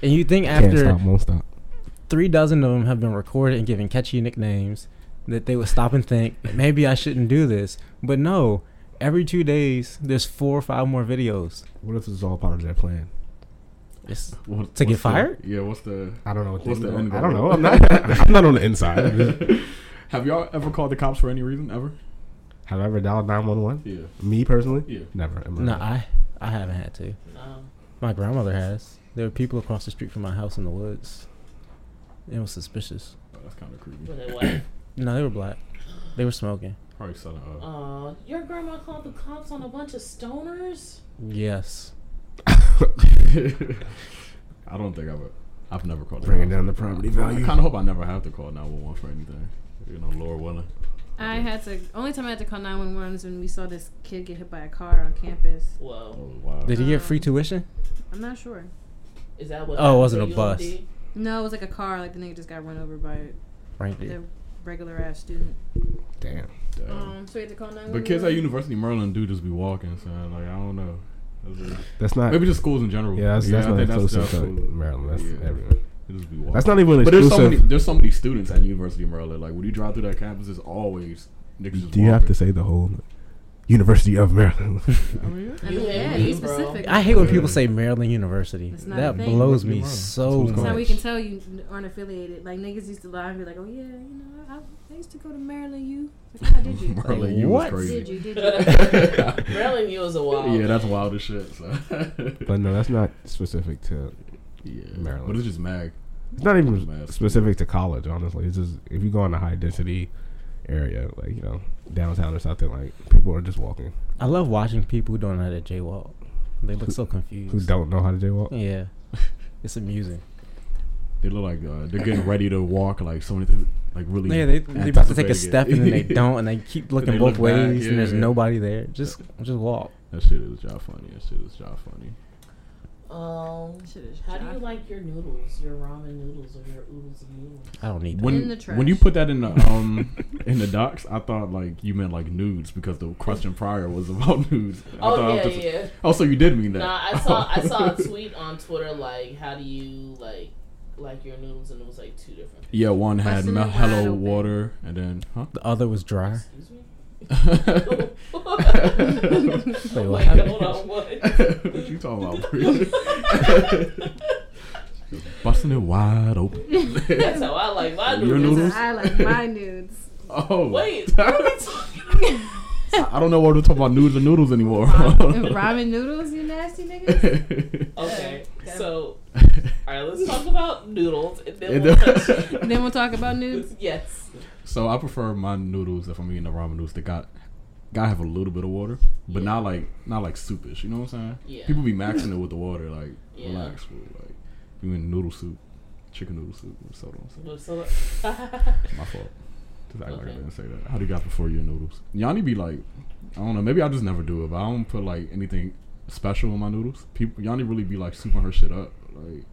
S4: and you think
S3: Can't
S4: after
S3: stop, won't stop.
S4: three dozen of them have been recorded and given catchy nicknames that they would stop and think maybe I shouldn't do this, but no. Every two days, there's four or five more videos.
S3: What if this is all part of their plan?
S4: It's,
S2: What,
S4: To get
S2: what's the-
S4: fired?
S2: yeah. What's
S3: [LAUGHS]
S2: the?
S3: I don't know. What
S2: What's
S3: they-
S2: the end
S3: I don't
S2: goal?
S3: know. I'm [LAUGHS] not. I'm not on the inside.
S2: [LAUGHS] Have y'all ever called the cops for any reason ever?
S3: Have I ever dialed nine one one?
S2: Yeah.
S3: Me personally,
S2: Yeah.
S3: never. in my
S4: no,
S3: life.
S4: I I haven't had to.
S1: No.
S4: My grandmother has. There were people across the street from my house in the woods. It was suspicious.
S2: Oh, that's kind of creepy.
S1: Were they white?
S4: No, they were black. They were smoking.
S2: Probably selling. Uh,
S1: [COUGHS] Uh, your grandma called the cops on a bunch of stoners.
S4: Yes.
S2: [LAUGHS] I don't think I've I've never called. the
S3: Bringing
S2: cops.
S3: down the property
S2: I
S3: value.
S2: kind of hope I never have to call 911 for anything. You know, Lord willing.
S5: I had to. Only time I had to call 911 is when we saw this kid get hit by a car on campus.
S1: Whoa,
S2: Oh, wow.
S4: Did he get free
S5: Um,
S4: tuition?
S5: I'm not sure.
S1: is that what?
S4: Oh, it
S1: happened
S4: wasn't
S1: to
S4: a
S1: you,
S4: bus.
S1: MD?
S5: No, it was like a car. Like the nigga just got run over by
S4: Right
S5: the
S4: there.
S5: regular ass student.
S3: Damn.
S2: Damn.
S5: Um, so we had to call 911.
S2: but kids at University of Maryland do just be walking, son. Like, I don't know. That's
S3: That's not.
S2: Maybe just schools in general.
S3: yeah, that's, that's
S2: I
S3: not
S2: think
S3: exclusive to
S2: absolute-
S3: Maryland. That's
S2: Yeah.
S3: everywhere.
S2: It'll just be wild.
S3: That's not even
S2: But there's so many.
S3: exclusive.
S2: There's so many students at University of Maryland. Like when you drive through that campus, it's always niggas just
S3: Do you have to
S2: walking.
S3: say the whole University of Maryland?
S2: I mean, yeah.
S5: I mean,
S1: You
S5: yeah,
S1: and
S5: you
S1: me, bro.
S5: specific.
S4: I hate when people say Maryland University.
S5: It's not a
S4: That
S5: thing.
S4: blows me
S2: That's
S4: so
S2: what's
S4: much.
S5: That's
S2: going
S5: how we can tell you aren't affiliated. Like niggas used to lie and be like, "Oh yeah, you know, I, I used to go to Maryland U." Like, how did you?
S2: [LAUGHS] Maryland,
S4: Like,
S2: you was
S4: what?
S5: did
S2: crazy.
S5: you? Did
S1: [LAUGHS]
S5: you?
S1: Maryland U is a wild.
S2: Yeah, that's wild as shit. So. [LAUGHS]
S3: but no, that's not specific to.
S2: yeah,
S3: Maryland.
S2: But it's just mag.
S3: It's not even
S2: Mass.
S3: specific to college. Honestly, it's just if you go in a high density area, like you know downtown or something, like people are just walking
S4: I love watching people who don't know how to jaywalk. They look so confused.
S3: who don't know how to jaywalk.
S2: [LAUGHS]
S4: Yeah, it's amusing.
S2: They look like uh, they're getting ready to walk. Like so many, things, like really.
S4: Yeah, they they about to take a
S2: anticipating
S4: step
S2: it.
S4: and
S2: [LAUGHS]
S4: then they don't, and they keep looking
S2: they
S4: both
S2: look back,
S4: ways,
S2: yeah,
S4: and there's
S2: yeah.
S4: nobody there. Just just walk.
S2: that shit is job funny. That shit is job funny.
S1: Um, how do you
S5: [LAUGHS]
S1: like [LAUGHS] your noodles? Your ramen noodles or your oodles of noodles?
S4: I don't need that.
S2: When
S5: In the trash.
S2: when you put that in the um [LAUGHS] in the docs, I thought like you meant like nudes because the question prior was about [LAUGHS] nudes. I thought I
S1: Oh
S2: was
S1: yeah,
S2: just-
S1: yeah.
S2: Oh, so you did mean that?
S1: Nah, I saw
S2: [LAUGHS]
S1: I saw a tweet on Twitter like, how do you like like your noodles? And it was like two different.
S2: Yeah, one had
S5: Busting it
S2: me-
S5: wide
S2: hello
S5: open.
S2: water, and then
S1: [LAUGHS]
S2: huh? [LAUGHS]
S4: The other was dry.
S1: Excuse me. [LAUGHS]
S4: Wait,
S1: Wait,
S4: what?
S1: hold on, what?
S2: [LAUGHS] what you talking about? Bree? Busting it wide open.
S1: [LAUGHS] That's how I like my
S2: Your
S1: noodles.
S2: noodles?
S5: I like my nudes.
S2: Oh [LAUGHS]
S1: Wait, what are we talking about?
S2: I don't know what we're talking about nudes and noodles anymore. [LAUGHS]
S5: Ramen ramen noodles, you nasty nigga.
S2: [LAUGHS]
S1: Okay,
S5: Okay.
S1: so all right, let's talk about noodles, and then
S2: [LAUGHS]
S1: we'll touch.
S5: [LAUGHS] then we'll talk about nudes.
S1: Yes.
S2: so I prefer my noodles if I'm eating the ramen noodles. They got gotta have a little bit of water, but
S1: Yeah.
S2: not like not like soupish. You know what I'm saying?
S1: Yeah.
S2: People be maxing it with the water. Like
S1: Yeah.
S2: relax, fool. Like you in noodle soup, chicken noodle soup with soda. on
S1: But so-
S2: My fault. Just act like I
S1: Okay.
S2: didn't say that. How do you got before your noodles? Yanni be like, I don't know. Maybe I just never do it, but I don't put like anything special in my noodles. People Yanni really be like souping her shit up. Like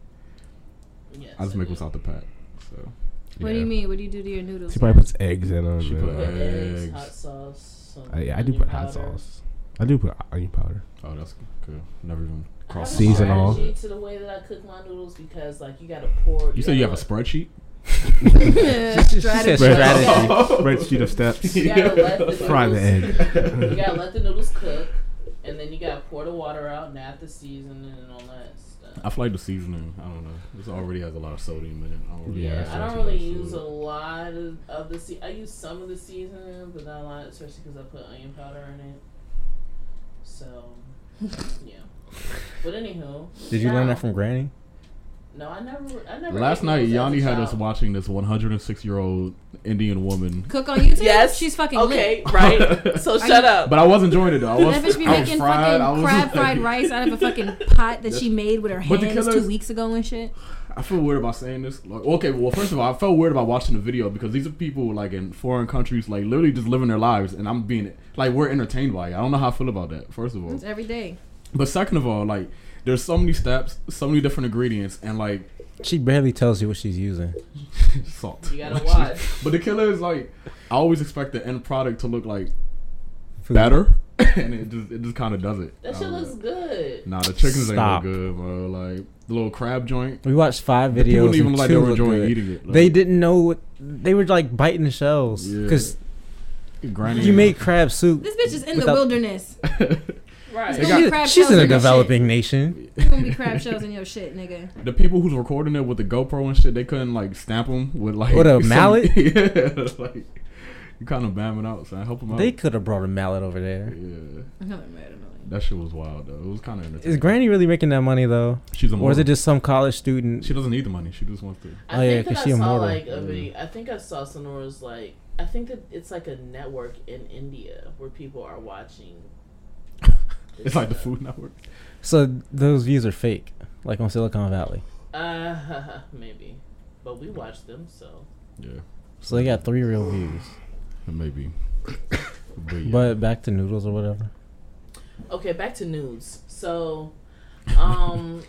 S1: yes,
S2: I just make
S1: do.
S2: what's out the pack. So
S5: What do you mean? What do you do to your noodles?
S3: She probably
S5: [LAUGHS]
S3: puts eggs in them.
S2: She
S3: and,
S2: put
S3: uh,
S1: Put eggs, hot
S2: Eggs.
S1: sauce. some
S3: I, yeah, I do
S1: onion
S3: put hot
S1: powder.
S3: sauce. I do put onion
S5: [LAUGHS]
S3: powder.
S2: oh, that's good. Never even
S1: I have a
S2: crossed my mind.
S3: Season Seasonal. off.
S1: strategy to the way that I cook my noodles because like you gotta pour.
S2: You said you have a
S1: gotta-
S2: spreadsheet.
S4: She said
S5: Strategy.
S4: strategy.
S3: Spreadsheet of
S5: [LAUGHS]
S3: steps.
S1: You gotta let the noodles,
S3: [LAUGHS] Fry the egg.
S1: You gotta let the noodles cook, and then you gotta pour the water out, nap the seasoning, and all that stuff.
S2: I feel like the seasoning. I don't know. This already has a lot of sodium in it. I don't really
S3: Yeah,
S2: like
S1: Yeah,
S3: that's
S1: I
S2: that
S1: don't
S2: too
S1: really
S2: much,
S1: use a
S2: so-
S1: lot of, of the sea. I use some of the seasoning, but not a lot, especially because I put onion powder in it. So, yeah. But anywho,
S4: Did you learn
S1: now-
S4: that from Granny?
S1: No, I never. I never.
S2: Last
S1: ate
S2: night,
S1: noodles as a
S2: Yanni had us
S1: child.
S2: watching this 106 year old Indian woman
S5: Cook on YouTube.
S1: Yes.
S5: she's fucking lit.
S1: Okay,
S2: [LAUGHS]
S1: right. So shut
S5: you-
S1: up.
S2: But I was enjoying it though. I was,
S5: That bitch be
S2: I was
S5: making
S2: fried. I
S5: fucking
S2: was [LAUGHS]
S5: crab fried
S2: like-
S5: rice out of a fucking
S2: [LAUGHS]
S5: pot that she made with her
S2: But the
S5: hands
S2: killers-
S5: two weeks ago and shit.
S2: I feel weird about saying this. Like, okay, well, first of all, I felt weird about watching the video because these are people like in foreign countries, like literally just living their lives, and I'm being like we're entertained by it. I don't know how I feel about that. First of all,
S5: It's every day.
S2: but second of all, like there's so many steps, so many different ingredients, and like [LAUGHS]
S4: She barely tells you what she's using.
S2: salt.
S1: You
S2: [LAUGHS]
S1: gotta watch.
S2: But the killer is like, I always expect the end product to look like better, [COUGHS] and it just it just kind of does it.
S1: That
S2: I
S1: shit
S2: don't know.
S1: looks good.
S2: Nah, the chickens
S4: Stop.
S2: ain't look good, bro. Like the little crab joint.
S4: We watched five
S2: People
S4: videos.
S2: didn't even
S4: and
S2: like
S4: two
S2: they were
S4: looked
S2: enjoying
S4: good.
S2: eating it. Like,
S4: They didn't know what they were like biting the shells
S2: Yeah.
S4: because
S2: Granny,
S4: you make crab soup.
S5: This bitch is in
S4: Without-
S2: [LAUGHS]
S5: the wilderness.
S1: Right.
S5: It's
S2: got-
S5: gonna be crab
S4: she's
S5: shells
S4: in a
S5: in your
S4: developing
S5: shit.
S4: nation.
S5: It's gonna
S2: [LAUGHS]
S5: be crab shells in your shit, nigga.
S2: the people who's recording it with the GoPro and shit, they couldn't like stamp them with like
S4: With a
S2: some-
S4: mallet?
S2: [LAUGHS] yeah, like you kind of bamming out, so I help them out.
S4: They could have brought a mallet over there.
S2: yeah,
S5: I'm not mad at all.
S2: that shit was wild though. It was kind of entertaining.
S4: Is Granny really making that money though,
S2: She's a
S4: or is
S2: model.
S4: it just some college student?
S2: She doesn't need the money. She just wants to.
S1: I
S4: Oh, yeah,
S1: think
S4: 'cause
S1: that I
S4: she
S1: saw
S4: immortal.
S1: like
S2: Mm.
S1: a video. I think I saw Sonora's like. I think that it's like a network in India where people are watching. this
S2: [LAUGHS] It's like the
S1: stuff.
S2: Food Network.
S4: [LAUGHS] So those views are fake, like on Silicon Valley.
S1: Uh, [LAUGHS] maybe, but we watch them, so
S2: Yeah,
S4: So they got three real views.
S2: maybe. but, Oh, yeah.
S4: But back to noodles or whatever.
S1: okay. Back to nudes. So,
S4: [LAUGHS]
S1: um,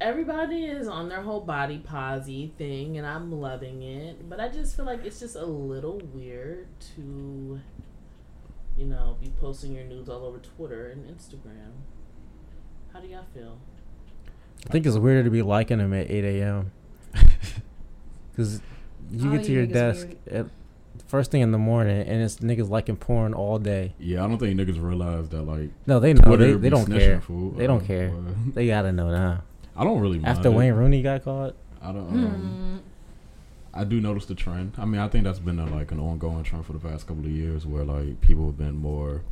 S1: everybody is on their whole body posy thing, and I'm loving it. But I just feel like it's just a little weird to, you know, be posting your nudes all over Twitter and Instagram. How do y'all feel?
S4: I think it's weirder to be liking them at
S2: [LAUGHS]
S4: 8 a.m. Because Oh, you
S5: All
S4: get to
S5: you
S4: your
S5: niggas
S4: desk at first thing in the morning and it's niggas liking porn all day.
S2: Yeah, I don't think niggas realize that like
S4: No, they know.
S2: Twitter
S4: Oh, They,
S2: be
S4: they don't
S2: snitching,
S4: care.
S2: fool.
S4: They
S2: Uh,
S4: don't care.
S2: what? [LAUGHS]
S4: They gotta know now.
S2: I don't really mind
S4: After
S2: it.
S4: Wayne Rooney got caught,
S2: I don't.
S5: Hmm.
S2: Um, I do notice the trend. I mean, I think that's been a, like an ongoing trend for the past couple of years, where like people have been more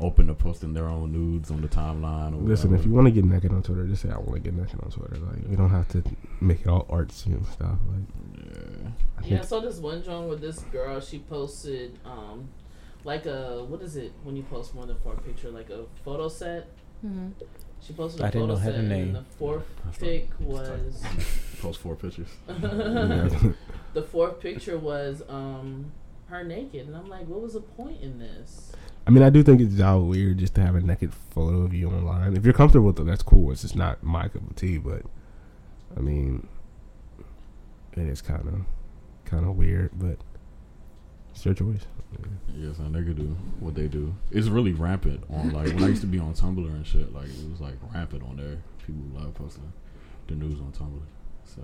S2: open to posting their own nudes on the timeline. Or
S3: Listen, if
S2: whatever.
S3: you want to get naked on Twitter, just say I want to get naked on Twitter. Like we don't have to make it all artsy and stuff. Like
S2: Yeah.
S3: I
S1: Yeah, I
S3: think
S1: saw this one joint with this girl. She posted um, like a what is it when you post more than four picture, like a photo set.
S5: Mm-hmm.
S1: She posted a
S4: I didn't
S1: photo
S4: know had
S1: set,
S4: a
S1: and then
S4: name.
S1: the fourth
S2: That's
S1: pic
S2: the-
S1: was
S2: [LAUGHS] post four pictures.
S4: [LAUGHS]
S3: yeah.
S1: the fourth picture was um her naked, and I'm like, what was the point in this?
S3: I mean, I do think it's all weird just to have a naked photo of you online. If you're comfortable with it, that's cool. It's just not my cup of tea, but I mean, it is kind of kind of weird, but it's your choice.
S2: Yes, a nigga do what they do. It's really rampant on like when I used to be on Tumblr and shit. Like it was like rampant on there. People love posting the news on Tumblr, so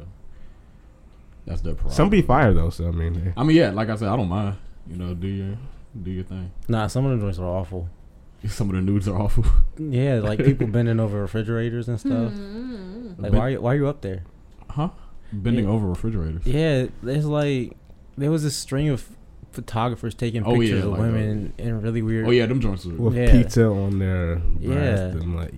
S2: that's their problem.
S3: Some be fire though, so I mean, they-
S2: I mean, yeah, like I said, I don't mind. You know, do your do your thing. [LAUGHS]
S4: nah, some of them joints were awful.
S2: Some of the nudes are awful. [LAUGHS]
S4: Yeah, like people bending over refrigerators and stuff.
S5: Hmm.
S4: Like, why are you, why are you up there?
S2: Huh? Bending
S4: Yeah.
S2: over refrigerators.
S4: Yeah, there's like there was this string of photographers taking
S2: Oh, yeah,
S4: pictures of
S2: like
S4: women in really weird.
S2: Oh yeah, them joints. Were,
S3: with
S4: Um, Yeah.
S3: pizza on their breast
S4: Yeah.
S3: and like,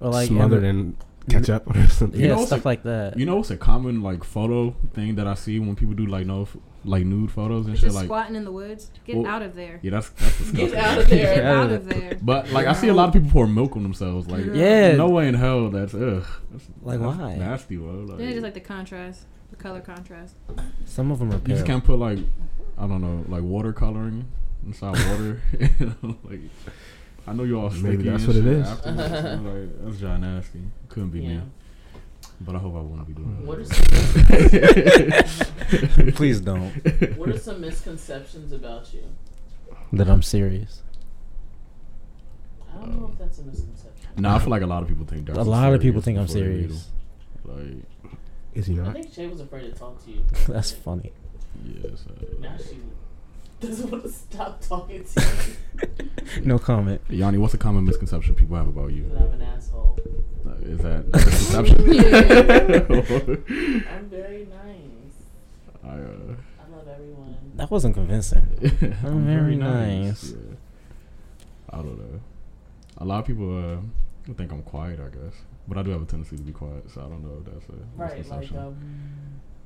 S4: or like
S3: smothered
S4: and-
S3: in ketchup or [LAUGHS] something.
S4: yeah,
S2: know what's
S4: stuff like that.
S2: you know, it's a common like photo thing that I see when people do like no, f- like nude photos and shit.
S5: Just
S2: Like,
S5: squatting in the woods. Get
S2: Well,
S5: out of there.
S2: yeah, that's that's disgusting.
S1: Get out of
S5: Get
S1: there.
S4: Yeah.
S5: out of there.
S2: [LAUGHS] But like, I see a lot of people pour milk on themselves. Like,
S4: yeah,
S2: no way in hell. That's ugh.
S4: like
S2: that's
S4: why?
S2: Nasty, bro. Like,
S5: They just like the contrast, the color [LAUGHS] contrast.
S4: Some of them are.
S2: you just
S4: pale.
S2: can't put like, I don't know, like water coloring inside water. [LAUGHS] You know, like, I know you all sticky.
S3: Maybe that's
S2: and
S3: what it
S2: shit
S3: is.
S2: afterwards, you know, like, that's just nasty. Couldn't be me.
S1: Yeah.
S2: But I hope I wouldn't be doing that.
S1: What are some,
S4: [LAUGHS] Please don't.
S1: [LAUGHS] what are some misconceptions about you?
S4: That I'm serious.
S1: I don't
S2: Um,
S1: know if that's a misconception.
S2: [LAUGHS] Nah, I feel like a lot of people think that's
S4: a lot of people
S2: serious
S4: think I'm
S2: before they read
S4: serious.
S2: 'em. Like,
S3: Is he
S1: I
S3: not?
S1: think Shay was afraid to talk to you.
S4: [LAUGHS] That's funny.
S2: yes.
S1: Now
S2: Uh,
S1: she doesn't want to stop talking to
S2: [LAUGHS]
S1: you
S4: No comment.
S2: Yanni, what's a common misconception people have about you?
S1: because I'm an asshole.
S2: Uh, Is that a [LAUGHS]
S1: [LAUGHS]
S2: misconception?
S1: I'm very nice.
S2: I, uh,
S1: I love everyone.
S4: That wasn't convincing.
S3: [LAUGHS]
S2: I'm
S4: very nice.
S2: Oh, Yeah. I don't know. A lot of people uh, think I'm quiet, I guess, but I do have a tendency to be quiet, so I don't know if that's a
S1: Right, like
S2: misconception.
S1: um,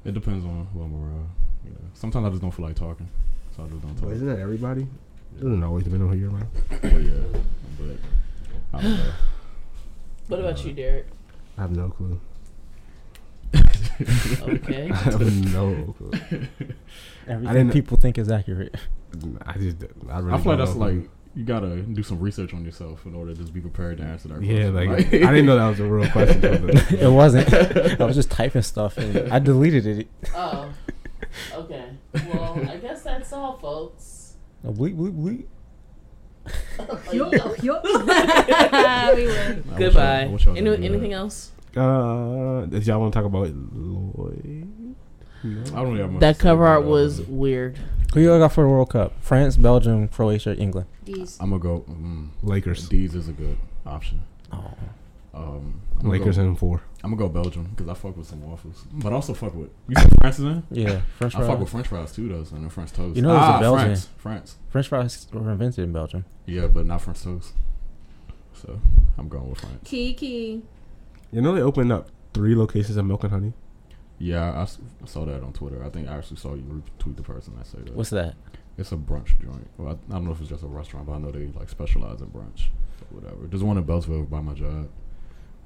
S2: it depends on who I'm around. You know, sometimes I just don't feel like talking, so I just don't talk.
S3: Well, isn't that everybody?
S2: Yeah.
S3: Doesn't always depend on who you're around.
S2: Well, yeah, but I don't know.
S1: What about you, Derek?
S3: I have no clue.
S1: Okay.
S3: [LAUGHS]
S2: [LAUGHS]
S3: I have no clue.
S4: Everything
S3: didn't-
S4: people think is accurate. [LAUGHS]
S3: I just, I really.
S2: I feel like
S3: don't
S2: that's
S3: know.
S2: like you gotta do some research on yourself in order to just be prepared to answer that.
S3: Yeah,
S2: question.
S3: like [LAUGHS] I
S2: [LAUGHS]
S3: didn't know that was a real [LAUGHS] question. but-
S4: it wasn't. I was just typing stuff and I deleted it.
S1: Oh, okay. Well, I guess that's all, folks.
S4: Oh, bleep bleep bleep.
S5: Yo, yo. [LAUGHS] we win.
S2: I wish
S1: Goodbye.
S2: y'all- I wish y'all
S1: Any,
S2: didn't do that.
S1: anything else?
S3: Uh, did y'all want to talk about Lloyd?
S2: I don't really have much.
S1: That
S2: to say
S1: cover
S2: about
S1: art
S2: it.
S1: was weird.
S4: Who you all got for the World Cup? France, Belgium, Croatia, England.
S5: These.
S2: I'm gonna go. Mm,
S3: Lakers.
S2: D's is a good option.
S4: Oh,
S2: Um, I'm
S3: Lakers Hmm.
S2: Gonna go,
S3: in four.
S2: I'm gonna go Belgium because I fuck with some waffles, but I also fuck with. You said France is in.
S4: yeah. French
S2: I fuck with
S4: fries.
S2: French fries too, though, and the French toast. Ah,
S4: You know there's a Belgian.
S2: France, France.
S4: French fries were invented in Belgium.
S2: Yeah, but not French toast. So I'm going with France.
S5: Kiki.
S3: You know they opened up three locations of Milk and Honey.
S2: Yeah, I, s- I saw that on Twitter. I think I actually saw you retweet the person that said that.
S4: What's that?
S2: It's a brunch joint. Well, I, I don't know if it's just a restaurant, but I know they like specialize in brunch, or whatever. There's one in Beltsville by my job.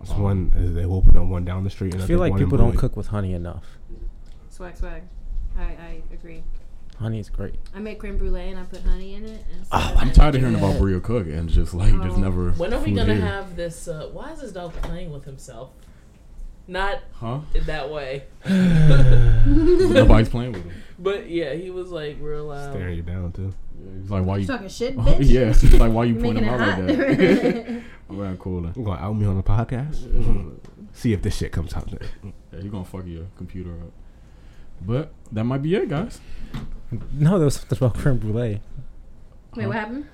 S3: It's one. uh, They opened up one down the street. And
S4: I feel
S3: think
S4: like
S3: one in
S4: people don't
S3: Bowie.
S4: cook with honey enough.
S5: Swag, swag. I, I agree.
S4: Honey is great.
S5: I make creme brulee and I put honey in it. and so
S2: Oh,
S5: I
S2: I'm
S5: like
S2: tired of
S5: it.
S2: hearing about
S4: Yeah.
S2: Brio Cook and just like there's
S5: Oh.
S2: never.
S1: When are we
S2: food
S1: gonna
S2: here.
S1: have this? Uh, why is this dog playing with himself? Not
S2: Huh?
S1: in that way.
S2: Nobody's playing with him.
S1: But yeah, he was like real loud.
S3: Staring you down too.
S2: He's like, why
S5: You
S2: you?
S5: talking shit,
S2: [LAUGHS] Oh,
S5: bitch?
S2: yeah, he's like, why you
S5: You
S2: pointing
S5: making
S2: him
S5: it
S2: out like
S5: hot. [LAUGHS]
S2: that? [LAUGHS] I'm gonna call [LAUGHS] her.
S3: You gonna out me on the podcast?
S4: Mm-hmm.
S3: See if this shit comes out. There.
S2: Yeah, you're gonna fuck your computer up. But that might be it, [LAUGHS] guys.
S4: [LAUGHS] No, there was something about creme brulee.
S5: Wait, what happened?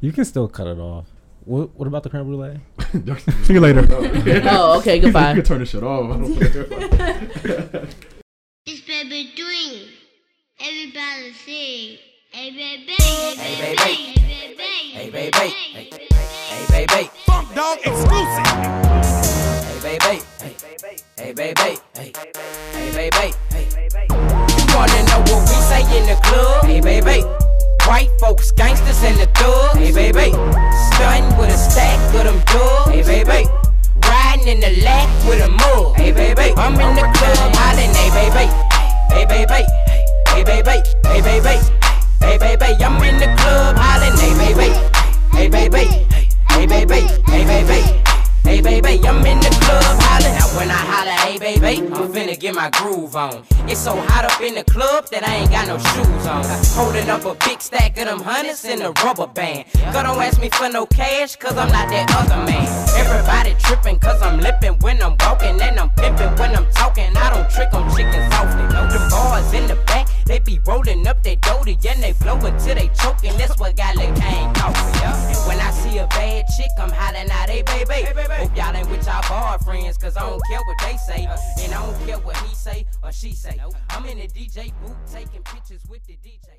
S4: You can still cut it off. What, what about the creme brulee?
S3: See you later. [LAUGHS]
S1: Oh, okay,
S2: you
S1: goodbye.
S2: can turn this shit off. I don't care.
S6: It's baby doing. Everybody sing. Hey baby, hey baby, hey baby, hey baby, hey baby, hey baby.
S7: baby. Funk Dog exclusive. Hey, baby. Hey, hey, baby. Hey, hey, baby. Hey, you wanna know what we say in the club? Hey, baby. White folks, gangsters, and the thugs. Hey, baby. Stunning with a stack of them drugs. Hey, baby. Riding in the lack with a mug. Hey, baby. I'm in the club hollering. Hey, baby. Hey, baby. Hey, baby. Hey, baby. Hey, baby. I'm in the club hollering. Hey, baby. Hey, baby. Hey, Hey baby, hey baby, hey baby, I'm in the club hollering. Now when I holler, hey baby, I'm finna get my groove on. It's so hot up in the club that I ain't got no shoes on. Holding up a big stack of them hundreds in a rubber band. Girl, don't ask me for no cash, cause I'm not that other man. Everybody tripping, cause I'm lipping when I'm walking, and I'm pimping when I'm talking. I don't trick on chickens often. Know them bars in the back, they be rolling up their doty, and they blowin' till they choking. That's what got Lil Kane coughing, yeah. And when I see a bad chick, I'm hollering out, hey, baby. Hope y'all ain't with y'all boyfriends, cause I don't care what they say. And I don't care what he say or she say. I'm in the DJ booth taking pictures with the DJ.